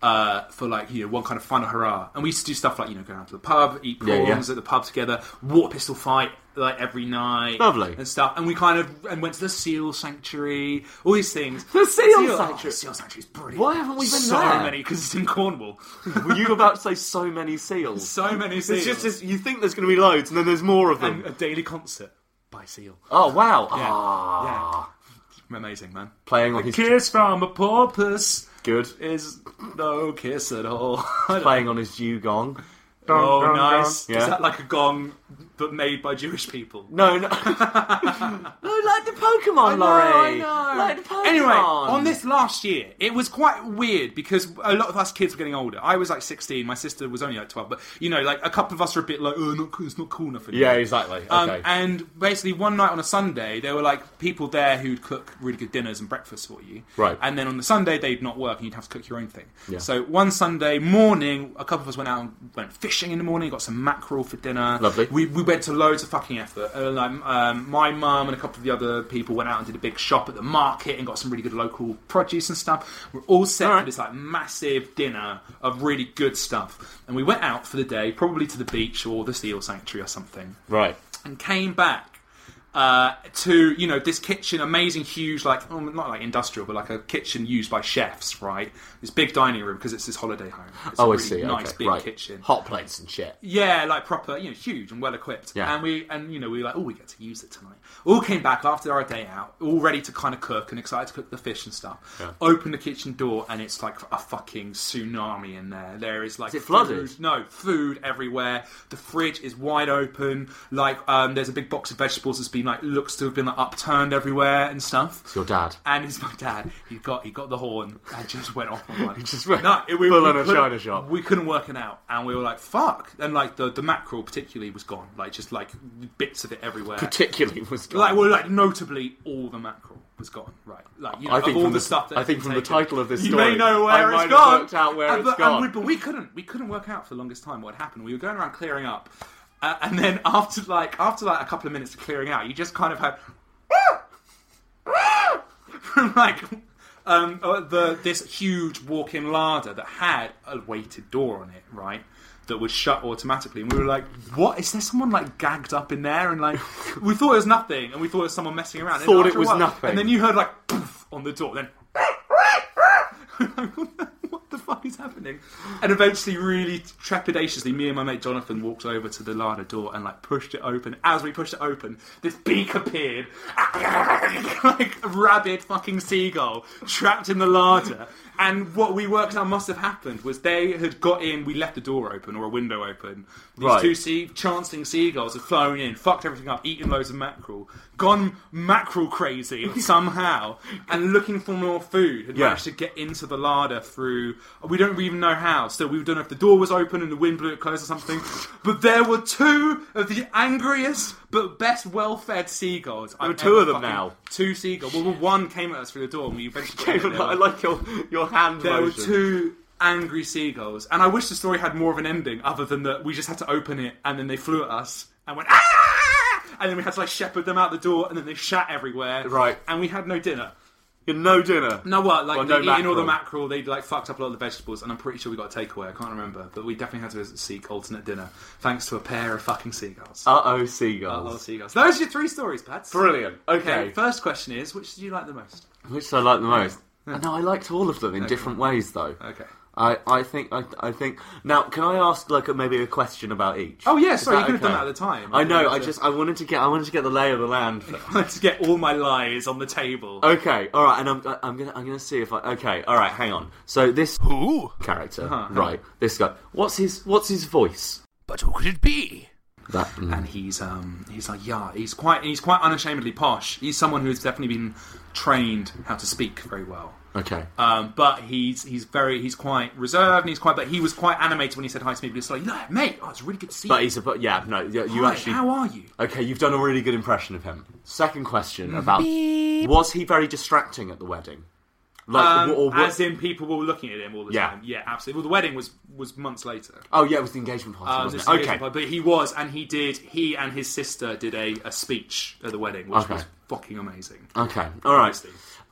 S4: uh, for like you know one kind of final hurrah, and we used to do stuff like you know go down to the pub, eat
S3: Yeah,
S4: prawns
S3: yeah.
S4: at the pub together, water pistol fight like every night,
S3: Lovely.
S4: and stuff. And we kind of and went to the seal sanctuary, all these things.
S3: The seal
S4: Oh,
S3: sanctuary?
S4: seal sanctuary is brilliant.
S3: Why haven't we been
S4: so
S3: there?
S4: many because it's in Cornwall.
S3: Were you about to say so many seals?
S4: So many
S3: It's just
S4: seals.
S3: as, you think there's going to be loads, and then there's more of them.
S4: and a daily concert by seal.
S3: oh wow!
S4: Yeah.
S3: Ah.
S4: Yeah. Amazing man.
S3: Playing on
S4: A
S3: his
S4: kiss from a porpoise
S3: good.
S4: is no kiss at all. I don't
S3: Playing on his dugong.
S4: oh,
S3: dun,
S4: nice.
S3: dun.
S4: Is
S3: Yeah.
S4: that like a gong, but made by Jewish people?
S3: No, no. no, like the Pokemon, Laurie. Like the Pokemon.
S4: Anyway, on this last year, it was quite weird because a lot of us kids were getting older. I was like 16, my sister was only like 12, but you know, like a couple of us were a bit like, oh, not, cool- it's not cool enough. anymore."
S3: Yeah, exactly. Okay.
S4: Um, and basically, one night on a Sunday, there were like people there who'd cook really good dinners and breakfast for you.
S3: Right.
S4: And then on the Sunday, they'd not work and you'd have to cook your own thing.
S3: Yeah.
S4: So one Sunday morning, a couple of us went out and went fishing in the morning, got some mackerel for dinner.
S3: Lovely.
S4: We, we went to loads of fucking effort. Uh, like, um, my mum and a couple of the other people went out and did a big shop at the market and got some really good local produce and stuff. We're all set for this like massive dinner of really good stuff. And we went out for the day, probably to the beach or the seal sanctuary or something
S3: right.
S4: and came back uh, to you know this kitchen, amazing, huge, like oh, not like industrial, but like a kitchen used by chefs, right? This big dining room because it's this holiday home. It's a
S3: Oh, I
S4: really
S3: see.
S4: Nice
S3: okay.
S4: big
S3: right.
S4: kitchen.
S3: Hot plates and shit.
S4: Yeah, like proper, you know, huge and well equipped.
S3: Yeah.
S4: And we and you know we were like, oh, we get to use it tonight. All came back after our day out, all ready to kind of cook and excited to cook the fish and stuff.
S3: Yeah.
S4: Open the kitchen door and it's like a fucking tsunami in there. There is like
S3: Is it flooded?
S4: Food, no, food everywhere. The fridge is wide open. Like um, there's a big box of vegetables that's been like looks to have been like upturned everywhere and stuff.
S3: It's your dad.
S4: And it's my dad. He got he got the horn and just went off on one. he
S3: just went
S4: no, it- we,
S3: full
S4: we
S3: on a
S4: couldn't-
S3: china shop.
S4: We couldn't work it out, and we were like, "Fuck!" And like the the mackerel particularly was gone, like just like bits of it everywhere.
S3: Particularly was gone.
S4: like well, like notably all the mackerel was gone. Right, like you know,
S3: I think
S4: of all
S3: from
S4: the,
S3: the-
S4: stuff. That
S3: I
S4: had
S3: think
S4: been
S3: from the
S4: taken,
S3: title of this
S4: you
S3: story,
S4: may know
S3: I
S4: where
S3: might
S4: it's
S3: have
S4: gone.
S3: worked out where
S4: And-
S3: it's
S4: but, and
S3: gone.
S4: we- but we couldn't. We couldn't work out for the longest time what had happened. We were going around clearing up, uh, and then after like after like a couple of minutes of clearing out, you just kind of had from like um, uh, the this huge walk-in larder that had a weighted door on it, right? That would shut automatically, and we were like, "What is there? Someone like gagged up in there?" And like, we thought it was nothing, and we thought it was someone messing around. And
S3: Thought
S4: after
S3: it
S4: a
S3: was
S4: while-
S3: nothing.
S4: and then you heard like poof on the door, then. what the fuck is happening? And eventually, really trepidatiously, me and my mate Jonathan walked over to the larder door and like pushed it open. As we pushed it open, this beak appeared, like a rabid fucking seagull trapped in the larder. And what we worked out must have happened was they had got in. We left the door open or a window open. These
S3: Right.
S4: two sea- chancing seagulls had flown in, fucked everything up, eaten loads of mackerel, gone mackerel crazy somehow, and looking for more food. Had
S3: Yeah.
S4: managed to get into the larder through We don't even know how. Still, we don't know if the door was open and the wind blew it closed or something. But there were two of the angriest but best well-fed seagulls.
S3: There
S4: I've
S3: were two
S4: ever
S3: of them
S4: fucking-
S3: now.
S4: Two seagulls. Well, one came at us through the door, and we eventually. got in there.
S3: I like your your hand.
S4: There
S3: motion.
S4: were two angry seagulls, and I wish the story had more of an ending other than that we just had to open it and then they flew at us and went ah, and then we had to like shepherd them out the door and then they shat everywhere.
S3: Right.
S4: and we had no dinner.
S3: You had no dinner.
S4: No what? Like
S3: Well,
S4: they
S3: no
S4: eating all the
S3: mackerel.
S4: mackerel, they like fucked up a lot of the vegetables, and I'm pretty sure we got a takeaway. I can't remember, but we definitely had to seek alternate dinner thanks to a pair of fucking seagulls.
S3: Uh oh, seagulls.
S4: Uh-oh, seagulls. Those are your three stories, Pat.
S3: Brilliant. Okay.
S4: First question is, which did you like the most?
S3: Which I like the most. No, I liked all of them in
S4: Okay.
S3: different ways, though.
S4: Okay.
S3: I, I think I, I think now can I ask like a, maybe a question about each?
S4: Oh, yeah,
S3: Is
S4: sorry, you
S3: that
S4: could have done that at the time.
S3: I know. I
S4: Yeah.
S3: just I wanted to get I wanted to get the lay of the land. First.
S4: Let's get all my lies on the table.
S3: Okay, all right, and I'm, I'm gonna I'm gonna see if I okay, all right, hang on. So this who character,
S4: Huh.
S3: right? This guy. What's his What's his voice?
S4: But who could it be?
S3: That mm.
S4: And he's um he's like yeah he's quite he's quite unashamedly posh. He's someone who's definitely been trained how to speak very well.
S3: okay.
S4: Um, but he's he's very he's quite reserved and he's quite but he was quite animated when he said hi to me. But he's like yeah mate, oh, it's really good to see
S3: But
S4: you.
S3: he's a but yeah no you, you
S4: Hi,
S3: actually
S4: how are you?
S3: okay you've done a really good impression of him. Second
S4: Mm.
S3: question about was he very distracting at the wedding?
S4: Um,
S3: or what-
S4: as in people were looking at him all the
S3: Yeah.
S4: time. Yeah, absolutely. Well, the wedding was was months later.
S3: oh yeah, it was the engagement party.
S4: Um,
S3: wasn't
S4: this
S3: it?
S4: engagement
S3: Okay,
S4: party, but he was, and he did. He and his sister did a, a speech at the wedding, which
S3: Okay.
S4: was fucking amazing.
S3: Okay, all right.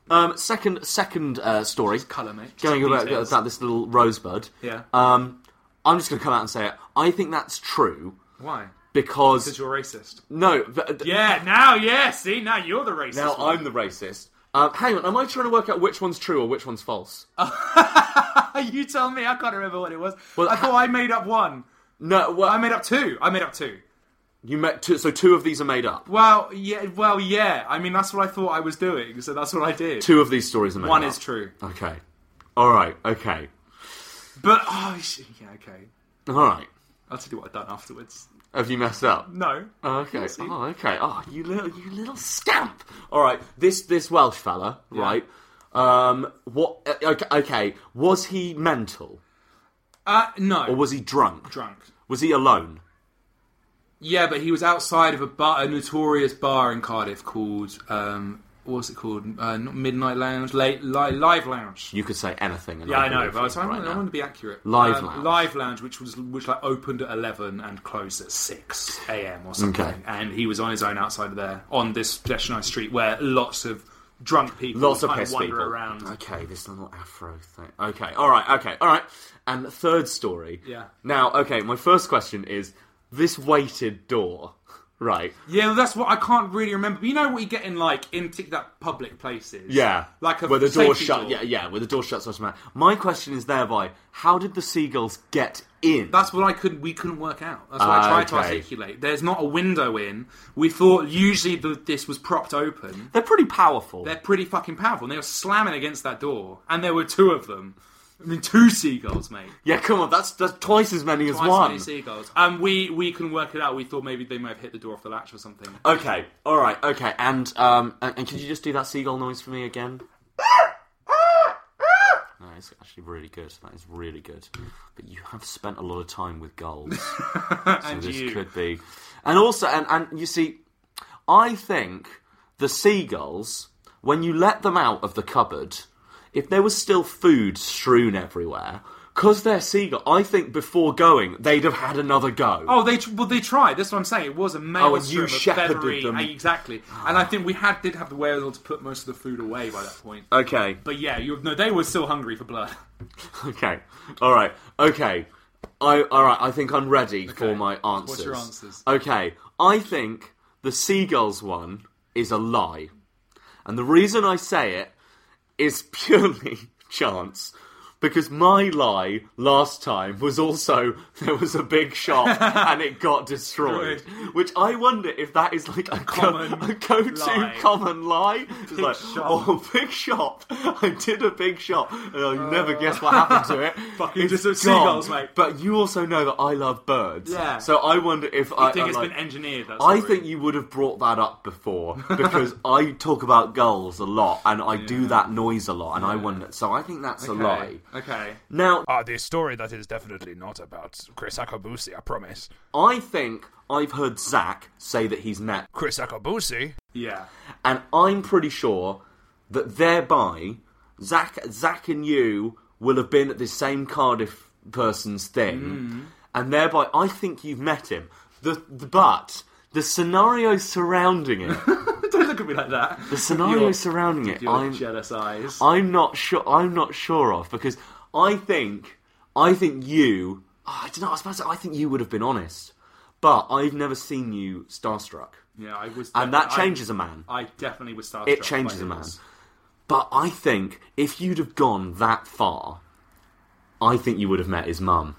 S3: Um, second second uh, story.
S4: colour, mate.
S3: Going
S4: Just
S3: about,
S4: details.
S3: about this little rosebud.
S4: Yeah.
S3: Um, I'm just going to come out and say it. I think that's true
S4: Why?
S3: because
S4: Because you're racist.
S3: no. But,
S4: Yeah, now, yeah, see, now you're the racist.
S3: Now
S4: one.
S3: I'm the racist. Um, hang on, am I trying to work out which one's true or which one's false?
S4: Uh, you tell me, I can't remember what it was.
S3: Well,
S4: I thought I made up one.
S3: No, well,
S4: I made up two. I made up two.
S3: you met two, so two of these are made up.
S4: Well, yeah, well, yeah. I mean, that's what I thought I was doing, so that's what I did.
S3: Two of these stories are made
S4: One
S3: up.
S4: is true.
S3: Okay, all right, okay,
S4: But, oh, shit, yeah, okay.
S3: all right.
S4: I'll tell you what I've done afterwards.
S3: Have you messed up?
S4: No.
S3: Oh, okay.
S4: You'll see.
S3: Oh, okay. Oh, you little, you little scamp. All right. This this Welsh fella, right? Um, what? uh, Okay, okay. Was he mental
S4: Uh, no.
S3: or was he drunk?
S4: drunk?
S3: Was he alone?
S4: Yeah, but he was outside of a bar, a notorious bar in Cardiff called, um, what's it called? Uh, not Midnight Lounge, late, li- Live Lounge.
S3: You could say anything. and
S4: Yeah, I
S3: can
S4: know,
S3: live
S4: but I, was,
S3: with it
S4: I,
S3: right
S4: want, I
S3: now.
S4: want to be accurate.
S3: Live
S4: Um,
S3: Lounge.
S4: Live Lounge, which was which like opened at eleven and closed at six a.m. or something,
S3: Okay.
S4: and he was on his own outside of there on this pedestrianised street where lots of drunk people
S3: Lots of
S4: kind
S3: piss
S4: wander
S3: people.
S4: around.
S3: Okay, this little afro thing. Okay, all right, okay, all right. And the third story.
S4: Yeah.
S3: Now, okay, my first question is this weighted door, right?
S4: Yeah, well, that's what I can't really remember. But you know what you get in like in particular public places.
S3: Yeah,
S4: like a
S3: where the door
S4: safety
S3: shut. Yeah, yeah, where the door shuts automatically. My question is thereby: How did the seagulls get in?
S4: That's what I could. We couldn't work out. That's what I
S3: Ah,
S4: tried to
S3: okay.
S4: articulate. There's not a window in. We thought usually the, this was propped open.
S3: They're pretty powerful.
S4: They're pretty fucking powerful. And they were slamming against that door, and there were two of them. I mean, two seagulls, mate.
S3: yeah, come on, that's that's twice as many as
S4: Twice as
S3: one.
S4: many seagulls. And we we can work it out. We thought maybe they may have hit the door off the latch or something.
S3: Okay, all right, okay, and um, and, and could you just do that seagull noise for me again? No, it's actually really good. That is really good. But you have spent a lot of time with gulls, so
S4: And
S3: this
S4: you.
S3: could be. And also, and and you see, I think the seagulls, when you let them out of the cupboard, if there was still food strewn everywhere. Because they're seagull, I think before going they'd have had another go.
S4: Oh, they well they tried. That's what I'm saying. It was a male. uh,
S3: Oh, and you shepherded them.
S4: exactly. And I think we had did have the wherewithal to put most of the food away by that point.
S3: Okay,
S4: But yeah, you no, they were still hungry for blood.
S3: Okay. All right. Okay. I all right. I think I'm ready for my answers.
S4: What's your answers?
S3: Okay. I think the seagulls one is a lie, and the reason I say it is purely chance. Because my lie last time was also there was a big shop and it got destroyed, which I wonder if that is like a, common
S4: common
S3: a go-to
S4: lie.
S3: common lie. It's like,
S4: shop.
S3: oh, big shop! I did a big shop, and I'll never guess what happened to it.
S4: Uh. Fucking
S3: It's
S4: just some
S3: gone.
S4: seagulls, mate.
S3: But you also know that I love birds.
S4: Yeah.
S3: So I wonder if
S4: I
S3: I
S4: think
S3: I
S4: it's
S3: like-
S4: been engineered. That
S3: I
S4: story.
S3: think you would have brought that up before because I talk about gulls a lot and I do that noise a lot and I wonder. So I think that's a
S4: Okay.
S3: lie.
S4: Okay.
S3: Now,
S7: uh, the story that is definitely not about Chris Akabusi, I promise.
S3: I think I've heard Zach say that he's met
S7: Chris Akabusi.
S4: Yeah.
S3: and I'm pretty sure that thereby Zach, Zach, and you will have been at the same Cardiff person's thing,
S4: Mm.
S3: and thereby I think you've met him. The, the but the scenario surrounding it,
S4: Don't look at me like that.
S3: the scenario
S4: Your-
S3: surrounding it,
S4: Your
S3: I'm
S4: jealous eyes.
S3: I'm not sure. I'm not sure of because I think I think you. oh, I don't know. I was about to say I think you would have been honest, but I've never seen you starstruck.
S4: Yeah, I was.
S3: And that
S4: I-
S3: changes a man.
S4: I definitely was starstruck.
S3: it changes
S4: by
S3: a man.
S4: this.
S3: But I think if you'd have gone that far, I think you would have met his mum.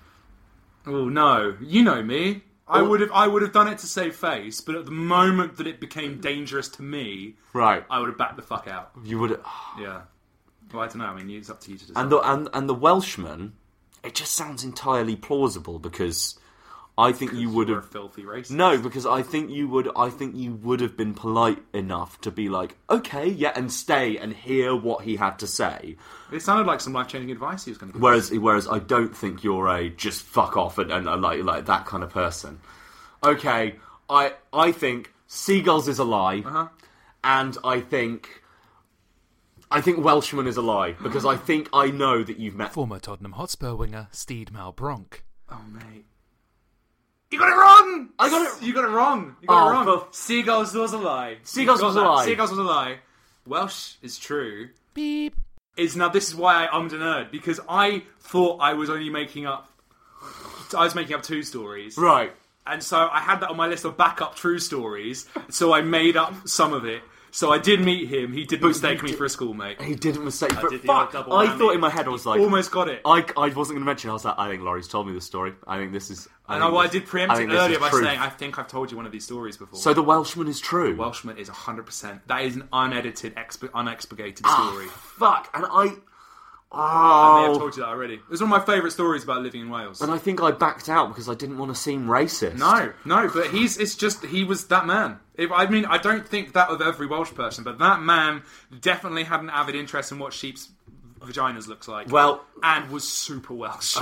S4: Oh no, you know me.
S3: Oh.
S4: I would have. I would have done it to save face, but at the moment that it became dangerous to me,
S3: Right.
S4: I would have backed the fuck out.
S3: You would have.
S4: Yeah. Well, I don't know. I mean, it's up to you to decide.
S3: And the, and, and the Welshman, it just sounds entirely plausible because I think you would
S4: you're
S3: have.
S4: a filthy racist.
S3: No, because I think you would. I think you would have been polite enough to be like, okay, yeah, and stay and hear what he had to say.
S4: It sounded like some life-changing advice he was going to give.
S3: Whereas, whereas I don't think you're a just fuck off and, and, uh, like like that kind of person. Okay, I I think seagulls is a lie,
S4: Uh-huh.
S3: and I think I think Welshman is a lie because I think I know that you've met
S7: former Tottenham Hotspur winger Steed Malbronk.
S4: Oh mate, you got it wrong.
S3: I got
S4: it. You got it wrong. You got
S3: Oh,
S4: it wrong.
S3: for-
S4: Seagulls was a lie.
S3: Seagulls
S4: You got
S3: was a
S4: that.
S3: lie.
S4: Seagulls was a lie. Welsh is true.
S7: Beep.
S4: Is now this is why I ummed and nerd because I thought I was only making up. I was making up two stories.
S3: right.
S4: And so I had that on my list of backup true stories. So I made up some of it. So I did meet him. He did mistake me for a schoolmate.
S3: He didn't mistake.
S4: I
S3: but
S4: did the
S3: fuck,
S4: old double
S3: I
S4: whammy.
S3: thought in my head I was like,
S4: Almost got it.
S3: I, I wasn't going to mention. it. I was like, I think Laurie's told me this story. I think this is. I
S4: and I,
S3: think
S4: well, I
S3: this-
S4: did preempt it
S3: think this is
S4: earlier by
S3: truth.
S4: saying, I think I've told you one of these stories before.
S3: So the Welshman is true.
S4: Welshman is 100%. That is an unedited, exp- unexpurgated
S3: Ah,
S4: story.
S3: fuck, and I.
S4: I may
S3: Oh.
S4: have told you that already. It was one of my favourite stories about living in Wales.
S3: And I think I backed out because I didn't want to seem racist.
S4: No, no, but he's it's just he was that man. If, I mean, I don't think that of every Welsh person, but that man definitely had an avid interest in what sheep's vaginas looks like.
S3: Well-
S4: and was super Welsh.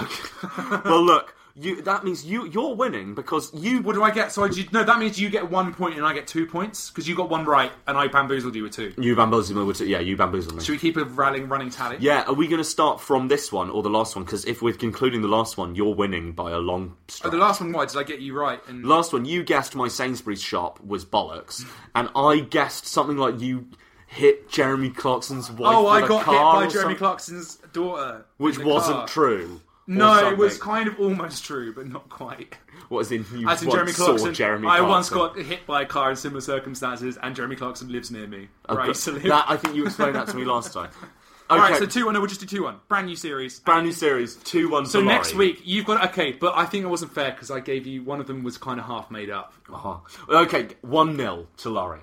S3: well, look, you, that means you you're winning because you
S4: what do I get? So I, do- no, that means you get one point and I get two points because you got one right and I bamboozled you with two.
S3: you bamboozled me. With it. Yeah, you bamboozled me.
S4: Should we keep a rallying running tally?
S3: yeah, are we going to start from this one or the last one? Because if we're concluding the last one, you're winning by a long
S4: Oh,
S3: stretch.
S4: the last one, why did I get you right? And
S3: Last one, you guessed my Sainsbury's shop was bollocks, and I guessed something like you hit Jeremy Clarkson's wife.
S4: oh, I
S3: with a
S4: got hit
S3: car
S4: by
S3: or
S4: Jeremy
S3: something,
S4: Clarkson's daughter, in
S3: which
S4: the
S3: wasn't
S4: car.
S3: true. or
S4: No, it was
S3: something.
S4: kind of almost true, but not quite.
S3: What is in you
S4: As in
S3: once
S4: Jeremy
S3: saw
S4: Clarkson,
S3: Jeremy
S4: I once
S3: Clarkson.
S4: got hit by a car in similar circumstances, and Jeremy Clarkson lives near me.
S3: Oh,
S4: Right,
S3: good.
S4: so
S3: That- I think you explained that to me last time.
S4: All right,
S3: Okay.
S4: so two one. No, we'll just do two one. Brand new series.
S3: Brand new series, two one.
S4: So next week you've got okay, but I think it wasn't fair because I gave you one of them was kind of half made up.
S3: Uh-huh. Okay, one 0 to Laurie.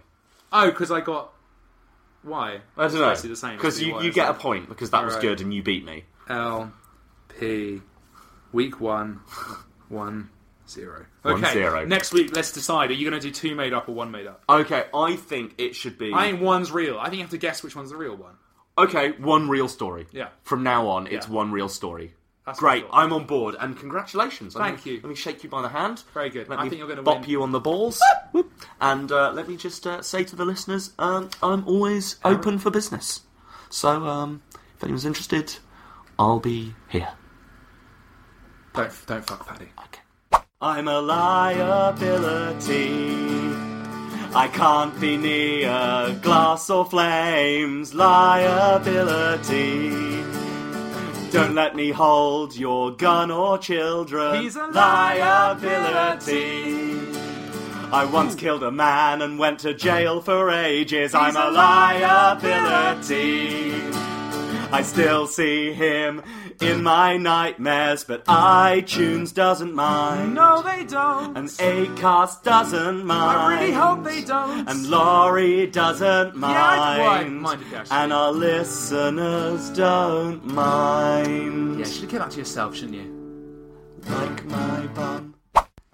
S4: Oh, because I got why?
S3: I
S4: It's
S3: don't know
S4: basically the same.
S3: because
S4: isn't it?
S3: you,
S4: Why
S3: you
S4: is
S3: get a
S4: that?
S3: point because that was
S4: Alright.
S3: good and you beat me.
S4: L P week one one zero.
S3: One
S4: Okay,
S3: zero.
S4: next week let's decide. Are you going to do two made up or one made up?
S3: Okay, I think it should be.
S4: I think one's real. I think you have to guess which one's the real one.
S3: Okay, one real story.
S4: Yeah.
S3: From now on, it's
S4: Yeah.
S3: one real story.
S4: That's
S3: Great,
S4: what I thought.
S3: I'm on board, and congratulations. Let
S4: Thank
S3: me-
S4: you.
S3: Let me shake you by the hand.
S4: Very good.
S3: Let
S4: I
S3: me
S4: think you're gonna
S3: bop
S4: win.
S3: you on the balls, Whoop. and uh, let me just uh, say to the listeners, um, I'm always open for business. So, um, if anyone's interested, I'll be here.
S4: Don't don't fuck Paddy.
S3: I'm a liability. I can't be near glass or flames. Liability. Don't let me hold your gun or children.
S4: He's a
S3: liability. I once killed a man and went to jail for ages. I'm a liability. I still see him in my nightmares, but iTunes doesn't mind.
S4: No, they don't.
S3: And Acast doesn't mind.
S4: I really hope they don't.
S3: And Laurie doesn't mind.
S4: I'd- well, I'd mind it, actually.
S3: And our listeners don't mind.
S4: yeah, should have kept that to yourself, shouldn't you?
S3: Like my bum.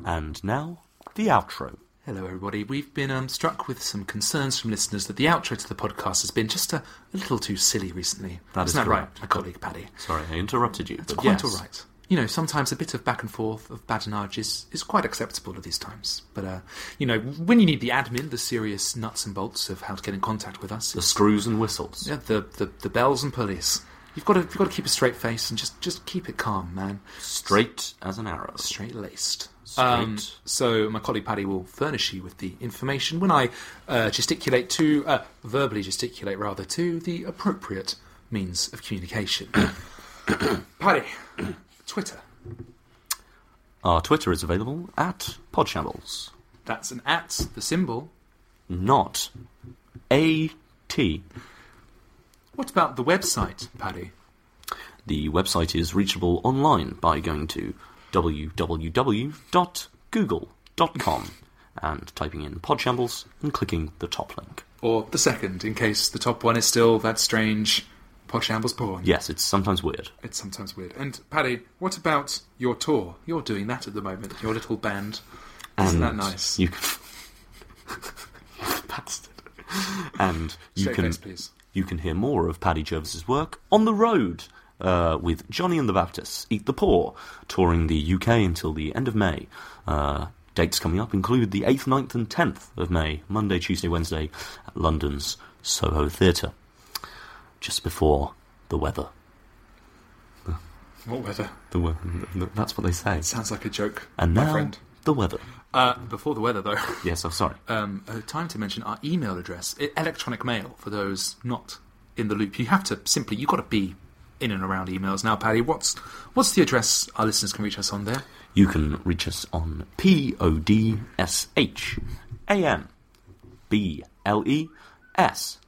S3: And now, the outro.
S4: Hello, everybody. We've been um, struck with some concerns from listeners that the outro to the podcast has been just a, a little too silly recently.
S3: That is
S4: Isn't that right,
S3: correct.
S4: my colleague Paddy?
S3: Sorry, I interrupted you.
S4: That's
S3: but
S4: quite
S3: yes.
S4: all right. You know, sometimes a bit of back and forth of badinage is, is quite acceptable at these times. But, uh, you know, when you need the admin, the serious nuts and bolts of how to get in contact with us,
S3: The screws and whistles.
S4: yeah, the, the, the bells and pulleys. You've got to you've got to keep a straight face and just just keep it calm, man.
S3: Straight as an arrow.
S4: Straight laced.
S3: Straight.
S4: Um, so my colleague Paddy will furnish you with the information when I uh, gesticulate to uh, verbally gesticulate rather to the appropriate means of communication. Paddy, Twitter.
S3: Our Twitter is available at Podshambles.
S4: That's an at the symbol.
S3: Not A T.
S4: What about the website, Paddy?
S3: The website is reachable online by going to www.google.com and typing in Podshambles and clicking the top link.
S4: Or the second, in case the top one is still that strange Podshambles porn.
S3: Yes, it's sometimes weird.
S4: It's sometimes weird. And Paddy, what about your tour? You're doing that at the moment, your little band. Isn't that
S3: And
S4: nice?
S3: You can... Bastard. And you
S4: Straight
S3: can
S4: face, please.
S3: you can hear more of Paddy Jervis's work on the road uh, with Johnny and the Baptists, Eat the Poor, touring the UK until the end of May. Uh, dates coming up include the 8th, 9th, and 10th of May, Monday, Tuesday, Wednesday, at London's Soho Theatre, just before the weather.
S4: What weather?
S3: The, we- th- that's what they say.
S4: sounds like a joke.
S3: And
S4: my
S3: now,
S4: friend.
S3: the weather.
S4: Uh, before the weather, though,
S3: Yes, I'm sorry.
S4: um, uh, time to mention our email address, e- electronic mail. For those not in the loop, you have to simply you've got to be in and around emails now, Paddy. What's what's the address our listeners can reach us on there?
S3: You can reach us on P O D S H A M B L E S.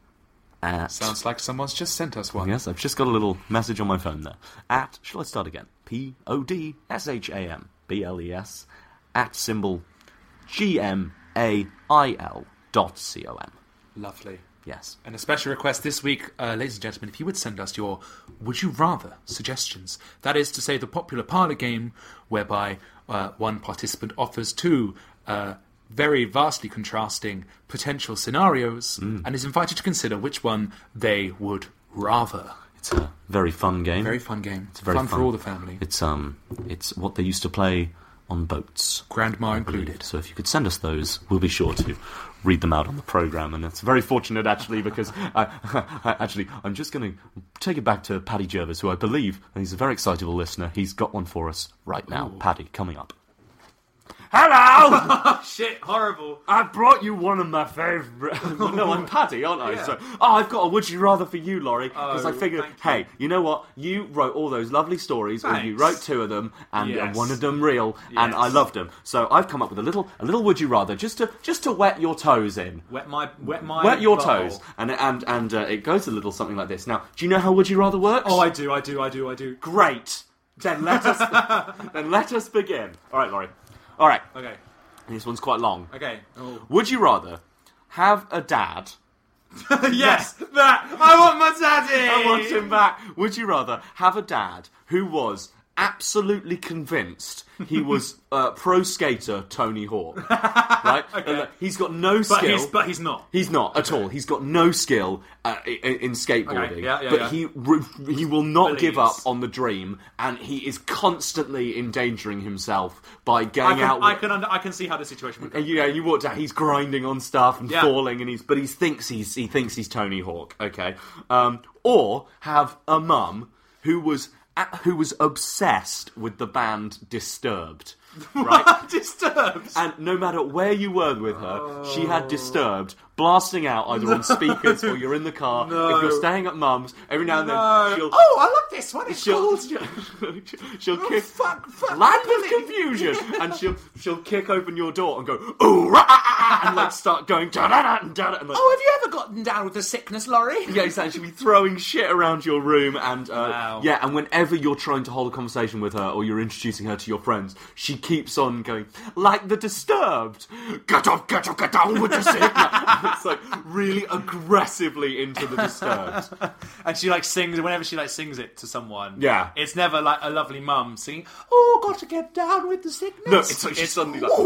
S3: At oh,
S4: Sounds like someone's just sent us one.
S3: Yes, I've just got a little message on my phone there. At, shall I start again? P O D S H A M B L E S. At symbol G M A I L dot C O M.
S4: Lovely.
S3: Yes.
S4: And a special request this week, uh, ladies and gentlemen, if you would send us your would you rather suggestions. That is to say, the popular parlor game whereby uh, one participant offers two uh, very vastly contrasting potential scenarios and is invited to consider which one they would rather.
S3: It's a very fun game.
S4: Very fun game.
S3: Hmm. It's very
S4: fun,
S3: fun,
S4: for all the family.
S3: It's um, it's what they used to play on boats.
S4: Grandma
S3: I believe. So if you could send us those, we'll be sure to read them out on the program. And it's very fortunate actually because I, I actually I'm just going to take it back to Paddy Jervis, who I believe and he's a very excitable listener. He's got one for us right now. Paddy, coming up. Hello.
S4: Shit, horrible.
S3: I brought you one of my favourite. well, no, I'm Paddy, aren't I?
S4: Yeah.
S3: So, oh, I've got a would you rather for you, Laurie, because
S4: Oh,
S3: I figured,
S4: thank you.
S3: hey, you know what? You wrote all those lovely stories, or you
S4: Thanks.
S3: wrote two of them, and uh,
S4: Yes.
S3: one of them real, and I
S4: Yes.
S3: loved them. So I've come up with a little, a little would you rather, just to, just to wet your toes in.
S4: Wet my wet my
S3: Wet your
S4: butthole.
S3: toes, and and and uh, it goes a little something like this. Now, do you know how Would You Rather works?
S4: Oh, I do, I do, I do, I do.
S3: great. Then let us then let us begin. All right, Laurie. All right,
S4: Okay,
S3: this one's quite long.
S4: okay. Oh.
S3: Would you rather have a dad?
S4: yes, that. I want my daddy.
S3: I want him back. Would you rather have a dad who was absolutely convinced he was uh, pro skater Tony Hawk? Right? And, uh, He's got no skill.
S4: But he's, but he's not.
S3: He's not at all. He's got no skill uh, in, in skateboarding,
S4: Okay, yeah, yeah,
S3: but
S4: yeah.
S3: he re- he will not give up
S4: Believes.
S3: on the dream, and he is constantly endangering himself by going
S4: I can,
S3: out.
S4: I
S3: with-
S4: can, under, I can see how the situation would go.
S3: And you know, you walk down. He's grinding on stuff and
S4: Yeah.
S3: falling, and he's but he thinks he's he thinks he's Tony Hawk. Okay, um, or have a mum who was a- who was obsessed with the band Disturbed. Right,
S4: Disturbed. Oh.
S3: and no matter where you were with her, she had Disturbed blasting out either on speakers or you're in the car. If you're staying at mum's, every now and then she'll.
S4: oh, I love this one. It's
S3: She'll,
S4: called. Oh,
S3: she'll, she'll kick
S4: fuck, fuck,
S3: land
S4: I
S3: of confusion, and she'll she'll kick open your door and go ooh rah, ah, ah, ah," and like start going da da da da da, and like,
S4: Oh, have you ever gotten down with the sickness, Laurie?
S3: yeah, exactly. She'll be throwing shit around your room, and uh,
S4: Wow.
S3: yeah, and whenever you're trying to hold a conversation with her or you're introducing her to your friends, she keeps on going like the disturbed. Get up, get up, get down with the sick. it's like really aggressively into the disturbed.
S6: and she like sings whenever she like sings it to someone.
S3: Yeah.
S6: it's never like a lovely mum singing. Oh, gotta get down with the sickness.
S3: No, it's like she's suddenly like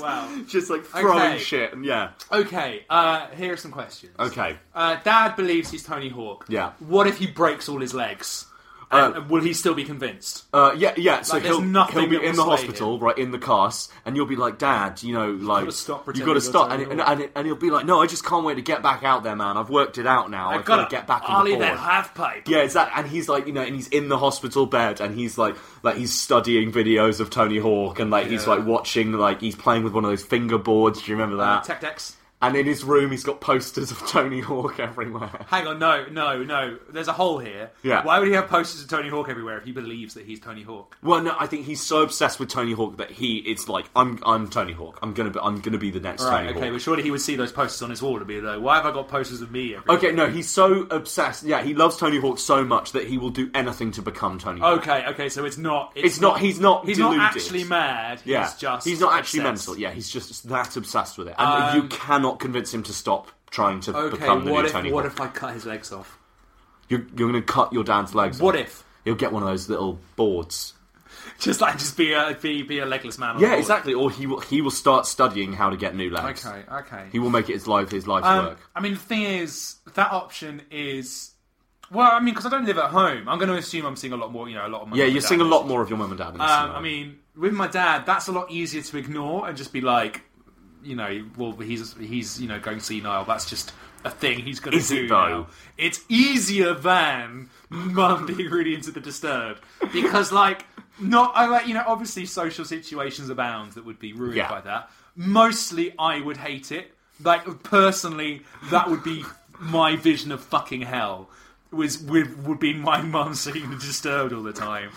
S6: wow,
S3: just like throwing
S6: Okay.
S3: shit and yeah.
S6: Okay, uh, here are some questions.
S3: Okay.
S6: Uh, Dad believes he's Tony Hawk.
S3: Yeah.
S6: What if he breaks all his legs?
S3: Uh,
S6: And will he still be convinced?
S3: Uh, yeah, yeah. So
S6: Like, there's
S3: he'll,
S6: nothing
S3: he'll be
S6: that will
S3: in the
S6: sway
S3: hospital, right, in the cast, and you'll be like, "Dad, you know, like,
S6: gotta stop
S3: you
S6: pretending
S3: got
S6: you're
S3: to stop." And,
S6: Tony
S3: and,
S6: Hawk.
S3: and, and he'll be like, "No, I just can't wait to get back out there, man. I've worked it out now.
S6: I've
S3: Oh, I've got to
S6: gotta
S3: get back on
S6: ollie
S3: the board."
S6: that half pipe.
S3: Yeah, it's that. And he's like, you know, and he's in the hospital bed, and he's like, like he's studying videos of Tony Hawk, and like he's
S6: Yeah. Oh,
S3: like watching, like he's playing with one of those fingerboards. Do you remember that?
S6: Uh, Tech decks.
S3: and in his room, he's got posters of Tony Hawk everywhere.
S6: Hang on, no, no, no. There's a hole here.
S3: Yeah.
S6: Why would he have posters of Tony Hawk everywhere if he believes that he's Tony Hawk?
S3: Well, no, I think he's so obsessed with Tony Hawk that he it's like I'm I'm Tony Hawk. I'm gonna be, I'm gonna be the next
S6: right.
S3: Tony
S6: okay,
S3: Hawk.
S6: but surely he would see those posters on his wall and be like, "Why have I got posters of me?" Everywhere?
S3: Okay, no, he's so obsessed. Yeah, he loves Tony Hawk so much that he will do anything to become Tony. Hawk.
S6: Okay. Okay. So it's not. It's,
S3: It's not- he's not
S6: He's
S3: deluded.
S6: not actually mad. He's
S3: yeah,
S6: just.
S3: he's not actually
S6: obsessed.
S3: mental. Yeah, he's just that obsessed with it, and
S6: Um,
S3: you cannot convince him to stop trying to
S6: Okay.
S3: become the
S6: What
S3: new
S6: if?
S3: Tony
S6: What
S3: Hawk.
S6: if I cut his legs off?
S3: You're, you're going to cut your dad's legs.
S6: What
S3: off.
S6: if?
S3: you'll get one of those little boards?
S6: Just like just be a be, be a legless man. On the
S3: Yeah,
S6: board.
S3: exactly. Or he will he will start studying how to get new legs.
S6: Okay. Okay.
S3: He will make it his life his life's
S6: Um,
S3: work.
S6: I mean, the thing is, that option is. Well, I mean, because I don't live at home, I'm going to assume I'm seeing a lot more. You know, a lot of my
S3: Yeah,
S6: mum and
S3: you're
S6: dad
S3: seeing a
S6: messages.
S3: lot more of your mum and dad. In this
S6: Um,
S3: scenario.
S6: I mean, with my dad, that's a lot easier to ignore and just be like, you know, well, he's he's you know going senile. That's just a thing he's going to
S3: Is it,
S6: do.
S3: though?
S6: now. It's easier than mum being really into the disturbed because, like, not I like you know, obviously social situations abound that would be ruined
S3: Yeah.
S6: by that. Mostly, I would hate it. Like personally, that would be my vision of fucking hell. Was would, would be my mum seeing the disturbed all the time.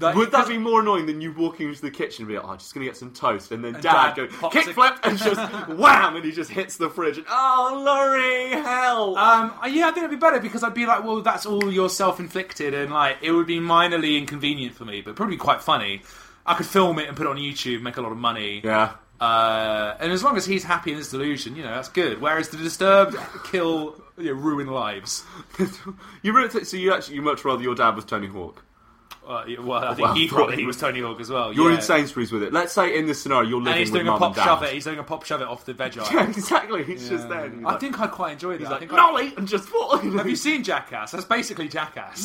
S6: Like,
S3: Would that be more annoying than you walking into the kitchen and be like, oh, I'm just going to get some toast? And then
S6: And
S3: dad,
S6: Dad
S3: goes,
S6: pops
S3: kick
S6: a-
S3: flip, and just wham, and he just hits the fridge. And oh, Laurie, hell.
S6: Um, I- yeah, I think it'd be better because I'd be like, well, that's all you're self-inflicted, and like it would be minorly inconvenient for me, but probably quite funny. I could film it and put it on YouTube, make a lot of money.
S3: Yeah.
S6: Uh, and as long as he's happy in his delusion, you know that's good. Whereas the disturbed kill, you know, ruin lives.
S3: you wrote it, so you actually, you much rather your dad was Tony Hawk.
S6: Uh, yeah, well, I think
S3: Well,
S6: he
S3: probably.
S6: probably he was Tony Hawk as well.
S3: You're
S6: yeah.
S3: in Sainsbury's with it. Let's say in this scenario, you're living
S6: And he's
S3: with
S6: doing a
S3: mum
S6: pop
S3: and
S6: shove
S3: dad.
S6: it. He's doing a pop shove it off the veg aisle.
S3: Yeah, exactly. He's just there. and he's
S6: I
S3: like-
S6: think I quite enjoy that.
S3: He's
S6: I
S3: like,
S6: think I-
S3: "Nolly!" and just falling.
S6: Have you seen Jackass? That's basically Jackass.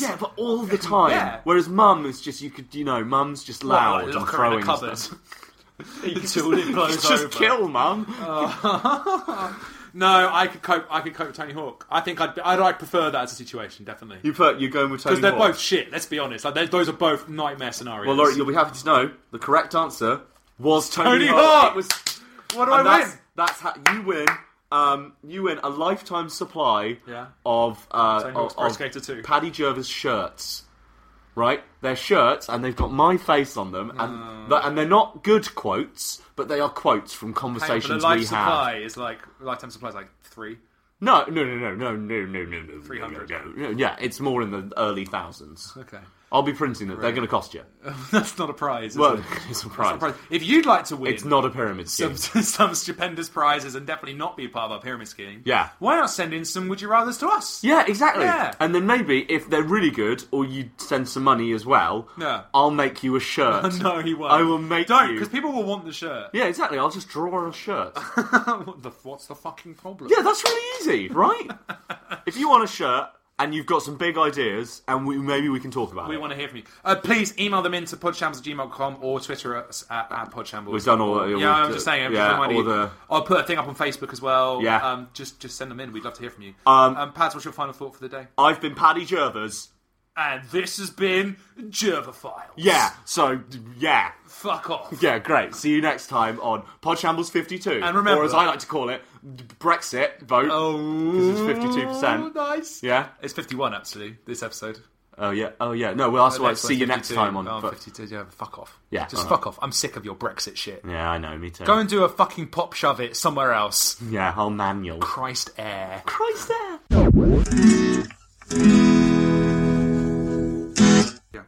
S3: Yeah, but all the time.
S6: Yeah.
S3: Whereas mum is just, you could, you know, mum's just loud and
S6: Like, lock her in
S3: throwing
S6: a cupboard.
S3: stuff.
S6: Until it blows
S3: just
S6: over. Uh,
S3: kill mum.
S6: No, I could cope. I could cope with Tony Hawk. I think I'd I'd, I'd prefer that as a situation, definitely.
S3: You put, you're going with Tony
S6: Because they're
S3: Hawk.
S6: both shit. Let's be honest. Like they- those are both nightmare scenarios.
S3: Well, Laurie, you'll be happy to know the correct answer was Tony,
S6: Tony Hawk!
S3: It was,
S6: what do
S3: and
S6: I
S3: that's,
S6: win?
S3: That's how you win. Um, you win a lifetime supply
S6: Yeah.
S3: of, uh,
S6: Tony
S3: of,
S6: Hawk's Pro
S3: of
S6: Skater 2.
S3: Paddy Jervis shirts. Right, they're shirts, and they've got my face on them, and th- and they're not good quotes, but they are quotes from
S6: Hang on, but the
S3: conversations
S6: life
S3: we
S6: supply
S3: have.
S6: is like lifetime supply is like three.
S3: No, no, no, no, no, no, no, no, no.
S6: 300.
S3: No, no, no. Yeah, it's more in the early thousands.
S6: Okay.
S3: I'll be printing them. They're going to cost you.
S6: That's not a prize. Is
S3: Well,
S6: it?
S3: it's a
S6: That's not
S3: prize.
S6: a prize. If you'd like to win,
S3: It's not a pyramid scheme.
S6: some, some stupendous prizes and definitely not be part of our pyramid scheme.
S3: Yeah.
S6: Why not send in some would you rather's to us?
S3: Yeah, exactly.
S6: Yeah.
S3: And then maybe if they're really good, or you send some money as well,
S6: Yeah.
S3: I'll make you a shirt.
S6: no, he won't.
S3: I will make
S6: Don't,
S3: you.
S6: because people will want the shirt.
S3: Yeah, exactly. I'll just draw a shirt.
S6: what the, what's the fucking problem?
S3: yeah, that's really easy, right? if you want a shirt and you've got some big ideas, and we, maybe we can talk about
S6: We
S3: it.
S6: want to hear from you. Uh, please email them in to podshambles at gmail.com or Twitter us at, at podshambles.
S3: We've done all that.
S6: Yeah,
S3: We've
S6: I'm
S3: d-
S6: just saying. I'm
S3: yeah,
S6: just reminding
S3: all
S6: you.
S3: the-
S6: I'll put a thing up on Facebook as well.
S3: Yeah.
S6: Um, just, just send them in. We'd love to hear from you.
S3: Um,
S6: Pads, what's your final thought for the day?
S3: I've been Paddy Jervers.
S6: And this has been Jervophile.
S3: Yeah. So yeah,
S6: Fuck off.
S3: yeah, great. See you next time on Podshambles 52,
S6: And remember-
S3: or as I like to call it, Brexit vote. because it's 52.
S6: Oh,
S3: percent
S6: nice.
S3: Yeah.
S6: It's 51, actually, this episode.
S3: Oh yeah. Oh yeah. No, well that's
S6: Uh,
S3: why.
S6: next
S3: See you
S6: one's
S3: next
S6: 52.
S3: time on.
S6: Oh,
S3: Fo-
S6: 52, yeah, fuck off.
S3: Yeah,
S6: Just
S3: alright.
S6: fuck off. I'm sick of your Brexit shit.
S3: Yeah, I know. Me too.
S6: Go and do a fucking pop shove it somewhere else.
S3: Yeah, I'll manual.
S6: Christ air.
S3: Christ there.
S6: Yeah.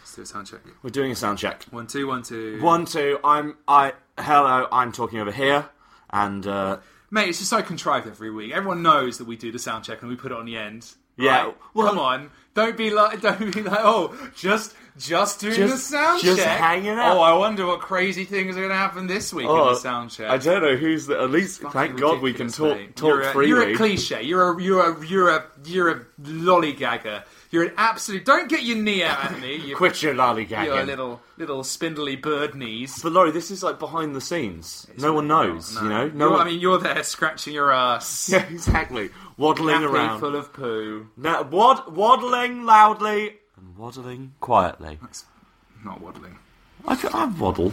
S6: Let's do a sound check.
S3: We're doing a sound check.
S6: One, two, one, two.
S3: Oh, One, two. I'm. I. Hello. I'm talking over here, and uh,
S6: Mate, it's just so contrived every week. Everyone knows that we do the sound check and we put it on the end.
S4: Yeah,
S6: right? come on, don't be like, don't be like, oh, just, just doing the
S4: Just-
S6: sound
S4: just
S6: check.
S4: hanging out.
S6: Oh, I wonder what crazy things are going to happen this week
S3: oh,
S6: in the sound check.
S4: Oh, I don't know who's the. At least,
S6: Fucking
S4: thank God we can talk
S6: mate.
S4: talk
S6: you're a,
S4: freely.
S6: You're a cliche. You're a you're a you're a you're a lollygagger. You're an absolute. Don't get your knee out at me. You,
S4: Quit your lollygagging.
S6: You're a little little spindly bird knees.
S4: But Laurie, this is like behind the scenes. no one knows, you know. No,
S6: You're-
S4: one,
S6: I mean, you're there scratching your ass.
S4: Yeah, exactly. Waddling
S6: Nappy
S4: around.
S6: full of poo.
S4: Now, wad- waddling loudly and waddling quietly. That's
S6: not waddling.
S4: I could, I waddle.